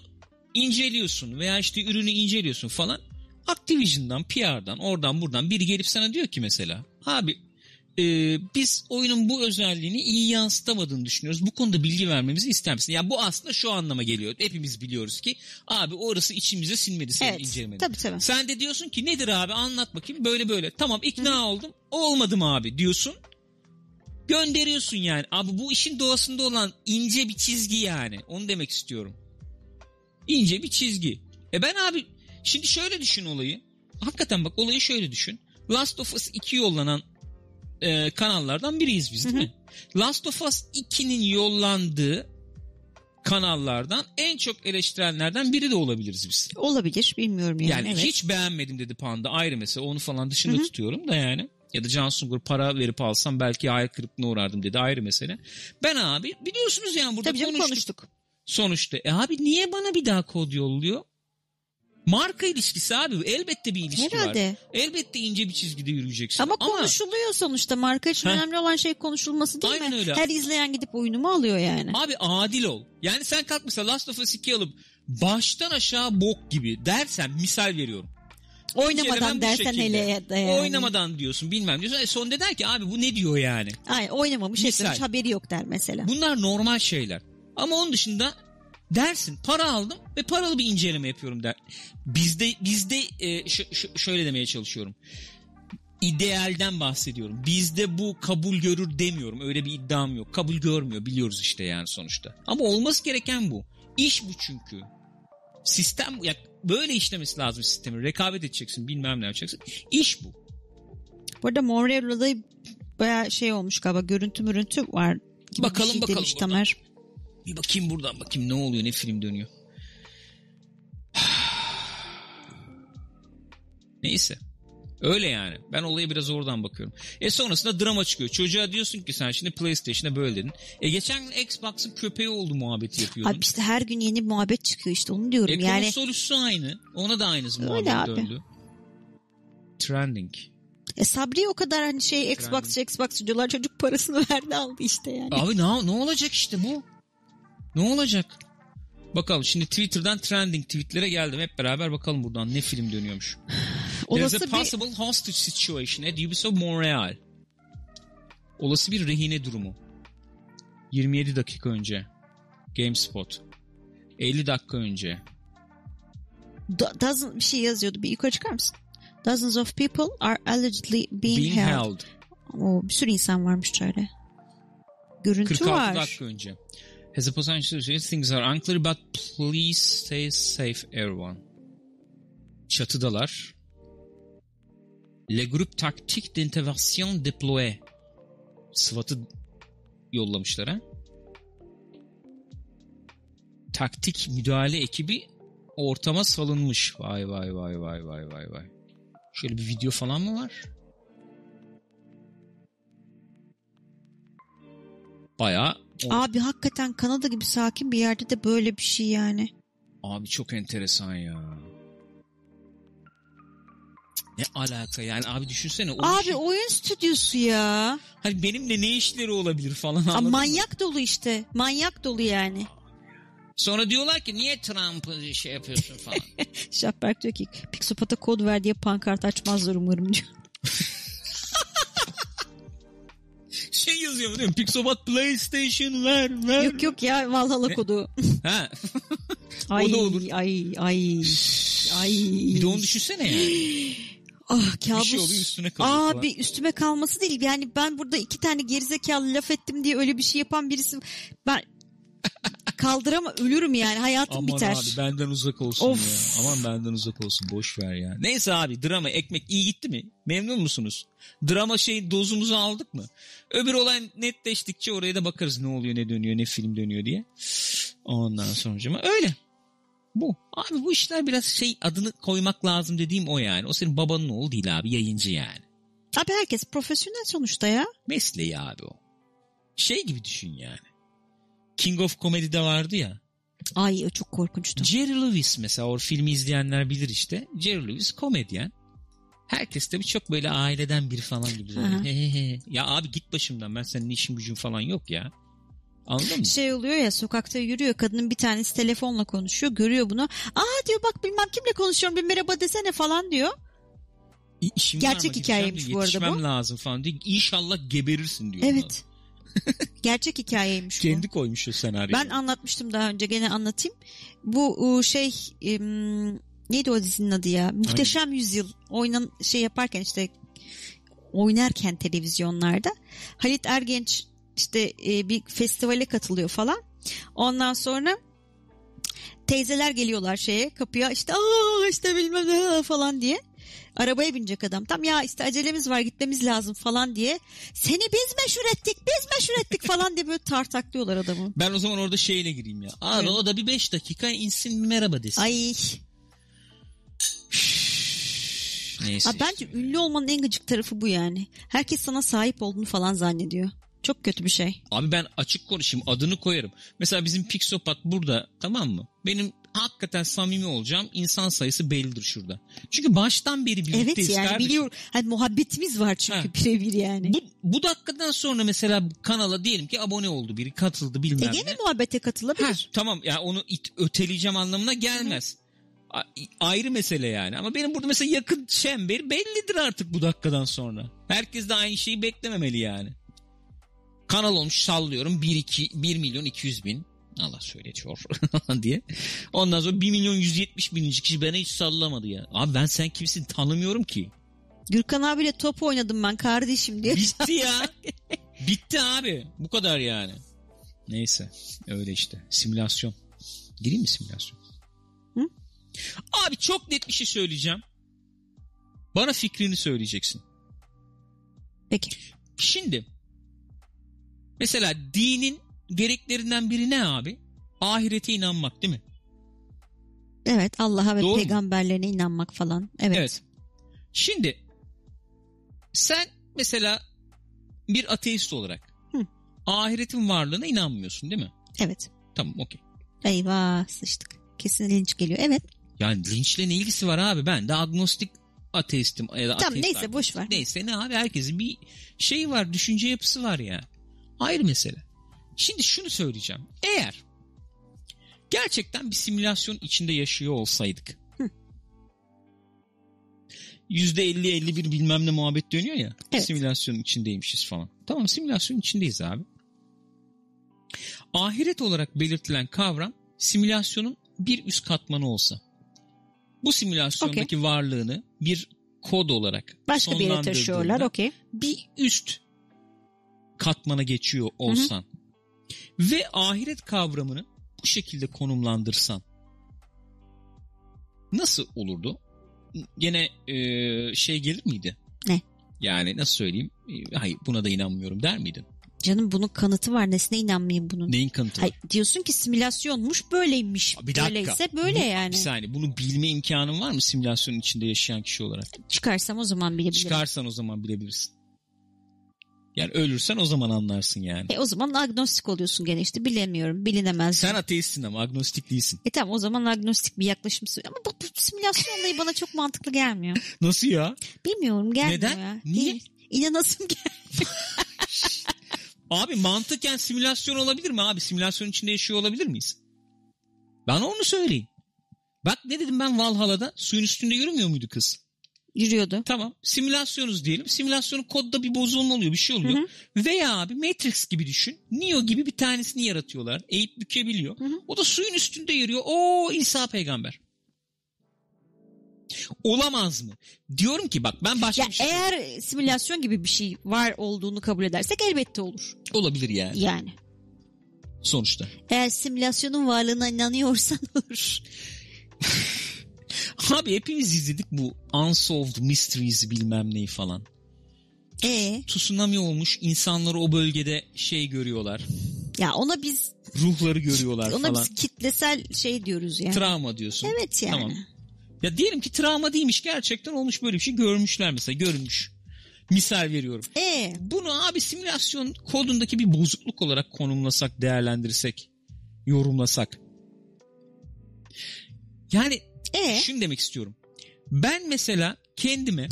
[SPEAKER 1] inceliyorsun veya işte ürünü inceliyorsun falan. Activision'dan, PR'dan, oradan buradan biri gelip sana diyor ki mesela abi e, biz oyunun bu özelliğini iyi yansıtamadığını düşünüyoruz. Bu konuda bilgi vermemizi ister misin? Yani bu aslında şu anlama geliyor. Hepimiz biliyoruz ki abi orası içimize sinmedi senin
[SPEAKER 2] Evet.
[SPEAKER 1] incelemeni.
[SPEAKER 2] Tabii tabii.
[SPEAKER 1] Sen de diyorsun ki nedir abi anlat bakayım böyle böyle. Tamam ikna oldum olmadım abi diyorsun. Gönderiyorsun yani. Abi bu işin doğasında olan ince bir çizgi yani. Onu demek istiyorum. İnce bir çizgi. E ben abi şimdi şöyle düşün olayı. Hakikaten bak olayı şöyle düşün. Last of Us 2 yollanan e, kanallardan biriyiz biz değil
[SPEAKER 2] Hı hı.
[SPEAKER 1] mi? Last of Us 2'nin yollandığı kanallardan en çok eleştirenlerden biri de olabiliriz biz.
[SPEAKER 2] Olabilir bilmiyorum yani.
[SPEAKER 1] Yani
[SPEAKER 2] evet.
[SPEAKER 1] hiç beğenmedim dedi Panda ayrı mesela onu falan dışında
[SPEAKER 2] Hı hı.
[SPEAKER 1] tutuyorum da yani. Ya da Can Sungur para verip alsam belki hayal kırıklığına uğrardım dedi ayrı mesele. Ben abi biliyorsunuz yani burada
[SPEAKER 2] Tabii canım
[SPEAKER 1] konuştuk.
[SPEAKER 2] konuştuk.
[SPEAKER 1] Sonuçta e abi niye bana bir daha kod yolluyor? Marka ilişkisi abi bu. elbette bir ilişki var.
[SPEAKER 2] Herhalde.
[SPEAKER 1] Elbette ince bir çizgide yürüyeceksin.
[SPEAKER 2] Ama konuşuluyor sonuçta. Marka için
[SPEAKER 1] Heh.
[SPEAKER 2] önemli olan şey konuşulması değil
[SPEAKER 1] Aynen
[SPEAKER 2] mi?
[SPEAKER 1] öyle.
[SPEAKER 2] Her izleyen gidip oyunumu alıyor yani.
[SPEAKER 1] Abi adil ol. Yani sen kalk mesela Last of Us 2 alıp baştan aşağı bok gibi dersen misal veriyorum. İncelemem
[SPEAKER 2] Oynamadan
[SPEAKER 1] bu
[SPEAKER 2] dersen
[SPEAKER 1] şekilde.
[SPEAKER 2] hele ya da yani.
[SPEAKER 1] Oynamadan diyorsun bilmem diyorsun. E sonunda der ki abi bu ne diyor yani.
[SPEAKER 2] Ay, oynamamış
[SPEAKER 1] Misal.
[SPEAKER 2] etmemiş haberi yok der mesela.
[SPEAKER 1] Bunlar normal şeyler. Ama onun dışında dersin para aldım ve paralı bir inceleme yapıyorum der. Bizde bizde e, ş- ş- şöyle demeye çalışıyorum. İdealden bahsediyorum. Bizde bu kabul görür demiyorum. Öyle bir iddiam yok. Kabul görmüyor biliyoruz işte yani sonuçta. Ama olması gereken bu. İş bu çünkü. Sistem ya böyle işlemesi lazım sistemin. Rekabet edeceksin, bilmem ne yapacaksın. İş bu.
[SPEAKER 2] Bu arada Monreal'da bayağı şey olmuş galiba görüntü mürüntü var. Gibi
[SPEAKER 1] Bakalım,
[SPEAKER 2] bir şey
[SPEAKER 1] bakalım
[SPEAKER 2] Demiş
[SPEAKER 1] bakalım.
[SPEAKER 2] Tamer.
[SPEAKER 1] Bir bakayım buradan bakayım ne oluyor ne film dönüyor. Neyse. Öyle yani. Ben olaya biraz oradan bakıyorum. E sonrasında drama çıkıyor. Çocuğa diyorsun ki sen şimdi PlayStation'a böyle dedin. E geçen gün Xbox'ın köpeği oldu muhabbeti yapıyordun.
[SPEAKER 2] Abi işte her gün yeni bir muhabbet çıkıyor işte onu diyorum
[SPEAKER 1] e
[SPEAKER 2] yani.
[SPEAKER 1] konsol üssü aynı. Ona da aynısı
[SPEAKER 2] Öyle
[SPEAKER 1] muhabbet
[SPEAKER 2] abi.
[SPEAKER 1] döndü. Trending.
[SPEAKER 2] E Sabri o kadar hani şey Xbox Xbox diyorlar çocuk parasını verdi aldı işte yani.
[SPEAKER 1] Abi ne, ne olacak işte bu? Ne olacak? Bakalım şimdi Twitter'dan trending tweetlere geldim. Hep beraber bakalım buradan ne film dönüyormuş.
[SPEAKER 2] Olası
[SPEAKER 1] There's a
[SPEAKER 2] bir
[SPEAKER 1] possible hostage situation at Ubisoft Montreal. Olası bir rehine durumu. 27 dakika önce. GameSpot. 50 dakika önce.
[SPEAKER 2] Do- dozen bir şey yazıyordu. Bir yukarı çıkar mısın? Dozens of people are allegedly being,
[SPEAKER 1] Being
[SPEAKER 2] held.
[SPEAKER 1] held.
[SPEAKER 2] Oo, bir sürü insan varmış şöyle. Görüntü
[SPEAKER 1] 46
[SPEAKER 2] var.
[SPEAKER 1] dakika önce. Has a potential serious things are unclear but please stay safe everyone. Çatıdalar. Le groupe tactique d'intervention déployé. SWAT'ı yollamışlar ha. Taktik müdahale ekibi ortama salınmış. Vay vay vay vay vay vay vay. Şöyle bir video falan mı var? Bayağı o-
[SPEAKER 2] Abi hakikaten Kanada gibi sakin bir yerde de böyle bir şey yani.
[SPEAKER 1] Abi çok enteresan ya. Ne alaka yani abi düşünsene. O
[SPEAKER 2] Abi
[SPEAKER 1] işi-
[SPEAKER 2] oyun stüdyosu ya.
[SPEAKER 1] Hani benimle ne işleri olabilir falan
[SPEAKER 2] Aa,
[SPEAKER 1] anladın mı?
[SPEAKER 2] manyak dolu işte. Manyak dolu yani.
[SPEAKER 1] Sonra diyorlar ki niye Trump'ı şey yapıyorsun falan.
[SPEAKER 2] Şahberk diyor ki Pixopat'a kod ver diye pankart açmazlar umarım diyor.
[SPEAKER 1] şey yazıyor değil mi? Pixobat PlayStation ver ver.
[SPEAKER 2] yok yok ya Valhalla
[SPEAKER 1] Ne?
[SPEAKER 2] kodu.
[SPEAKER 1] Ha.
[SPEAKER 2] Ay,
[SPEAKER 1] da olur.
[SPEAKER 2] Ay ay ay.
[SPEAKER 1] Bir de onu düşünsene yani.
[SPEAKER 2] Ah kabus.
[SPEAKER 1] Bir şey oluyor üstüne kalıyor falan.
[SPEAKER 2] Abi üstüme kalması değil. Yani ben burada iki tane gerizekalı laf ettim diye öyle bir şey yapan birisi. Ben kaldırama ölürüm yani hayatım
[SPEAKER 1] Aman
[SPEAKER 2] biter.
[SPEAKER 1] abi benden uzak olsun
[SPEAKER 2] Of.
[SPEAKER 1] ya. Aman benden uzak olsun boş ver ya. Neyse abi drama ekmek iyi gitti mi? Memnun musunuz? Drama şey dozumuzu aldık mı? Öbür olay netleştikçe oraya da bakarız ne oluyor ne dönüyor ne film dönüyor diye. Ondan sonucuma öyle. Bu. Abi bu işler biraz şey adını koymak lazım dediğim o yani. O senin babanın oğlu değil abi yayıncı yani.
[SPEAKER 2] Abi herkes profesyonel sonuçta ya.
[SPEAKER 1] Mesleği abi o. Şey gibi düşün yani. King of Comedy'de vardı ya.
[SPEAKER 2] Ay o çok korkunçtu.
[SPEAKER 1] Jerry Lewis mesela o filmi izleyenler bilir işte. Jerry Lewis komedyen. Herkes tabii çok böyle aileden biri falan gibi.
[SPEAKER 2] Hı hı.
[SPEAKER 1] He he he. ya abi git başımdan ben senin işin gücün falan yok ya. Anladın mı?
[SPEAKER 2] şey oluyor ya sokakta yürüyor kadının bir tanesi telefonla konuşuyor görüyor bunu. Aa diyor bak bilmem kimle konuşuyorum bir merhaba desene falan diyor.
[SPEAKER 1] İ- işim
[SPEAKER 2] Gerçek
[SPEAKER 1] var mı?
[SPEAKER 2] hikayeymiş
[SPEAKER 1] Gideceğim de
[SPEAKER 2] bu arada bu.
[SPEAKER 1] şey yetişmem lazım falan diye. İnşallah geberirsin diyor. ona.
[SPEAKER 2] Evet. Gerçek hikayeymiş bu.
[SPEAKER 1] Kendi koymuş o senaryoyu.
[SPEAKER 2] Ben anlatmıştım daha önce gene anlatayım. Bu e, şey em, neydi o dizinin adı ya? Muhteşem Yüzyıl oynan şey yaparken işte oynarken televizyonlarda Halit Ergenç işte e, bir festivale katılıyor falan. Ondan sonra teyzeler geliyorlar şeye kapıya işte aa işte bilmem ne falan diye. Arabaya binecek adam. Tam ya işte acelemiz var gitmemiz lazım falan diye. Seni biz meşhur ettik biz meşhur ettik falan diye böyle tartaklıyorlar adamı.
[SPEAKER 1] Ben o zaman orada şeyle gireyim ya. Abi
[SPEAKER 2] Evet.
[SPEAKER 1] o da bir 5 dakika insin bir merhaba desin.
[SPEAKER 2] Ay.
[SPEAKER 1] Neyse.
[SPEAKER 2] Aa, bence
[SPEAKER 1] işte.
[SPEAKER 2] ünlü olmanın en gıcık tarafı bu yani. Herkes sana sahip olduğunu falan zannediyor. Çok kötü bir şey.
[SPEAKER 1] Abi ben açık konuşayım adını koyarım. Mesela bizim Pixopat burada tamam mı? Benim hakikaten samimi olacağım insan sayısı bellidir şurada. Çünkü baştan beri birlikteyiz
[SPEAKER 2] Evet yani
[SPEAKER 1] kardeşim.
[SPEAKER 2] biliyorum. Hani muhabbetimiz var çünkü
[SPEAKER 1] Ha.
[SPEAKER 2] birebir yani. E
[SPEAKER 1] Bu, bu dakikadan sonra mesela kanala diyelim ki abone oldu biri katıldı
[SPEAKER 2] E
[SPEAKER 1] bilmem
[SPEAKER 2] gene
[SPEAKER 1] ne.
[SPEAKER 2] muhabbete katılabilir.
[SPEAKER 1] Ha, tamam ya onu it, öteleyeceğim anlamına gelmez. A- ayrı mesele yani ama benim burada mesela yakın çember bellidir artık bu dakikadan sonra. Herkes de aynı şeyi beklememeli yani. Kanal olmuş sallıyorum 1, 2, 1 milyon 200 bin. Allah söyletiyor diye. Ondan sonra 1 milyon 170 bininci kişi beni hiç sallamadı ya. Abi ben sen kimsin tanımıyorum ki.
[SPEAKER 2] Gürkan abiyle top oynadım ben kardeşim diye.
[SPEAKER 1] Bitti ya. Bitti abi. Bu kadar yani. Neyse. Öyle işte. Simülasyon. Gireyim mi simülasyon?
[SPEAKER 2] Hı?
[SPEAKER 1] Abi çok net bir şey söyleyeceğim. Bana fikrini söyleyeceksin.
[SPEAKER 2] Peki.
[SPEAKER 1] Şimdi mesela dinin gereklerinden biri ne abi? Ahirete inanmak değil mi?
[SPEAKER 2] Evet Allah'a ve
[SPEAKER 1] Doğru mu?
[SPEAKER 2] peygamberlerine inanmak falan. Evet.
[SPEAKER 1] Evet. Şimdi sen mesela bir ateist olarak
[SPEAKER 2] Hı.
[SPEAKER 1] ahiretin varlığına inanmıyorsun değil mi?
[SPEAKER 2] Evet.
[SPEAKER 1] Tamam okey.
[SPEAKER 2] Eyvah sıçtık. Kesin linç geliyor. Evet.
[SPEAKER 1] Yani linçle ne ilgisi var abi? Ben de agnostik ateistim. Ya da
[SPEAKER 2] Tamam,
[SPEAKER 1] ateist
[SPEAKER 2] neyse,
[SPEAKER 1] agnostik.
[SPEAKER 2] boş ver.
[SPEAKER 1] Neyse ne abi herkesin bir şey var düşünce yapısı var ya. Ayrı mesele. Şimdi şunu söyleyeceğim. Eğer gerçekten bir simülasyon içinde yaşıyor olsaydık. %50-51 bilmem ne muhabbet dönüyor ya.
[SPEAKER 2] Evet.
[SPEAKER 1] Simülasyonun içindeymişiz falan. Tamam simülasyonun içindeyiz abi. Ahiret olarak belirtilen kavram simülasyonun bir üst katmanı olsa. Bu simülasyondaki varlığını bir kod olarak
[SPEAKER 2] Başka bir yere taşıyorlar.
[SPEAKER 1] sonlandırdığında
[SPEAKER 2] Okey.
[SPEAKER 1] bir üst katmana geçiyor olsan ve ahiret kavramını bu şekilde konumlandırsan nasıl olurdu? Gene e, şey gelir miydi?
[SPEAKER 2] Ne?
[SPEAKER 1] Yani nasıl söyleyeyim? E, Hayır buna da inanmıyorum der miydin?
[SPEAKER 2] Canım bunun kanıtı var. Nesine inanmayayım bunun?
[SPEAKER 1] Neyin kanıtı?
[SPEAKER 2] Hayır, diyorsun ki simülasyonmuş böyleymiş.
[SPEAKER 1] Bir dakika.
[SPEAKER 2] Böyleyse böyle
[SPEAKER 1] Bu-
[SPEAKER 2] yani.
[SPEAKER 1] Bir saniye bunu bilme imkanın var mı simülasyonun içinde yaşayan kişi olarak?
[SPEAKER 2] Çıkarsam o zaman bilebilirim.
[SPEAKER 1] Çıkarsan o zaman bilebilirsin. Yani ölürsen o zaman anlarsın yani.
[SPEAKER 2] E o zaman agnostik oluyorsun gene işte bilemiyorum bilinemez.
[SPEAKER 1] Sen ateistsin ama agnostik değilsin.
[SPEAKER 2] E tamam o zaman agnostik bir yaklaşım sü- ama bu, bu simülasyon olayı bana çok mantıklı gelmiyor.
[SPEAKER 1] Nasıl ya?
[SPEAKER 2] Bilmiyorum gelmiyor
[SPEAKER 1] Neden?
[SPEAKER 2] ya.
[SPEAKER 1] Niye?
[SPEAKER 2] E, İnanasım gel.
[SPEAKER 1] Abi mantıken simülasyon olabilir mi abi? Simülasyon içinde yaşıyor olabilir miyiz? Ben onu söyleyeyim. Bak ne dedim ben Valhalla'da suyun üstünde yürümüyor muydu kız?
[SPEAKER 2] Yürüyordu.
[SPEAKER 1] Tamam simülasyonuz diyelim. Simülasyonun kodda bir bozulma oluyor bir şey oluyor.
[SPEAKER 2] Hı
[SPEAKER 1] Veya abi Matrix gibi düşün. Neo gibi bir tanesini yaratıyorlar. Eğip bükebiliyor.
[SPEAKER 2] Hı hı.
[SPEAKER 1] O da suyun üstünde yürüyor. O İsa peygamber. Olamaz mı? Diyorum ki bak ben başka
[SPEAKER 2] Ya
[SPEAKER 1] bir şey...
[SPEAKER 2] eğer simülasyon gibi bir şey var olduğunu kabul edersek elbette olur.
[SPEAKER 1] Olabilir yani
[SPEAKER 2] Yani.
[SPEAKER 1] sonuçta.
[SPEAKER 2] Eğer simülasyonun varlığına inanıyorsan olur.
[SPEAKER 1] Abi hepimiz izledik bu Unsolved Mysteries bilmem neyi falan.
[SPEAKER 2] E
[SPEAKER 1] Tsunami olmuş insanları o bölgede şey görüyorlar.
[SPEAKER 2] ya ona biz
[SPEAKER 1] Ruhları görüyorlar
[SPEAKER 2] ona
[SPEAKER 1] falan.
[SPEAKER 2] biz kitlesel şey diyoruz yani.
[SPEAKER 1] Travma diyorsun.
[SPEAKER 2] evet yani.
[SPEAKER 1] Tamam. Ya diyelim ki travma değilmiş gerçekten olmuş böyle bir şey görmüşler mesela görmüş. Misal veriyorum.
[SPEAKER 2] E
[SPEAKER 1] Bunu abi simülasyon kodundaki bir bozukluk olarak konumlasak, değerlendirsek, yorumlasak. Yani
[SPEAKER 2] e
[SPEAKER 1] şunu demek istiyorum. Ben mesela kendime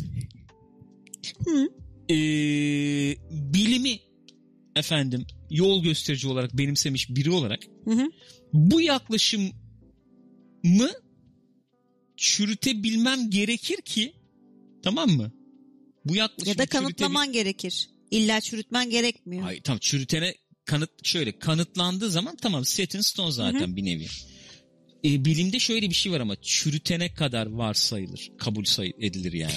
[SPEAKER 2] Hı.
[SPEAKER 1] eee, ee, bilimi efendim yol gösterici olarak benimsemiş biri olarak
[SPEAKER 2] Hı hı.
[SPEAKER 1] bu yaklaşımı çürütebilmem gerekir ki tamam mı? Bu yaklaşımı
[SPEAKER 2] ya da
[SPEAKER 1] çürütebil-
[SPEAKER 2] kanıtlaman gerekir. İlla çürütmen gerekmiyor.
[SPEAKER 1] Hayır tamam çürütene kanıt şöyle kanıtlandığı zaman tamam set in stone zaten bir nevi. E, bilimde şöyle bir şey var ama çürütene kadar varsayılır, kabul say- edilir yani.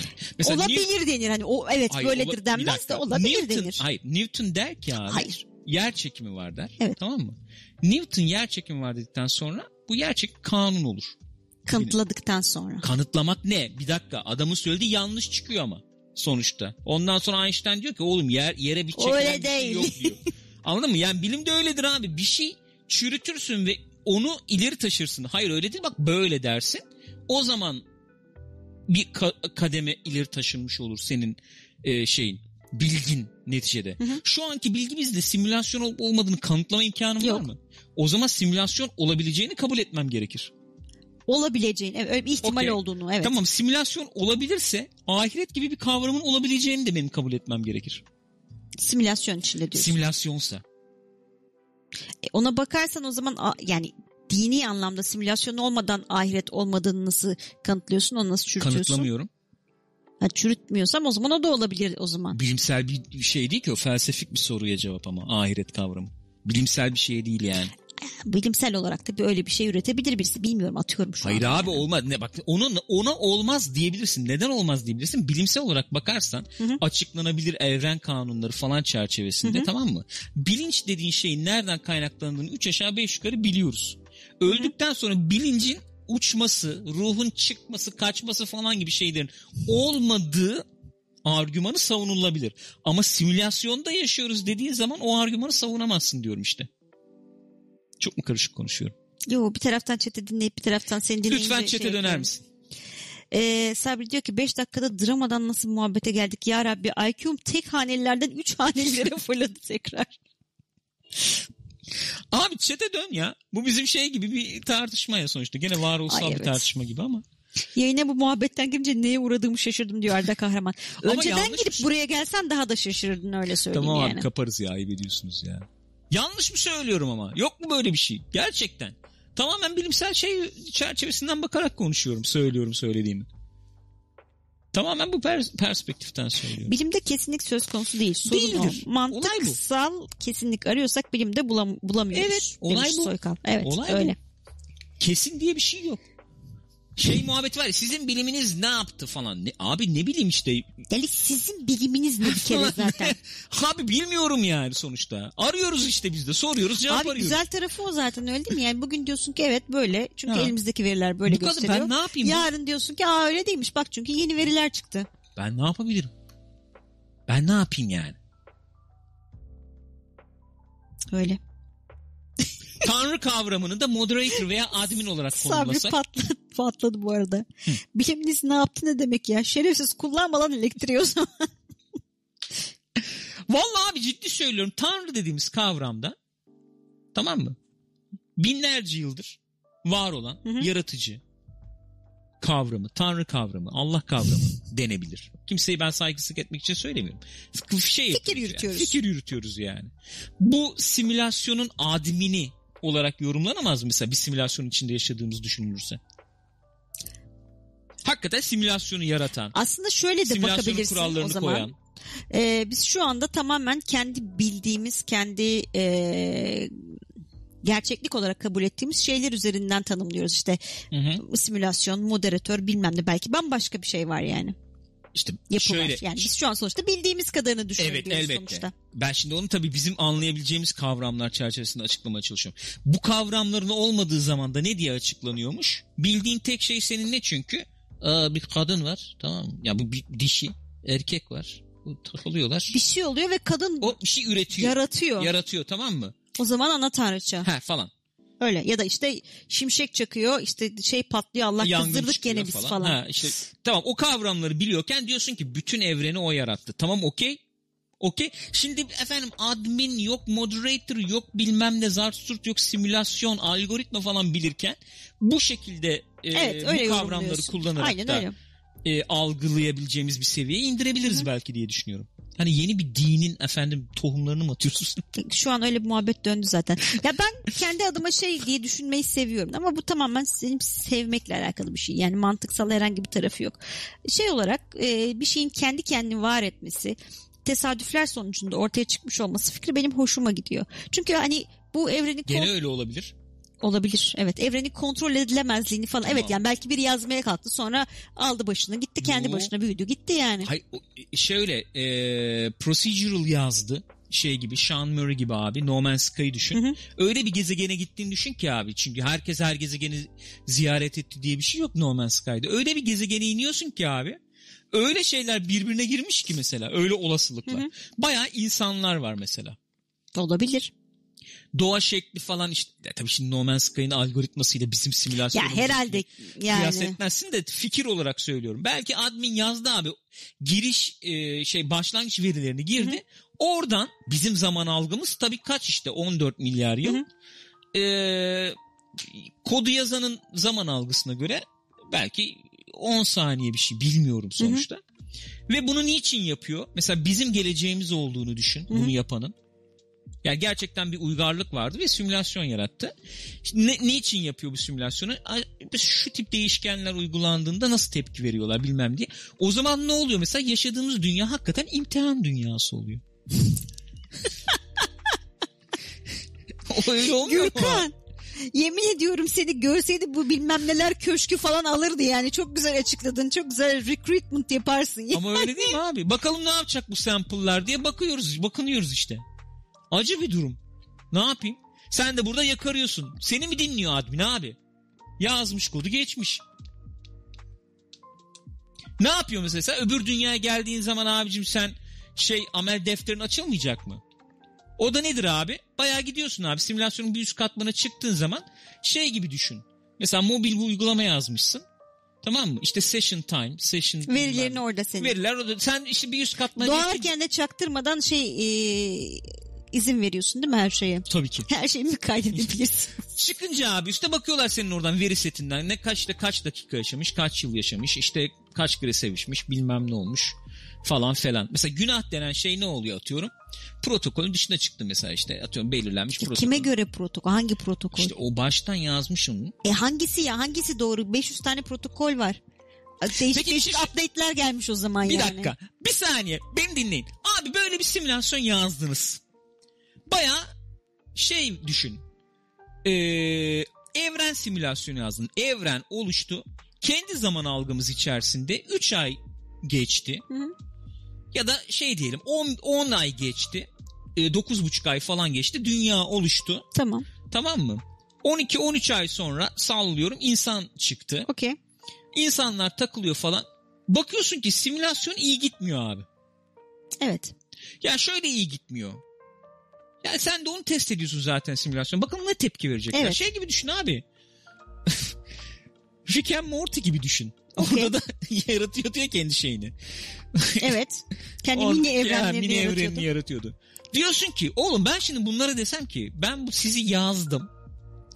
[SPEAKER 2] olabilir denir hani o evet
[SPEAKER 1] Hayır,
[SPEAKER 2] böyledir
[SPEAKER 1] ola- bir
[SPEAKER 2] denmez
[SPEAKER 1] dakika.
[SPEAKER 2] de olabilir
[SPEAKER 1] Newton,
[SPEAKER 2] denir.
[SPEAKER 1] Hayır Newton der ki abi
[SPEAKER 2] Hayır.
[SPEAKER 1] yer çekimi var der.
[SPEAKER 2] Evet.
[SPEAKER 1] Tamam mı? Newton yer çekimi var dedikten sonra bu yer çekimi kanun olur.
[SPEAKER 2] Kanıtladıktan sonra.
[SPEAKER 1] Kanıtlamak ne? Bir dakika adamın söylediği yanlış çıkıyor ama sonuçta. Ondan sonra Einstein diyor ki oğlum yer yere bir çekilen
[SPEAKER 2] Öyle
[SPEAKER 1] bir şey
[SPEAKER 2] değil.
[SPEAKER 1] yok diyor. Anladın mı? Yani bilim de öyledir abi. Bir şey çürütürsün ve onu ileri taşırsın. Hayır öyle değil bak böyle dersin. O zaman bir ka- kademe ileri taşınmış olur senin e, şeyin bilgin neticede.
[SPEAKER 2] Hı hı.
[SPEAKER 1] Şu anki bilgimizle simülasyon olup olmadığını kanıtlama imkanım var
[SPEAKER 2] Yok.
[SPEAKER 1] mı? O zaman simülasyon olabileceğini kabul etmem gerekir.
[SPEAKER 2] Olabileceğini evet, öyle bir ihtimal
[SPEAKER 1] Okey.
[SPEAKER 2] olduğunu evet.
[SPEAKER 1] Tamam simülasyon olabilirse ahiret gibi bir kavramın olabileceğini de benim kabul etmem gerekir.
[SPEAKER 2] Simülasyon içinde diyorsun.
[SPEAKER 1] Simülasyonsa.
[SPEAKER 2] E, ona bakarsan o zaman a- yani dini anlamda simülasyon olmadan ahiret olmadığını nasıl kanıtlıyorsun onu nasıl çürütüyorsun?
[SPEAKER 1] Kanıtlamıyorum.
[SPEAKER 2] Ha, çürütmüyorsam o zaman o da olabilir o zaman.
[SPEAKER 1] Bilimsel bir şey değil ki o felsefik bir soruya cevap ama ahiret kavramı. Bilimsel bir şey değil yani.
[SPEAKER 2] Bilimsel olarak da bir öyle bir şey üretebilir birisi bilmiyorum atıyorum şu
[SPEAKER 1] Hayır
[SPEAKER 2] an.
[SPEAKER 1] abi olmaz. Ne bak onun ona olmaz diyebilirsin. Neden olmaz diyebilirsin? Bilimsel olarak bakarsan
[SPEAKER 2] Hı hı.
[SPEAKER 1] açıklanabilir evren kanunları falan çerçevesinde
[SPEAKER 2] Hı hı.
[SPEAKER 1] tamam mı? Bilinç dediğin şeyin nereden kaynaklandığını 3 aşağı 5 yukarı biliyoruz. Öldükten sonra bilincin uçması, ruhun çıkması, kaçması falan gibi şeylerin olmadığı argümanı savunulabilir. Ama simülasyonda yaşıyoruz dediğin zaman o argümanı savunamazsın diyorum işte. Çok mu karışık konuşuyorum?
[SPEAKER 2] Yo bir taraftan çete dinleyip bir taraftan seni dinleyince
[SPEAKER 1] Lütfen
[SPEAKER 2] şey
[SPEAKER 1] çete döner
[SPEAKER 2] yapıyorum.
[SPEAKER 1] misin?
[SPEAKER 2] Ee, Sabri diyor ki 5 dakikada dramadan nasıl muhabbete geldik ya Rabbi IQ'm tek hanelilerden 3 hanelilere fırladı tekrar.
[SPEAKER 1] Abi çete dön ya. Bu bizim şey gibi bir tartışma ya sonuçta. Gene varoluşsal
[SPEAKER 2] Ay,
[SPEAKER 1] bir
[SPEAKER 2] evet.
[SPEAKER 1] tartışma gibi ama.
[SPEAKER 2] Yayına bu muhabbetten girince neye uğradığımı şaşırdım diyor Arda Kahraman.
[SPEAKER 1] Ama
[SPEAKER 2] Önceden
[SPEAKER 1] yanlış
[SPEAKER 2] gidip
[SPEAKER 1] bir şey.
[SPEAKER 2] buraya gelsen daha da şaşırırdın öyle söyleyeyim
[SPEAKER 1] tamam
[SPEAKER 2] yani.
[SPEAKER 1] abi kaparız ya ayıp ediyorsunuz ya. Yanlış mı söylüyorum ama? Yok mu böyle bir şey? Gerçekten. Tamamen bilimsel şey çerçevesinden bakarak konuşuyorum, söylüyorum söylediğimi. Tamamen bu pers- perspektiften söylüyorum.
[SPEAKER 2] Bilimde kesinlik söz konusu değil. Sorun
[SPEAKER 1] Değildir.
[SPEAKER 2] o.
[SPEAKER 1] Olay bu.
[SPEAKER 2] Mantıksal kesinlik arıyorsak bilimde bulam bulamıyoruz.
[SPEAKER 1] Evet, olay
[SPEAKER 2] demiş
[SPEAKER 1] bu.
[SPEAKER 2] Soykal. Evet
[SPEAKER 1] Olay bu.
[SPEAKER 2] öyle.
[SPEAKER 1] Kesin diye bir şey yok. şey muhabbet var ya sizin biliminiz ne yaptı falan. Ne, abi ne bileyim işte.
[SPEAKER 2] Yani sizin biliminiz ne bir kere zaten.
[SPEAKER 1] abi bilmiyorum yani sonuçta. Arıyoruz işte biz de soruyoruz cevap
[SPEAKER 2] Abi
[SPEAKER 1] arıyoruz.
[SPEAKER 2] güzel tarafı o zaten öyle değil mi? Yani bugün diyorsun ki evet böyle. Çünkü
[SPEAKER 1] Ha.
[SPEAKER 2] elimizdeki veriler böyle
[SPEAKER 1] Bu kadın
[SPEAKER 2] gösteriyor.
[SPEAKER 1] ben ne yapayım?
[SPEAKER 2] Yarın diyorsun ki aa öyle değilmiş. Bak çünkü yeni veriler çıktı.
[SPEAKER 1] Ben ne yapabilirim? Ben ne yapayım yani?
[SPEAKER 2] Öyle.
[SPEAKER 1] Tanrı kavramını da moderator veya admin olarak
[SPEAKER 2] Sabri
[SPEAKER 1] konumlasak.
[SPEAKER 2] patladı, patladı bu arada. Biliminiz ne yaptı ne demek ya? Şerefsiz kullanma lan elektriği o zaman.
[SPEAKER 1] Vallahi abi ciddi söylüyorum. Tanrı dediğimiz kavramda tamam mı? Binlerce yıldır var olan
[SPEAKER 2] Hı hı.
[SPEAKER 1] yaratıcı kavramı, Tanrı kavramı, Allah kavramı denebilir. Kimseyi ben saygısızlık etmek için söylemiyorum. F- Şey yapıyoruz yani,
[SPEAKER 2] yürütüyoruz.
[SPEAKER 1] fikir yürütüyoruz yani. Bu simülasyonun admini olarak yorumlanamaz mı mesela bir simülasyon içinde yaşadığımız düşünülürse? Hakikaten simülasyonu yaratan,
[SPEAKER 2] Aslında şöyle de
[SPEAKER 1] simülasyonun
[SPEAKER 2] bakabilirsin o
[SPEAKER 1] kurallarını
[SPEAKER 2] zaman.
[SPEAKER 1] koyan.
[SPEAKER 2] Ee, biz şu anda tamamen kendi bildiğimiz, kendi ee, gerçeklik olarak kabul ettiğimiz şeyler üzerinden tanımlıyoruz. İşte
[SPEAKER 1] Hı hı.
[SPEAKER 2] simülasyon, moderatör bilmem ne belki bambaşka bir şey var yani.
[SPEAKER 1] İşte
[SPEAKER 2] Yapı
[SPEAKER 1] şöyle,
[SPEAKER 2] var. Yani biz şu an sonuçta bildiğimiz kadarını
[SPEAKER 1] Evet
[SPEAKER 2] düşünüyoruz
[SPEAKER 1] elbette.
[SPEAKER 2] sonuçta.
[SPEAKER 1] Ben şimdi onu tabii bizim anlayabileceğimiz kavramlar çerçevesinde açıklamaya çalışıyorum. Bu kavramların olmadığı zaman da ne diye açıklanıyormuş? Bildiğin tek şey senin ne çünkü? Aa, bir kadın var tamam mı? Ya bu bir dişi erkek var. Bu takılıyorlar.
[SPEAKER 2] Bir şey oluyor ve kadın
[SPEAKER 1] O bir şey üretiyor.
[SPEAKER 2] yaratıyor.
[SPEAKER 1] Yaratıyor tamam mı?
[SPEAKER 2] o zaman ana tanrıça.
[SPEAKER 1] Ha falan.
[SPEAKER 2] Öyle ya da işte şimşek çakıyor işte şey patlıyor Allah
[SPEAKER 1] Yangın
[SPEAKER 2] kızdırdık
[SPEAKER 1] çıkıyor
[SPEAKER 2] gene biz falan.
[SPEAKER 1] Ha, işte, tamam o kavramları biliyorken diyorsun ki bütün evreni o yarattı. Tamam okey. Okey. Şimdi efendim admin yok, moderator yok, bilmem ne zart surt yok, simülasyon, algoritma falan bilirken bu şekilde e,
[SPEAKER 2] Evet öyle
[SPEAKER 1] bu kavramları
[SPEAKER 2] yorumluyorsun.
[SPEAKER 1] kullanarak
[SPEAKER 2] Aynen
[SPEAKER 1] da
[SPEAKER 2] öyle.
[SPEAKER 1] e, algılayabileceğimiz bir seviyeye indirebiliriz belki diye düşünüyorum. Hani yeni bir dinin efendim tohumlarını mı atıyorsun?
[SPEAKER 2] Şu an öyle bir muhabbet döndü zaten. Ya ben kendi adıma şey diye düşünmeyi seviyorum ama bu tamamen benim sevmekle alakalı bir şey. Yani mantıksal herhangi bir tarafı yok. Şey olarak e, bir şeyin kendi kendini var etmesi, tesadüfler sonucunda ortaya çıkmış olması fikri benim hoşuma gidiyor. Çünkü hani bu evreni kon-
[SPEAKER 1] Gene öyle olabilir.
[SPEAKER 2] olabilir. Evet, evreni kontrol edilemezliğini falan. Evet
[SPEAKER 1] Tamam.
[SPEAKER 2] yani belki biri yazmaya kalktı sonra aldı başını gitti kendi
[SPEAKER 1] Yo.
[SPEAKER 2] başına büyüdü gitti yani.
[SPEAKER 1] Hayır, o- şöyle e, procedural yazdı şey gibi Sean Murray gibi abi No Man's Sky'ı düşün.
[SPEAKER 2] Hı hı.
[SPEAKER 1] Öyle bir gezegene gittiğini düşün ki abi. Çünkü herkes her gezegeni ziyaret etti diye bir şey yok No Man's Sky'da. Öyle bir gezegene iniyorsun ki abi. Öyle şeyler birbirine girmiş ki mesela. Öyle olasılıklar.
[SPEAKER 2] Hı hı.
[SPEAKER 1] Bayağı insanlar var mesela.
[SPEAKER 2] Olabilir.
[SPEAKER 1] Doğa şekli falan işte. Ya tabii şimdi No Man's Sky'ın algoritmasıyla bizim
[SPEAKER 2] Ya
[SPEAKER 1] simülasyonumuz.
[SPEAKER 2] herhalde
[SPEAKER 1] Kıyas
[SPEAKER 2] yani.
[SPEAKER 1] etmezsin de fikir olarak söylüyorum. Belki admin yazdı abi giriş e, şey başlangıç verilerini girdi. Oradan bizim zaman algımız tabii kaç işte 14 milyar yıl.
[SPEAKER 2] Hı
[SPEAKER 1] E, kodu yazanın zaman algısına göre belki 10 saniye bir şey bilmiyorum sonuçta. Ve bunu niçin yapıyor? Mesela bizim geleceğimiz olduğunu düşün
[SPEAKER 2] hı.
[SPEAKER 1] bunu yapanın. Ya gerçekten bir uygarlık vardı ve simülasyon yarattı. Şimdi Ne, niçin yapıyor bu simülasyonu? Ay, Şu tip değişkenler uygulandığında nasıl tepki veriyorlar bilmem diye. O zaman ne oluyor? Mesela yaşadığımız dünya hakikaten imtihan dünyası oluyor. o öyle şey olmuyor mu?
[SPEAKER 2] Gürkan. Yemin ediyorum seni görseydi bu bilmem neler köşkü falan alırdı yani. Çok güzel açıkladın. Çok güzel recruitment yaparsın.
[SPEAKER 1] Ama öyle değil mi abi? Bakalım ne yapacak bu sample'lar diye bakıyoruz, bakınıyoruz işte. Acı bir durum. Ne yapayım? Sen de burada yakarıyorsun. Seni mi dinliyor admin abi? Yazmış kodu geçmiş. Ne yapıyor mesela? Sen öbür dünyaya geldiğin zaman abicim sen şey amel defterin açılmayacak mı? O da nedir abi? Bayağı gidiyorsun abi. Simülasyonun bir üst katmana çıktığın zaman şey gibi düşün. Mesela mobil bir uygulama yazmışsın. Tamam mı? İşte session time, session
[SPEAKER 2] Verilerin orada senin.
[SPEAKER 1] Veriler orada. Sen işte bir üst katmana geçince-
[SPEAKER 2] Doğarken de çaktırmadan şey e, izin veriyorsun değil mi her şeye?
[SPEAKER 1] Tabii ki.
[SPEAKER 2] Her şeyimi
[SPEAKER 1] şey
[SPEAKER 2] kaydedebilirsin.
[SPEAKER 1] Çıkınca abi işte bakıyorlar senin oradan veri setinden. Ne kaçta kaç dakika yaşamış, kaç yıl yaşamış, işte kaç kere sevişmiş, bilmem ne olmuş falan falan. Mesela günah denen şey ne oluyor atıyorum? Protokolün dışına çıktı mesela işte atıyorum belirlenmiş protokol.
[SPEAKER 2] Kime göre protokol? Hangi protokol?
[SPEAKER 1] İşte o baştan yazmış onu.
[SPEAKER 2] E hangisi ya? Hangisi doğru? 500 tane protokol var. Değişik
[SPEAKER 1] Peki bir
[SPEAKER 2] değişik
[SPEAKER 1] şey-
[SPEAKER 2] update'ler gelmiş o zaman
[SPEAKER 1] Bir
[SPEAKER 2] yani.
[SPEAKER 1] dakika. Bir saniye. Beni dinleyin. Abi böyle bir simülasyon yazdınız. Baya şey düşün. Ee, evren simülasyonu yazdın. Evren oluştu. Kendi zaman algımız içerisinde 3 ay geçti.
[SPEAKER 2] Hı hı.
[SPEAKER 1] Ya da şey diyelim 10 ay geçti. 9,5 ay falan geçti. Dünya oluştu.
[SPEAKER 2] Tamam.
[SPEAKER 1] Tamam mı? 12-13 ay sonra sallıyorum insan çıktı.
[SPEAKER 2] Okey.
[SPEAKER 1] İnsanlar takılıyor falan. Bakıyorsun ki simülasyon iyi gitmiyor abi.
[SPEAKER 2] Evet.
[SPEAKER 1] Ya şöyle iyi gitmiyor. Ya sen de onu test ediyorsun zaten simülasyon. Bakalım ne tepki verecekler.
[SPEAKER 2] Evet.
[SPEAKER 1] Şey gibi düşün abi. Rick and Morty gibi düşün.
[SPEAKER 2] Okey.
[SPEAKER 1] Orada da yaratıyor diyor kendi şeyini.
[SPEAKER 2] Evet. Kendi
[SPEAKER 1] Or-
[SPEAKER 2] Hani mini
[SPEAKER 1] Ya,
[SPEAKER 2] evrenlerini
[SPEAKER 1] mini evrenini
[SPEAKER 2] yaratıyordum.
[SPEAKER 1] yaratıyordu. Diyorsun ki oğlum ben şimdi bunlara desem ki ben bu sizi yazdım.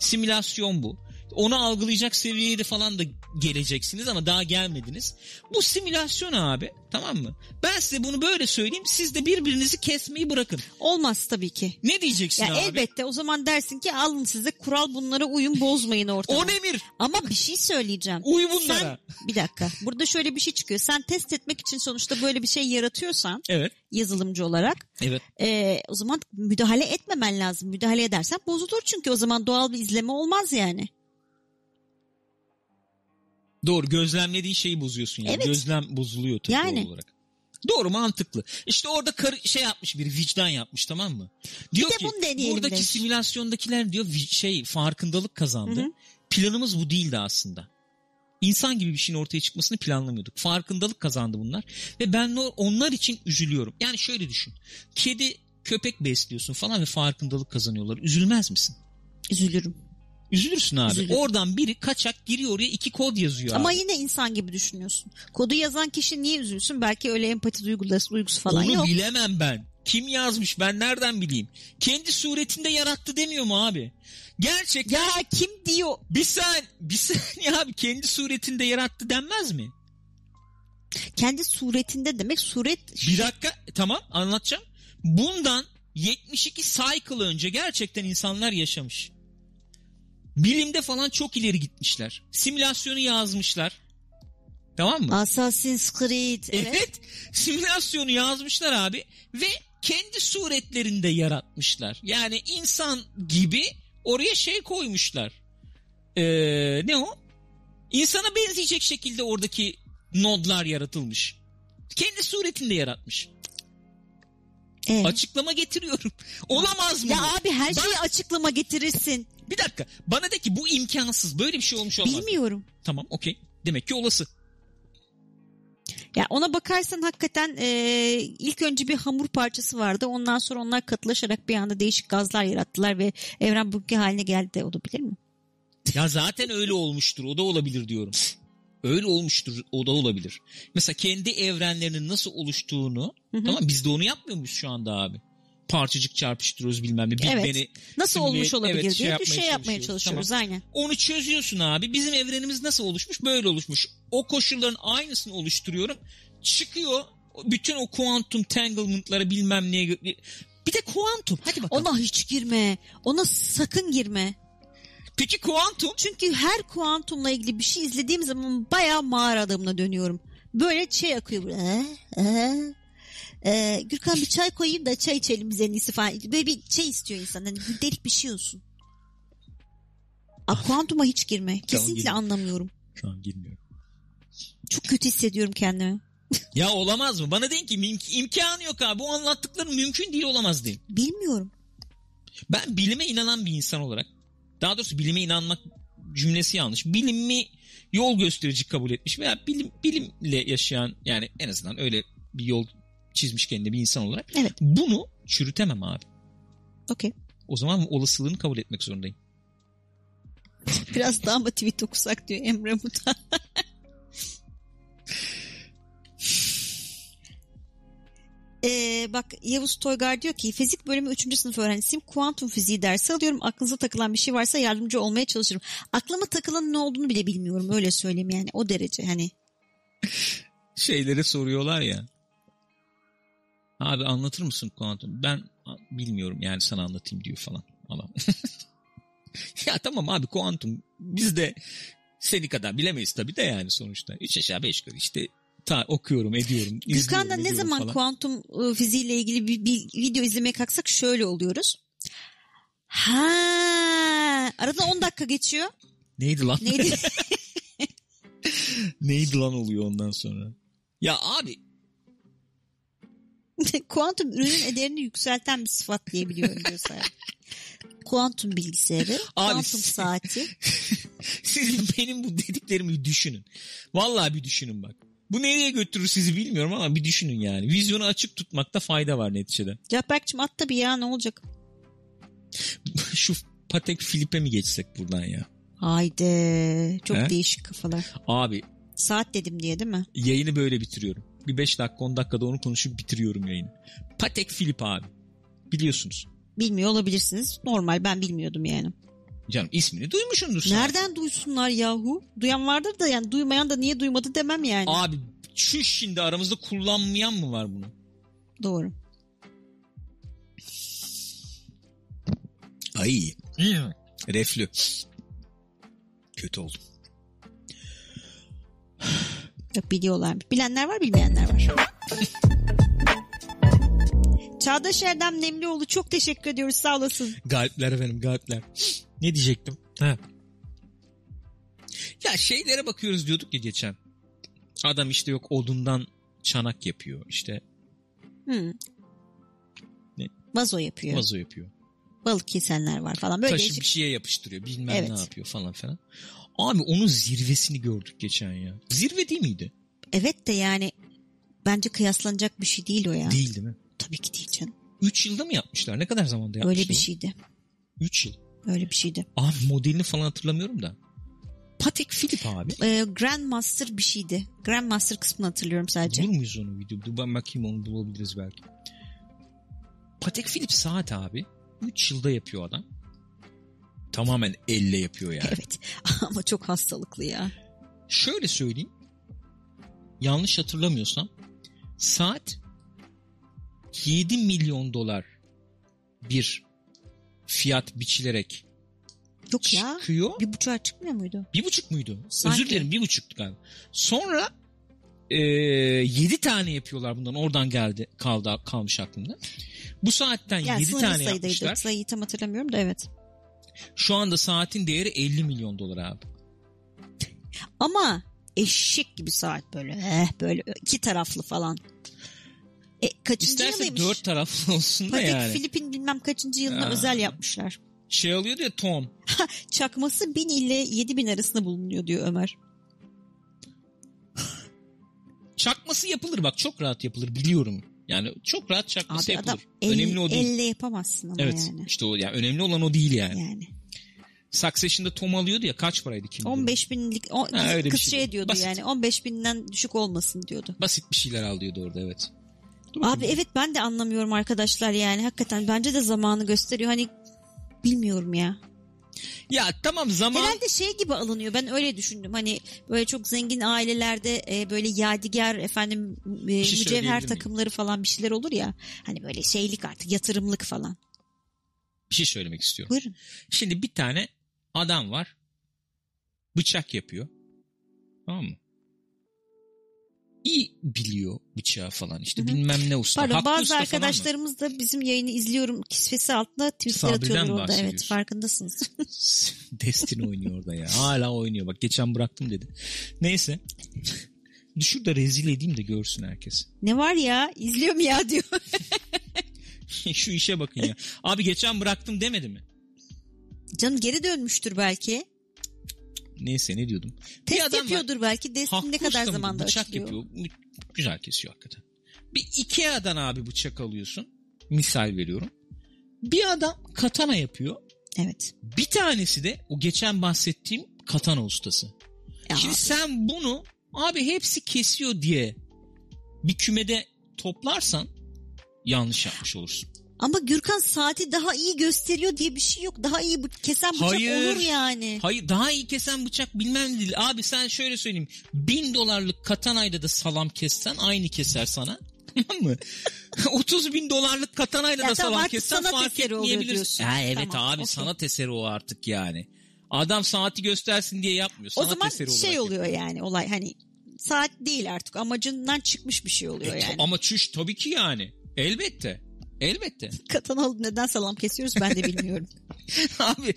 [SPEAKER 1] Simülasyon bu. Onu algılayacak seviyeye de falan da geleceksiniz ama daha gelmediniz. Bu simülasyon abi tamam mı? Ben size bunu böyle söyleyeyim siz de birbirinizi kesmeyi bırakın.
[SPEAKER 2] Olmaz tabii ki.
[SPEAKER 1] Ne diyeceksin
[SPEAKER 2] Ya
[SPEAKER 1] abi?
[SPEAKER 2] elbette o zaman dersin ki alın size kural bunlara uyun bozmayın ortamı.
[SPEAKER 1] On emir
[SPEAKER 2] Ama bir şey söyleyeceğim.
[SPEAKER 1] uy bunlara.
[SPEAKER 2] Bir dakika. Burada şöyle bir şey çıkıyor. Sen test etmek için sonuçta böyle bir şey yaratıyorsan
[SPEAKER 1] Evet.
[SPEAKER 2] yazılımcı olarak
[SPEAKER 1] Evet.
[SPEAKER 2] e, o zaman müdahale etmemen lazım. Müdahale edersen bozulur çünkü o zaman doğal bir izleme olmaz yani.
[SPEAKER 1] Doğru gözlemlediğin şeyi bozuyorsun yani.
[SPEAKER 2] Evet.
[SPEAKER 1] Gözlem bozuluyor tabii
[SPEAKER 2] Yani.
[SPEAKER 1] doğal olarak. Doğru mantıklı. İşte orada karı, şey yapmış biri vicdan yapmış tamam mı? Diyor
[SPEAKER 2] de
[SPEAKER 1] ki
[SPEAKER 2] bunu deneyelim
[SPEAKER 1] buradaki
[SPEAKER 2] demiş.
[SPEAKER 1] simülasyondakiler diyor vi- şey farkındalık kazandı.
[SPEAKER 2] Hı hı.
[SPEAKER 1] Planımız bu değildi aslında. İnsan gibi bir şeyin ortaya çıkmasını planlamıyorduk. Farkındalık kazandı bunlar ve ben o- onlar için üzülüyorum. Yani şöyle düşün. Kedi köpek besliyorsun falan ve farkındalık kazanıyorlar. Üzülmez misin?
[SPEAKER 2] Üzülürüm.
[SPEAKER 1] Üzülürsün abi.
[SPEAKER 2] Üzülürüm.
[SPEAKER 1] Oradan biri kaçak giriyor oraya iki kod yazıyor
[SPEAKER 2] Ama
[SPEAKER 1] abi.
[SPEAKER 2] yine insan gibi düşünüyorsun. Kodu yazan kişi niye üzülsün? Belki öyle empati duygusu, duygusu falan
[SPEAKER 1] Onu
[SPEAKER 2] yok.
[SPEAKER 1] bilemem ben. Kim yazmış ben nereden bileyim? Kendi suretinde yarattı demiyor mu abi? Gerçekten
[SPEAKER 2] Ya kim diyor?
[SPEAKER 1] bir sen bir saniye abi kendi suretinde yarattı denmez mi?
[SPEAKER 2] Kendi suretinde demek suret
[SPEAKER 1] Bir dakika tamam anlatacağım. Bundan 72 cycle önce gerçekten insanlar yaşamış. Bilimde falan çok ileri gitmişler. Simülasyonu yazmışlar. Tamam mı?
[SPEAKER 2] Assassin's Creed.
[SPEAKER 1] Evet.
[SPEAKER 2] Evet.
[SPEAKER 1] Simülasyonu yazmışlar abi ve kendi suretlerinde yaratmışlar. Yani insan gibi oraya şey koymuşlar. Ee, ne o? İnsana benzeyecek şekilde oradaki nodlar yaratılmış. Kendi suretinde yaratmış.
[SPEAKER 2] Evet.
[SPEAKER 1] Açıklama getiriyorum. Olamaz mı?
[SPEAKER 2] Ya
[SPEAKER 1] bu?
[SPEAKER 2] abi her şeyi açıklama getirirsin.
[SPEAKER 1] Bir dakika. Bana de ki bu imkansız. Böyle bir şey olmuş olamaz.
[SPEAKER 2] Bilmiyorum.
[SPEAKER 1] Tamam okey. Demek ki olası.
[SPEAKER 2] Ya ona bakarsan hakikaten e, ilk önce bir hamur parçası vardı. Ondan sonra onlar katılaşarak bir anda değişik gazlar yarattılar ve evren bugünkü haline geldi de olabilir mi?
[SPEAKER 1] Ya zaten öyle olmuştur. O da olabilir diyorum. Öyle olmuştur. O da olabilir. Mesela kendi evrenlerinin nasıl oluştuğunu
[SPEAKER 2] Hı hı.
[SPEAKER 1] tamam biz de onu yapmıyor muyuz şu anda abi? Parçacık çarpıştırıyoruz bilmem ne. Big
[SPEAKER 2] Evet.
[SPEAKER 1] Bang'i-
[SPEAKER 2] Nasıl
[SPEAKER 1] Şimdi,
[SPEAKER 2] olmuş olabilir
[SPEAKER 1] evet, şey
[SPEAKER 2] diye bir
[SPEAKER 1] yapmaya
[SPEAKER 2] şey yapmaya
[SPEAKER 1] çalışıyoruz.
[SPEAKER 2] çalışıyoruz. Aynen.
[SPEAKER 1] Onu çözüyorsun abi. Bizim evrenimiz nasıl oluşmuş? Böyle oluşmuş. O koşulların aynısını oluşturuyorum. Çıkıyor. Bütün o kuantum tanglement'lara bilmem neye. gö- Bir de kuantum. Hadi bakalım.
[SPEAKER 2] Ona hiç girme. Ona sakın girme.
[SPEAKER 1] Peki kuantum?
[SPEAKER 2] Çünkü her kuantumla ilgili bir şey izlediğim zaman bayağı mağara adamına dönüyorum. Böyle şey akıyor. buraya. Ee, ee, ee, Gürkan bir çay koyayım da çay içelim biz en iyisi falan. Böyle bir şey istiyor insan. Hani bir delik bir şey olsun. A, kuantuma hiç girme. Kesinlikle
[SPEAKER 1] girmiyorum.
[SPEAKER 2] anlamıyorum.
[SPEAKER 1] Şu an girmiyorum.
[SPEAKER 2] Çok kötü hissediyorum kendimi.
[SPEAKER 1] Ya olamaz mı? Bana deyin ki "Mim- imkanı yok abi. Bu anlattıkların mümkün değil olamaz deyin.
[SPEAKER 2] Bilmiyorum.
[SPEAKER 1] Ben bilime inanan bir insan olarak daha doğrusu bilime inanmak cümlesi yanlış. Bilimi yol gösterici kabul etmiş veya bilim, bilimle yaşayan yani en azından öyle bir yol çizmiş kendine bir insan olarak
[SPEAKER 2] Evet.
[SPEAKER 1] bunu çürütemem abi.
[SPEAKER 2] Okey.
[SPEAKER 1] O zaman olasılığını kabul etmek zorundayım.
[SPEAKER 2] Biraz daha mı tweet okusak diyor Emre Muta. Ee, bak Yavuz Toygar diyor ki fizik bölümü 3. sınıf öğrencisiyim. Kuantum fiziği dersi alıyorum. Aklınıza takılan bir şey varsa yardımcı olmaya çalışırım. Aklıma takılan ne olduğunu bile bilmiyorum. Öyle söyleyeyim yani. O derece hani.
[SPEAKER 1] Şeylere soruyorlar ya. Abi anlatır mısın kuantum? Ben a- bilmiyorum yani sana anlatayım diyor falan. Adam. ya tamam abi kuantum biz de seni kadar bilemeyiz tabii de yani sonuçta. Üç aşağı beş yukarı işte ta okuyorum ediyorum. izliyorum,
[SPEAKER 2] Gürkan'la ne
[SPEAKER 1] ediyorum
[SPEAKER 2] zaman
[SPEAKER 1] falan.
[SPEAKER 2] kuantum e, fiziğiyle ilgili bir, bir video izlemeye kalksak şöyle oluyoruz. Ha, aradan 10 dakika geçiyor.
[SPEAKER 1] Neydi lan?
[SPEAKER 2] Neydi?
[SPEAKER 1] Neydi lan oluyor ondan sonra? Ya abi
[SPEAKER 2] Kuantum ürünün ederini yükselten bir sıfat diye biliyorum diyor Serhat. Kuantum bilgisayarı, kuantum
[SPEAKER 1] siz-
[SPEAKER 2] saati.
[SPEAKER 1] siz benim bu dediklerimi bir düşünün. Vallahi bir düşünün bak. Bu nereye götürür sizi bilmiyorum ama bir düşünün yani. Vizyonu açık tutmakta fayda var neticede.
[SPEAKER 2] Caperk'cim at da bir ya ne olacak?
[SPEAKER 1] Şu Patek Philippe'e mi geçsek buradan ya?
[SPEAKER 2] Haydi. Çok
[SPEAKER 1] He?
[SPEAKER 2] değişik kafalar.
[SPEAKER 1] Abi
[SPEAKER 2] Saat dedim diye değil mi?
[SPEAKER 1] yayını böyle bitiriyorum. Bir 5 dakika 10 dakikada onu konuşup bitiriyorum yayını. Patek Philippe abi. Biliyorsunuz.
[SPEAKER 2] Bilmiyor olabilirsiniz. Normal ben bilmiyordum yani.
[SPEAKER 1] Canım ismini duymuşsundur sen.
[SPEAKER 2] Nereden duysunlar yahu? Duyan vardır da yani duymayan da niye duymadı demem yani.
[SPEAKER 1] Abi şu şimdi aramızda kullanmayan mı var bunu?
[SPEAKER 2] Doğru.
[SPEAKER 1] Ay. Hmm. Reflü. Kötü oldum.
[SPEAKER 2] Yok biliyorlarmış. Bilenler var bilmeyenler var. Çağdaş Erdem Nemlioğlu çok teşekkür ediyoruz sağ olasın.
[SPEAKER 1] Galipler efendim galipler. Ne diyecektim? Ha. Ya şeylere bakıyoruz diyorduk ya geçen. Adam işte yok odundan çanak yapıyor. İşte
[SPEAKER 2] Hmm.
[SPEAKER 1] Ne?
[SPEAKER 2] Vazo yapıyor.
[SPEAKER 1] vazo yapıyor.
[SPEAKER 2] Balık kesenler var falan. Böyle
[SPEAKER 1] Taşı
[SPEAKER 2] değişik-
[SPEAKER 1] bir şeye yapıştırıyor. Bilmem
[SPEAKER 2] Evet.
[SPEAKER 1] ne yapıyor falan filan. Abi onun zirvesini gördük geçen ya. Zirve değil miydi?
[SPEAKER 2] şey. Evet de yani bence kıyaslanacak bir şey değil o ya.
[SPEAKER 1] Değil değil mi?
[SPEAKER 2] Tabii ki değil canım.
[SPEAKER 1] 3 yılda mı yapmışlar? Ne kadar zamanda yapmışlar?
[SPEAKER 2] Öyle bir şey. şeydi.
[SPEAKER 1] 3 yıl.
[SPEAKER 2] Öyle bir şeydi.
[SPEAKER 1] Abi modelini falan hatırlamıyorum da. Patek Philip abi.
[SPEAKER 2] Ee, Grandmaster bir şeydi. Grandmaster kısmını hatırlıyorum sadece.
[SPEAKER 1] Bulur muyuz onu video? Dur ben bakayım onu bulabiliriz belki. Patek Philip saat abi. 3 yılda yapıyor adam. Tamamen elle yapıyor yani.
[SPEAKER 2] Evet. Ama çok hastalıklı ya.
[SPEAKER 1] Şöyle söyleyeyim. Yanlış hatırlamıyorsam saat 7 milyon dolar bir fiyat biçilerek
[SPEAKER 2] Yok ya.
[SPEAKER 1] çıkıyor.
[SPEAKER 2] Bir buçuğa çıkmıyor muydu?
[SPEAKER 1] Bir buçuk muydu?
[SPEAKER 2] Sanki.
[SPEAKER 1] Özür dilerim bir buçuktu galiba. Sonra e, yedi tane yapıyorlar bundan. Oradan geldi kaldı kalmış aklımda. Bu saatten
[SPEAKER 2] Yani
[SPEAKER 1] yedi
[SPEAKER 2] sınırlı
[SPEAKER 1] tane
[SPEAKER 2] sayıdaydı.
[SPEAKER 1] yapmışlar.
[SPEAKER 2] Sayıyı tam hatırlamıyorum da evet.
[SPEAKER 1] Şu anda saatin değeri 50 milyon dolar abi.
[SPEAKER 2] Ama eşek gibi saat böyle. Eh böyle iki taraflı falan. E, kaçıncı
[SPEAKER 1] İsterse
[SPEAKER 2] yılıymış?
[SPEAKER 1] dört taraflı olsun da
[SPEAKER 2] Patek
[SPEAKER 1] yani.
[SPEAKER 2] Filipin bilmem kaçıncı yılına
[SPEAKER 1] Ha.
[SPEAKER 2] özel yapmışlar.
[SPEAKER 1] Şey alıyor ya Tom.
[SPEAKER 2] Çakması 1000 ile 7000 arasında bulunuyor diyor Ömer.
[SPEAKER 1] Çakması yapılır bak çok rahat yapılır biliyorum. Yani çok rahat çakması
[SPEAKER 2] Abi adam
[SPEAKER 1] yapılır.
[SPEAKER 2] el-
[SPEAKER 1] önemli o değil.
[SPEAKER 2] elle yapamazsın ama
[SPEAKER 1] Evet
[SPEAKER 2] yani.
[SPEAKER 1] işte o yani önemli olan o değil yani.
[SPEAKER 2] Yani
[SPEAKER 1] Succession'da Tom alıyordu ya kaç paraydı kim? bilir?
[SPEAKER 2] 15 binlik o,
[SPEAKER 1] Ha, öyle bir
[SPEAKER 2] kız
[SPEAKER 1] şey
[SPEAKER 2] şey
[SPEAKER 1] değil.
[SPEAKER 2] diyordu
[SPEAKER 1] Basit.
[SPEAKER 2] yani 15 binden düşük olmasın diyordu.
[SPEAKER 1] Basit bir şeyler alıyordu orada evet. Dur bakayım.
[SPEAKER 2] Abi evet ben de anlamıyorum arkadaşlar yani hakikaten bence de zamanı gösteriyor hani bilmiyorum ya.
[SPEAKER 1] Ya tamam zaman
[SPEAKER 2] Herhalde şey gibi alınıyor. Ben öyle düşündüm. Hani böyle çok zengin ailelerde e, böyle yadigar efendim e,
[SPEAKER 1] şey söyleyebilir
[SPEAKER 2] mücevher
[SPEAKER 1] miyim?
[SPEAKER 2] takımları falan bir şeyler olur ya. Hani böyle şeylik artık yatırımlık falan.
[SPEAKER 1] bir şey söylemek istiyorum.
[SPEAKER 2] Buyurun.
[SPEAKER 1] Şimdi bir tane adam var. Bıçak yapıyor. Tamam mı? İyi biliyor bıçağı falan. İşte
[SPEAKER 2] Hı hı.
[SPEAKER 1] bilmem ne usta.
[SPEAKER 2] Pardon
[SPEAKER 1] Haklı
[SPEAKER 2] bazı
[SPEAKER 1] usta falan mı?
[SPEAKER 2] arkadaşlarımız da bizim yayını izliyorum kisvesi altında tweetler
[SPEAKER 1] Sabri'den
[SPEAKER 2] atıyorlar orada. Evet
[SPEAKER 1] bahsediyorsun.
[SPEAKER 2] farkındasınız.
[SPEAKER 1] Destiny oynuyor orada ya. Hala oynuyor. Bak geçen bıraktım dedi. Neyse. Düşür de rezil edeyim de görsün herkes.
[SPEAKER 2] ne var ya izliyorum ya diyor.
[SPEAKER 1] Şu işe bakın ya. Abi geçen bıraktım demedi mi?
[SPEAKER 2] Canım geri dönmüştür belki.
[SPEAKER 1] Neyse ne diyordum.
[SPEAKER 2] Test
[SPEAKER 1] adam var.
[SPEAKER 2] yapıyordur belki. Destin ne
[SPEAKER 1] Haklı
[SPEAKER 2] kadar
[SPEAKER 1] usta mı?
[SPEAKER 2] zamanda
[SPEAKER 1] bıçak
[SPEAKER 2] açılıyor.
[SPEAKER 1] yapıyor. Mü- Güzel kesiyor hakikaten. Bir Ikea'dan abi bıçak alıyorsun. Misal veriyorum. Bir adam katana yapıyor.
[SPEAKER 2] Evet.
[SPEAKER 1] Bir tanesi de o geçen bahsettiğim katana ustası.
[SPEAKER 2] Ya,
[SPEAKER 1] Şimdi sen bunu abi hepsi kesiyor diye bir kümede toplarsan yanlış yapmış olursun.
[SPEAKER 2] Ama Gürkan saati daha iyi gösteriyor diye bir şey yok. Daha iyi bu- kesen bıçak
[SPEAKER 1] Hayır.
[SPEAKER 2] olur yani.
[SPEAKER 1] Hayır daha iyi kesen bıçak bilmem ne değil. Abi sen şöyle söyleyeyim. Bin dolarlık katanayla da salam kessen aynı keser sana. Tamam mı? 30 bin dolarlık katanayla
[SPEAKER 2] Ya
[SPEAKER 1] da
[SPEAKER 2] tamam,
[SPEAKER 1] salam
[SPEAKER 2] artık
[SPEAKER 1] kessen
[SPEAKER 2] sanat
[SPEAKER 1] fark
[SPEAKER 2] eseri oluyor
[SPEAKER 1] etmeyebilirsin.
[SPEAKER 2] diyorsun.
[SPEAKER 1] Ha, evet
[SPEAKER 2] Tamam,
[SPEAKER 1] abi
[SPEAKER 2] okey.
[SPEAKER 1] sanat eseri o artık yani. Adam saati göstersin diye yapmıyor.
[SPEAKER 2] O
[SPEAKER 1] Sanat
[SPEAKER 2] zaman
[SPEAKER 1] eseri
[SPEAKER 2] şey
[SPEAKER 1] olarak
[SPEAKER 2] oluyor yani olay hani saat değil artık amacından çıkmış bir şey oluyor
[SPEAKER 1] yapıyor. E, to-
[SPEAKER 2] yani.
[SPEAKER 1] Ama çüş tabii ki yani. Elbette. Elbette.
[SPEAKER 2] Katanalı neden salam kesiyoruz ben de bilmiyorum.
[SPEAKER 1] Abi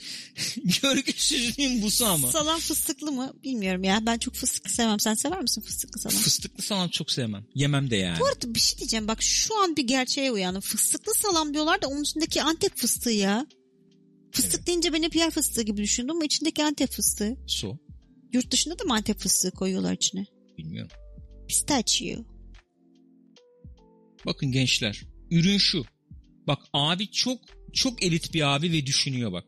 [SPEAKER 1] görgüsüzlüğün busu ama.
[SPEAKER 2] Salam fıstıklı mı bilmiyorum ya. Ben çok fıstıklı sevmem. Sen sever misin fıstıklı salam?
[SPEAKER 1] Fıstıklı salam çok sevmem. Yemem de yani.
[SPEAKER 2] Bu arada bir şey diyeceğim. Bak şu an bir gerçeğe uyandım. Fıstıklı salam diyorlar da onun içindeki Antep fıstığı ya. Fıstık deyince ben hep yer fıstığı gibi düşündüm ama içindeki Antep fıstığı.
[SPEAKER 1] So.
[SPEAKER 2] Yurt dışında da mı Antep fıstığı koyuyorlar içine?
[SPEAKER 1] Bilmiyorum.
[SPEAKER 2] Pistachio.
[SPEAKER 1] Bakın gençler. Ürün şu. Bak abi çok çok elit bir abi ve düşünüyor bak.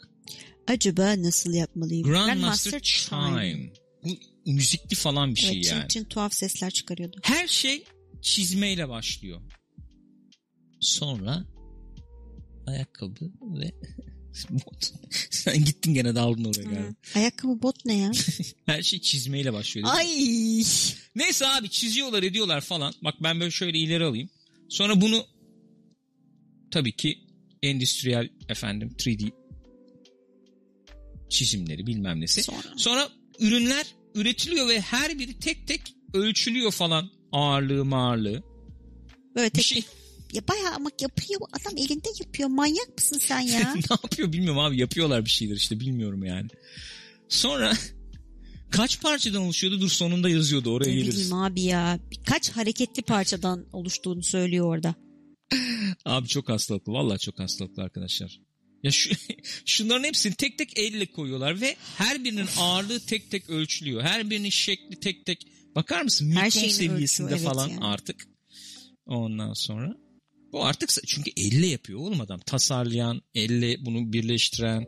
[SPEAKER 2] Acaba nasıl yapmalıyım?
[SPEAKER 1] Grandmaster Chime. Bu müzikli falan bir şey
[SPEAKER 2] evet,
[SPEAKER 1] yani.
[SPEAKER 2] Çin Çin tuhaf sesler çıkarıyordu.
[SPEAKER 1] Her şey çizmeyle başlıyor. Sonra ayakkabı ve bot. Sen gittin gene daldın oraya galiba.
[SPEAKER 2] Hı. Hmm. Ayakkabı bot ne ya?
[SPEAKER 1] Her şey çizmeyle başlıyor. değil mi?
[SPEAKER 2] Ay.
[SPEAKER 1] Neyse abi çiziyorlar ediyorlar falan. Bak ben böyle şöyle ileri alayım. Sonra bunu tabii ki endüstriyel efendim 3D çizimleri bilmem nesi.
[SPEAKER 2] Sonra.
[SPEAKER 1] Sonra ürünler üretiliyor ve her biri tek tek ölçülüyor falan. Ağırlığı mağırlığı.
[SPEAKER 2] Böyle
[SPEAKER 1] Bir
[SPEAKER 2] tek
[SPEAKER 1] şey
[SPEAKER 2] Ya bayağı ama yapıyor. Adam elinde yapıyor. Manyak mısın sen ya?
[SPEAKER 1] ne yapıyor bilmiyorum abi yapıyorlar bir şeyler işte bilmiyorum yani. Sonra kaç parçadan oluşuyordu dur sonunda yazıyordu oraya
[SPEAKER 2] ne
[SPEAKER 1] geliriz.
[SPEAKER 2] bileyim abi ya. Birkaç hareketli parçadan oluştuğunu söylüyor orada.
[SPEAKER 1] Abi çok hastalıklı. Vallahi çok hastalıklı arkadaşlar. Ya şu, şunların hepsini tek tek elle koyuyorlar ve her birinin ağırlığı tek tek ölçülüyor. Her birinin şekli tek tek. Bakar mısın?
[SPEAKER 2] Her
[SPEAKER 1] Mikron
[SPEAKER 2] şeyini
[SPEAKER 1] seviyesinde
[SPEAKER 2] ölçüyor, evet
[SPEAKER 1] falan
[SPEAKER 2] yani.
[SPEAKER 1] artık. Ondan sonra. Bu artık çünkü elle yapıyor oğlum adam. Tasarlayan, elle bunu birleştiren.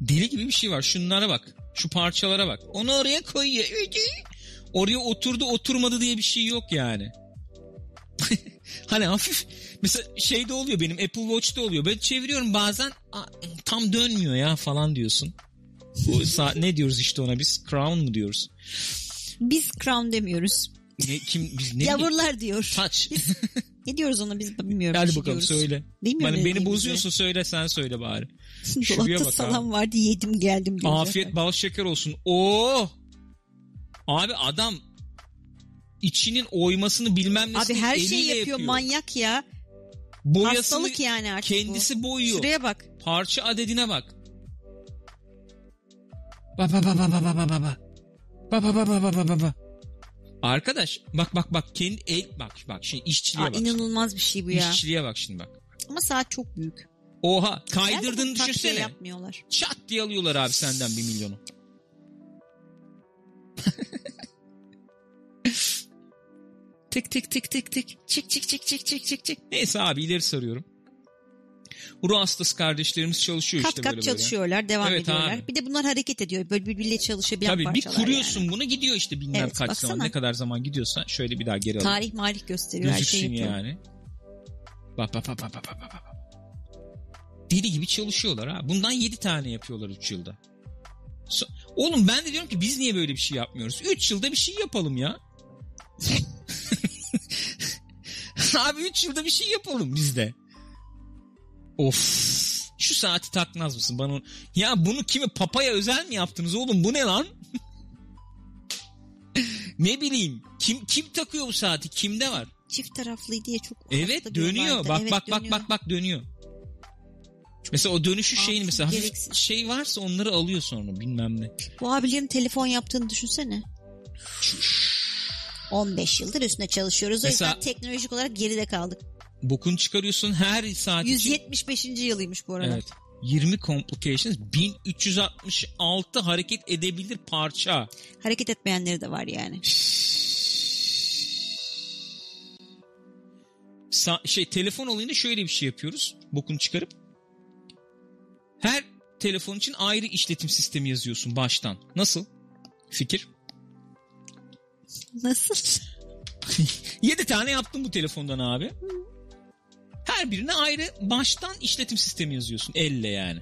[SPEAKER 1] Deli gibi bir şey var. Şunlara bak. Şu parçalara bak. Onu oraya koyuyor. Oraya oturdu oturmadı diye bir şey yok yani. Hani hafif mesela şeyde oluyor benim Apple Watch'ta oluyor. Ben çeviriyorum bazen "Aa, tam dönmüyor ya falan diyorsun. Bu saat ne diyoruz işte ona biz? Crown mu diyoruz?
[SPEAKER 2] Biz crown demiyoruz.
[SPEAKER 1] Ne kim biz ne bileyim?
[SPEAKER 2] Yavurlar diyor.
[SPEAKER 1] Touch.
[SPEAKER 2] Ne diyoruz ona biz bilmiyorum.
[SPEAKER 1] Hadi
[SPEAKER 2] Bir şey
[SPEAKER 1] bakalım
[SPEAKER 2] diyoruz.
[SPEAKER 1] söyle.
[SPEAKER 2] Bilmiyorum
[SPEAKER 1] Bana
[SPEAKER 2] ne
[SPEAKER 1] beni
[SPEAKER 2] dediğimizi.
[SPEAKER 1] bozuyorsun söyle sen söyle bari. Şuraya
[SPEAKER 2] Dolapta
[SPEAKER 1] bak
[SPEAKER 2] salam
[SPEAKER 1] abi.
[SPEAKER 2] vardı yedim geldim diyor.
[SPEAKER 1] Afiyet bal şeker olsun. Oo! Abi adam içinin oymasını bilmem
[SPEAKER 2] Abi
[SPEAKER 1] nesini
[SPEAKER 2] her
[SPEAKER 1] eliyle
[SPEAKER 2] şeyi yapıyor,
[SPEAKER 1] yapıyor.
[SPEAKER 2] manyak ya.
[SPEAKER 1] Boyasını
[SPEAKER 2] Hastalık yani artık
[SPEAKER 1] kendisi
[SPEAKER 2] bu.
[SPEAKER 1] boyuyor.
[SPEAKER 2] Şuraya bak.
[SPEAKER 1] Parça adedine bak. Ba ba ba ba ba ba ba ba ba. Ba ba ba ba ba ba ba ba. Arkadaş bak bak bak kendi el bak bak şimdi işçiliğe
[SPEAKER 2] Aa,
[SPEAKER 1] bak.
[SPEAKER 2] inanılmaz bir şey bu
[SPEAKER 1] şimdi.
[SPEAKER 2] ya.
[SPEAKER 1] İşçiliğe bak şimdi bak.
[SPEAKER 2] Ama saat çok büyük.
[SPEAKER 1] Oha
[SPEAKER 2] Nerede
[SPEAKER 1] kaydırdın
[SPEAKER 2] bu takviye
[SPEAKER 1] düşünsene.
[SPEAKER 2] yapmıyorlar.
[SPEAKER 1] Çat diye alıyorlar abi senden bir milyonu. tek tek tek tek tek. Çık çık çık çık çık çık çık. Neyse abi ileri sarıyorum. Ruh hastası kardeşlerimiz çalışıyor
[SPEAKER 2] Kat
[SPEAKER 1] işte
[SPEAKER 2] kat
[SPEAKER 1] böyle böyle.
[SPEAKER 2] çalışıyorlar, devam
[SPEAKER 1] Evet
[SPEAKER 2] ediyorlar.
[SPEAKER 1] abi.
[SPEAKER 2] Bir de bunlar hareket ediyor. Böyle birbiriyle çalışabilen
[SPEAKER 1] Tabii bir
[SPEAKER 2] şey, parçalar
[SPEAKER 1] kuruyorsun
[SPEAKER 2] yani.
[SPEAKER 1] bunu gidiyor işte bilmem
[SPEAKER 2] Evet,
[SPEAKER 1] kaç zaman
[SPEAKER 2] baksana.
[SPEAKER 1] ne kadar zaman gidiyorsa şöyle bir daha geri alalım.
[SPEAKER 2] Tarih marih gösteriyor her şeyi
[SPEAKER 1] Gözüksün
[SPEAKER 2] yapıyor.
[SPEAKER 1] yani. Bak bak bak bak bak bak bak. bak. Deli gibi çalışıyorlar ha. Bundan 7 tane yapıyorlar 3 yılda. So- Oğlum ben de diyorum ki biz niye böyle bir şey yapmıyoruz? 3 yılda bir şey yapalım ya. Abi 3 yılda bir şey yapalım biz de. Of. Şu saati takmaz mısın bana? onu- Ya bunu kime papaya özel mi yaptınız oğlum? Bu ne lan? ne bileyim. Kim kim takıyor bu saati? Kimde var?
[SPEAKER 2] Çift taraflı diye çok
[SPEAKER 1] Evet
[SPEAKER 2] hasta bir
[SPEAKER 1] dönüyor.
[SPEAKER 2] olaydı.
[SPEAKER 1] Bak
[SPEAKER 2] Evet,
[SPEAKER 1] bak bak
[SPEAKER 2] dönüyor.
[SPEAKER 1] bak bak dönüyor. Mesela o dönüşü
[SPEAKER 2] Aa,
[SPEAKER 1] şeyin
[SPEAKER 2] çok
[SPEAKER 1] mesela hafif
[SPEAKER 2] gereksiz.
[SPEAKER 1] şey varsa onları alıyor sonra bilmem ne.
[SPEAKER 2] Bu abilerin telefon yaptığını düşünsene. 15 yıldır üstüne çalışıyoruz. O
[SPEAKER 1] Mesela-
[SPEAKER 2] yüzden teknolojik olarak geride kaldık.
[SPEAKER 1] Bokunu çıkarıyorsun her saat için.
[SPEAKER 2] 175. yılıymış bu arada.
[SPEAKER 1] Evet. 20 complications 1366 hareket edebilir parça.
[SPEAKER 2] Hareket etmeyenleri de var yani.
[SPEAKER 1] Sa- şey telefon olayında şöyle bir şey yapıyoruz. Bokunu çıkarıp her telefon için ayrı işletim sistemi yazıyorsun baştan. Nasıl? Fikir.
[SPEAKER 2] Nasıl?
[SPEAKER 1] 7 tane yaptım bu telefondan abi. Her birine ayrı baştan işletim sistemi yazıyorsun elle yani.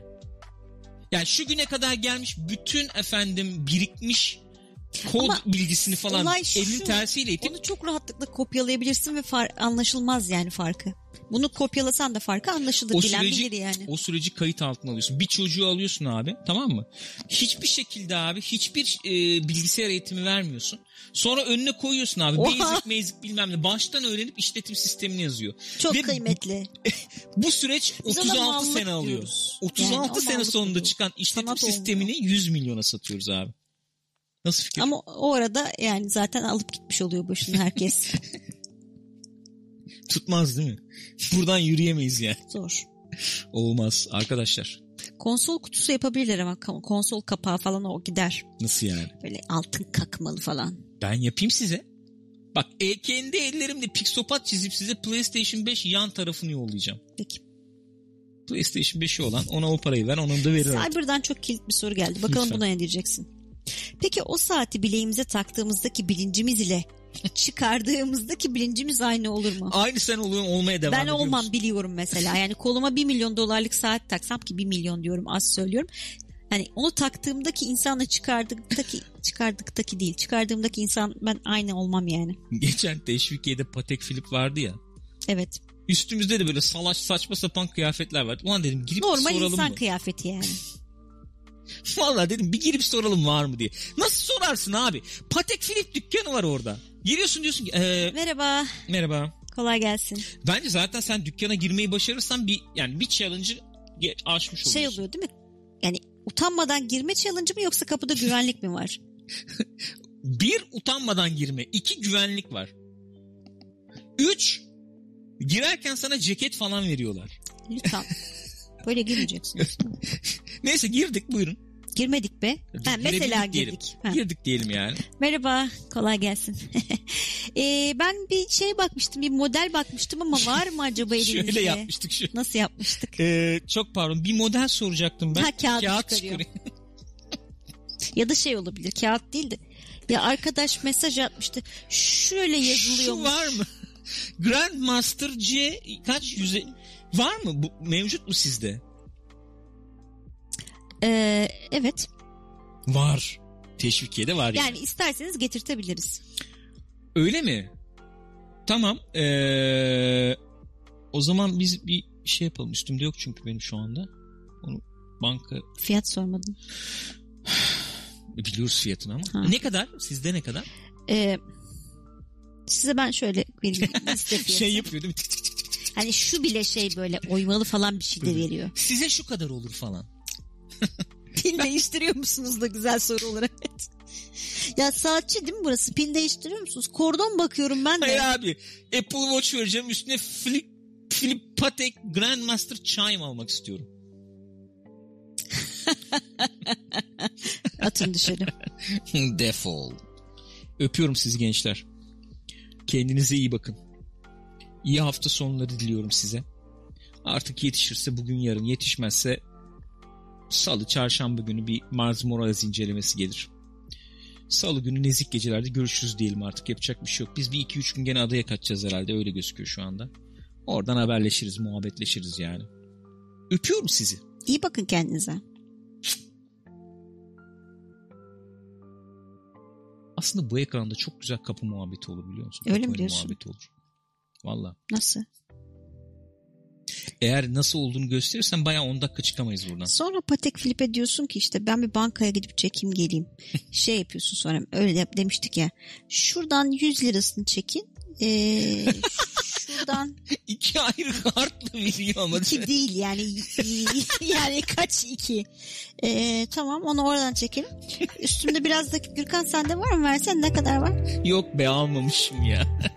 [SPEAKER 1] Yani şu güne kadar gelmiş bütün efendim birikmiş kod
[SPEAKER 2] Ama
[SPEAKER 1] bilgisini falan
[SPEAKER 2] olay
[SPEAKER 1] elin
[SPEAKER 2] şu,
[SPEAKER 1] tersiyle itip
[SPEAKER 2] Onu çok rahatlıkla kopyalayabilirsin ve far- anlaşılmaz yani farkı. Bunu kopyalasan da farkı anlaşılır
[SPEAKER 1] O
[SPEAKER 2] bilen
[SPEAKER 1] süreci,
[SPEAKER 2] bilir yani.
[SPEAKER 1] o süreci kayıt altına alıyorsun. Bir çocuğu alıyorsun abi tamam mı? Hiçbir şekilde abi hiçbir e, bilgisayar eğitimi vermiyorsun. Sonra önüne koyuyorsun abi.
[SPEAKER 2] Oha!
[SPEAKER 1] Basic mezik bilmem ne. Baştan öğrenip işletim sistemini yazıyor.
[SPEAKER 2] Çok
[SPEAKER 1] Ve
[SPEAKER 2] kıymetli.
[SPEAKER 1] Bu süreç
[SPEAKER 2] Biz ona
[SPEAKER 1] 36
[SPEAKER 2] mallık
[SPEAKER 1] sene alıyor.
[SPEAKER 2] diyoruz.
[SPEAKER 1] 36
[SPEAKER 2] Yani o
[SPEAKER 1] sene
[SPEAKER 2] mallık
[SPEAKER 1] sonunda
[SPEAKER 2] diyoruz.
[SPEAKER 1] çıkan işletim
[SPEAKER 2] Sanat olmuyor.
[SPEAKER 1] sistemini 100 milyona satıyoruz abi. Nasıl fikir?
[SPEAKER 2] Ama o arada yani zaten alıp gitmiş oluyor başını herkes.
[SPEAKER 1] Tutmaz değil mi? Buradan yürüyemeyiz yani.
[SPEAKER 2] Zor.
[SPEAKER 1] Olmaz arkadaşlar.
[SPEAKER 2] Konsol kutusu yapabilirler ama kon- konsol kapağı falan o gider.
[SPEAKER 1] Nasıl yani?
[SPEAKER 2] Böyle altın kakmalı falan.
[SPEAKER 1] Ben yapayım size. Bak e, kendi ellerimle piksopat çizip size PlayStation 5 yan tarafını yollayacağım.
[SPEAKER 2] Peki.
[SPEAKER 1] PlayStation 5'i olan ona o parayı ver ona da veririm.
[SPEAKER 2] Cyber'dan çok kilit bir soru geldi. Bakalım
[SPEAKER 1] Lütfen.
[SPEAKER 2] buna ne diyeceksin? Peki o saati bileğimize taktığımızdaki bilincimiz ile çıkardığımızdaki bilincimiz aynı olur mu?
[SPEAKER 1] Aynı sen oluyorsun olmaya devam
[SPEAKER 2] Ben
[SPEAKER 1] ediyor
[SPEAKER 2] olmam
[SPEAKER 1] musun?
[SPEAKER 2] biliyorum mesela. Yani koluma 1 milyon dolarlık saat taksam ki 1 milyon diyorum az söylüyorum. Hani onu taktığımdaki insanla çıkardıktaki çıkardıktaki değil. Çıkardığımdaki insan ben aynı olmam yani.
[SPEAKER 1] Geçen Teşvikiye'de Patek Philip vardı ya.
[SPEAKER 2] Evet.
[SPEAKER 1] Üstümüzde de böyle salaş saçma sapan kıyafetler vardı. Ulan dedim girip
[SPEAKER 2] Normal
[SPEAKER 1] soralım
[SPEAKER 2] insan
[SPEAKER 1] mı?
[SPEAKER 2] kıyafeti yani.
[SPEAKER 1] Valla dedim bir girip soralım var mı diye. Nasıl sorarsın abi? Patek Philip dükkanı var orada. Giriyorsun diyorsun ki "Ee,
[SPEAKER 2] Merhaba.
[SPEAKER 1] merhaba.
[SPEAKER 2] Kolay gelsin.
[SPEAKER 1] Bence zaten sen dükkana girmeyi başarırsan bir yani bir challenge'ı ge- aşmış oluyorsun.
[SPEAKER 2] Şey oluyor değil mi? Yani utanmadan girme challenge mı yoksa kapıda güvenlik mi var?
[SPEAKER 1] Bir utanmadan girme. iki güvenlik var. Üç girerken sana ceket falan veriyorlar.
[SPEAKER 2] Lütfen. Böyle girmeyeceksiniz.
[SPEAKER 1] Neyse girdik buyurun.
[SPEAKER 2] Girmedik be. Ha, mesela
[SPEAKER 1] Girebildik diyelim.
[SPEAKER 2] girdik. Ha.
[SPEAKER 1] Girdik diyelim yani.
[SPEAKER 2] Merhaba, kolay gelsin. Ee, ben bir şey bakmıştım, bir model bakmıştım ama var mı acaba elimizde?
[SPEAKER 1] Şöyle yapmıştık şu.
[SPEAKER 2] Nasıl yapmıştık?
[SPEAKER 1] Ee, çok pardon bir model soracaktım ben.
[SPEAKER 2] Ha, kağıt çıkarıyor.
[SPEAKER 1] çıkarıyor.
[SPEAKER 2] Ya da şey olabilir, kağıt değil de. Ya arkadaş mesaj atmıştı. Şöyle
[SPEAKER 1] Şu
[SPEAKER 2] yazılıyormuş.
[SPEAKER 1] var mı? Grandmaster C kaç yüze... Var mı? Bu, mevcut mu sizde?
[SPEAKER 2] Ee, evet.
[SPEAKER 1] Var. Teşvikiye'de var yani.
[SPEAKER 2] Yani isterseniz getirtebiliriz.
[SPEAKER 1] Öyle mi? Tamam. Ee, o zaman biz bir şey yapalım. Üstümde yok çünkü benim şu anda. Onu banka
[SPEAKER 2] Fiyat sormadım.
[SPEAKER 1] biliyoruz fiyatını ama.
[SPEAKER 2] Ha.
[SPEAKER 1] Ne kadar? Sizde ne kadar?
[SPEAKER 2] Ee, size ben şöyle vereyim. liste fiyatı.
[SPEAKER 1] Şey yapıyor değil mi? Tık tık tık.
[SPEAKER 2] Hani şu bile şey böyle oymalı falan bir şey de
[SPEAKER 1] Böyle.
[SPEAKER 2] veriyor.
[SPEAKER 1] Size şu kadar olur falan.
[SPEAKER 2] Pin değiştiriyor musunuz da güzel soru olarak. ya saatçi değil mi burası? Pin değiştiriyor musunuz? Kordon bakıyorum ben de.
[SPEAKER 1] Hayır abi. Apple Watch vereceğim. Üstüne Flip, Flip Patek Grandmaster Chime almak istiyorum.
[SPEAKER 2] Atın dışarı.
[SPEAKER 1] Defol. Öpüyorum sizi gençler. Kendinize iyi bakın. İyi hafta sonları diliyorum size. Artık yetişirse bugün yarın yetişmezse salı çarşamba günü bir Mars Morales incelemesi gelir. Salı günü nezik gecelerde görüşürüz diyelim artık yapacak bir şey yok. Biz bir iki üç gün gene adaya kaçacağız herhalde öyle gözüküyor şu anda. Oradan haberleşiriz muhabbetleşiriz yani. Öpüyorum sizi.
[SPEAKER 2] İyi bakın kendinize.
[SPEAKER 1] Aslında bu ekranda çok güzel kapı muhabbeti olur biliyor musun?
[SPEAKER 2] Öyle
[SPEAKER 1] Kapı
[SPEAKER 2] mi
[SPEAKER 1] oyunu
[SPEAKER 2] diyorsun?
[SPEAKER 1] Muhabbeti olur. Valla.
[SPEAKER 2] Nasıl?
[SPEAKER 1] Eğer nasıl olduğunu gösterirsen bayağı 10 dakika çıkamayız buradan.
[SPEAKER 2] Sonra Patek Filip'e diyorsun ki işte ben bir bankaya gidip çekeyim geleyim. Şey yapıyorsun sonra öyle de- demiştik ya. Şuradan 100 lirasını çekin. Ee, şuradan
[SPEAKER 1] İki ayrı kartla veriyor ama.
[SPEAKER 2] iki değil yani yani kaç iki Ee, tamam onu oradan çekelim üstümde biraz da Gürkan sende var mı versen ne kadar var
[SPEAKER 1] Yok be almamışım ya.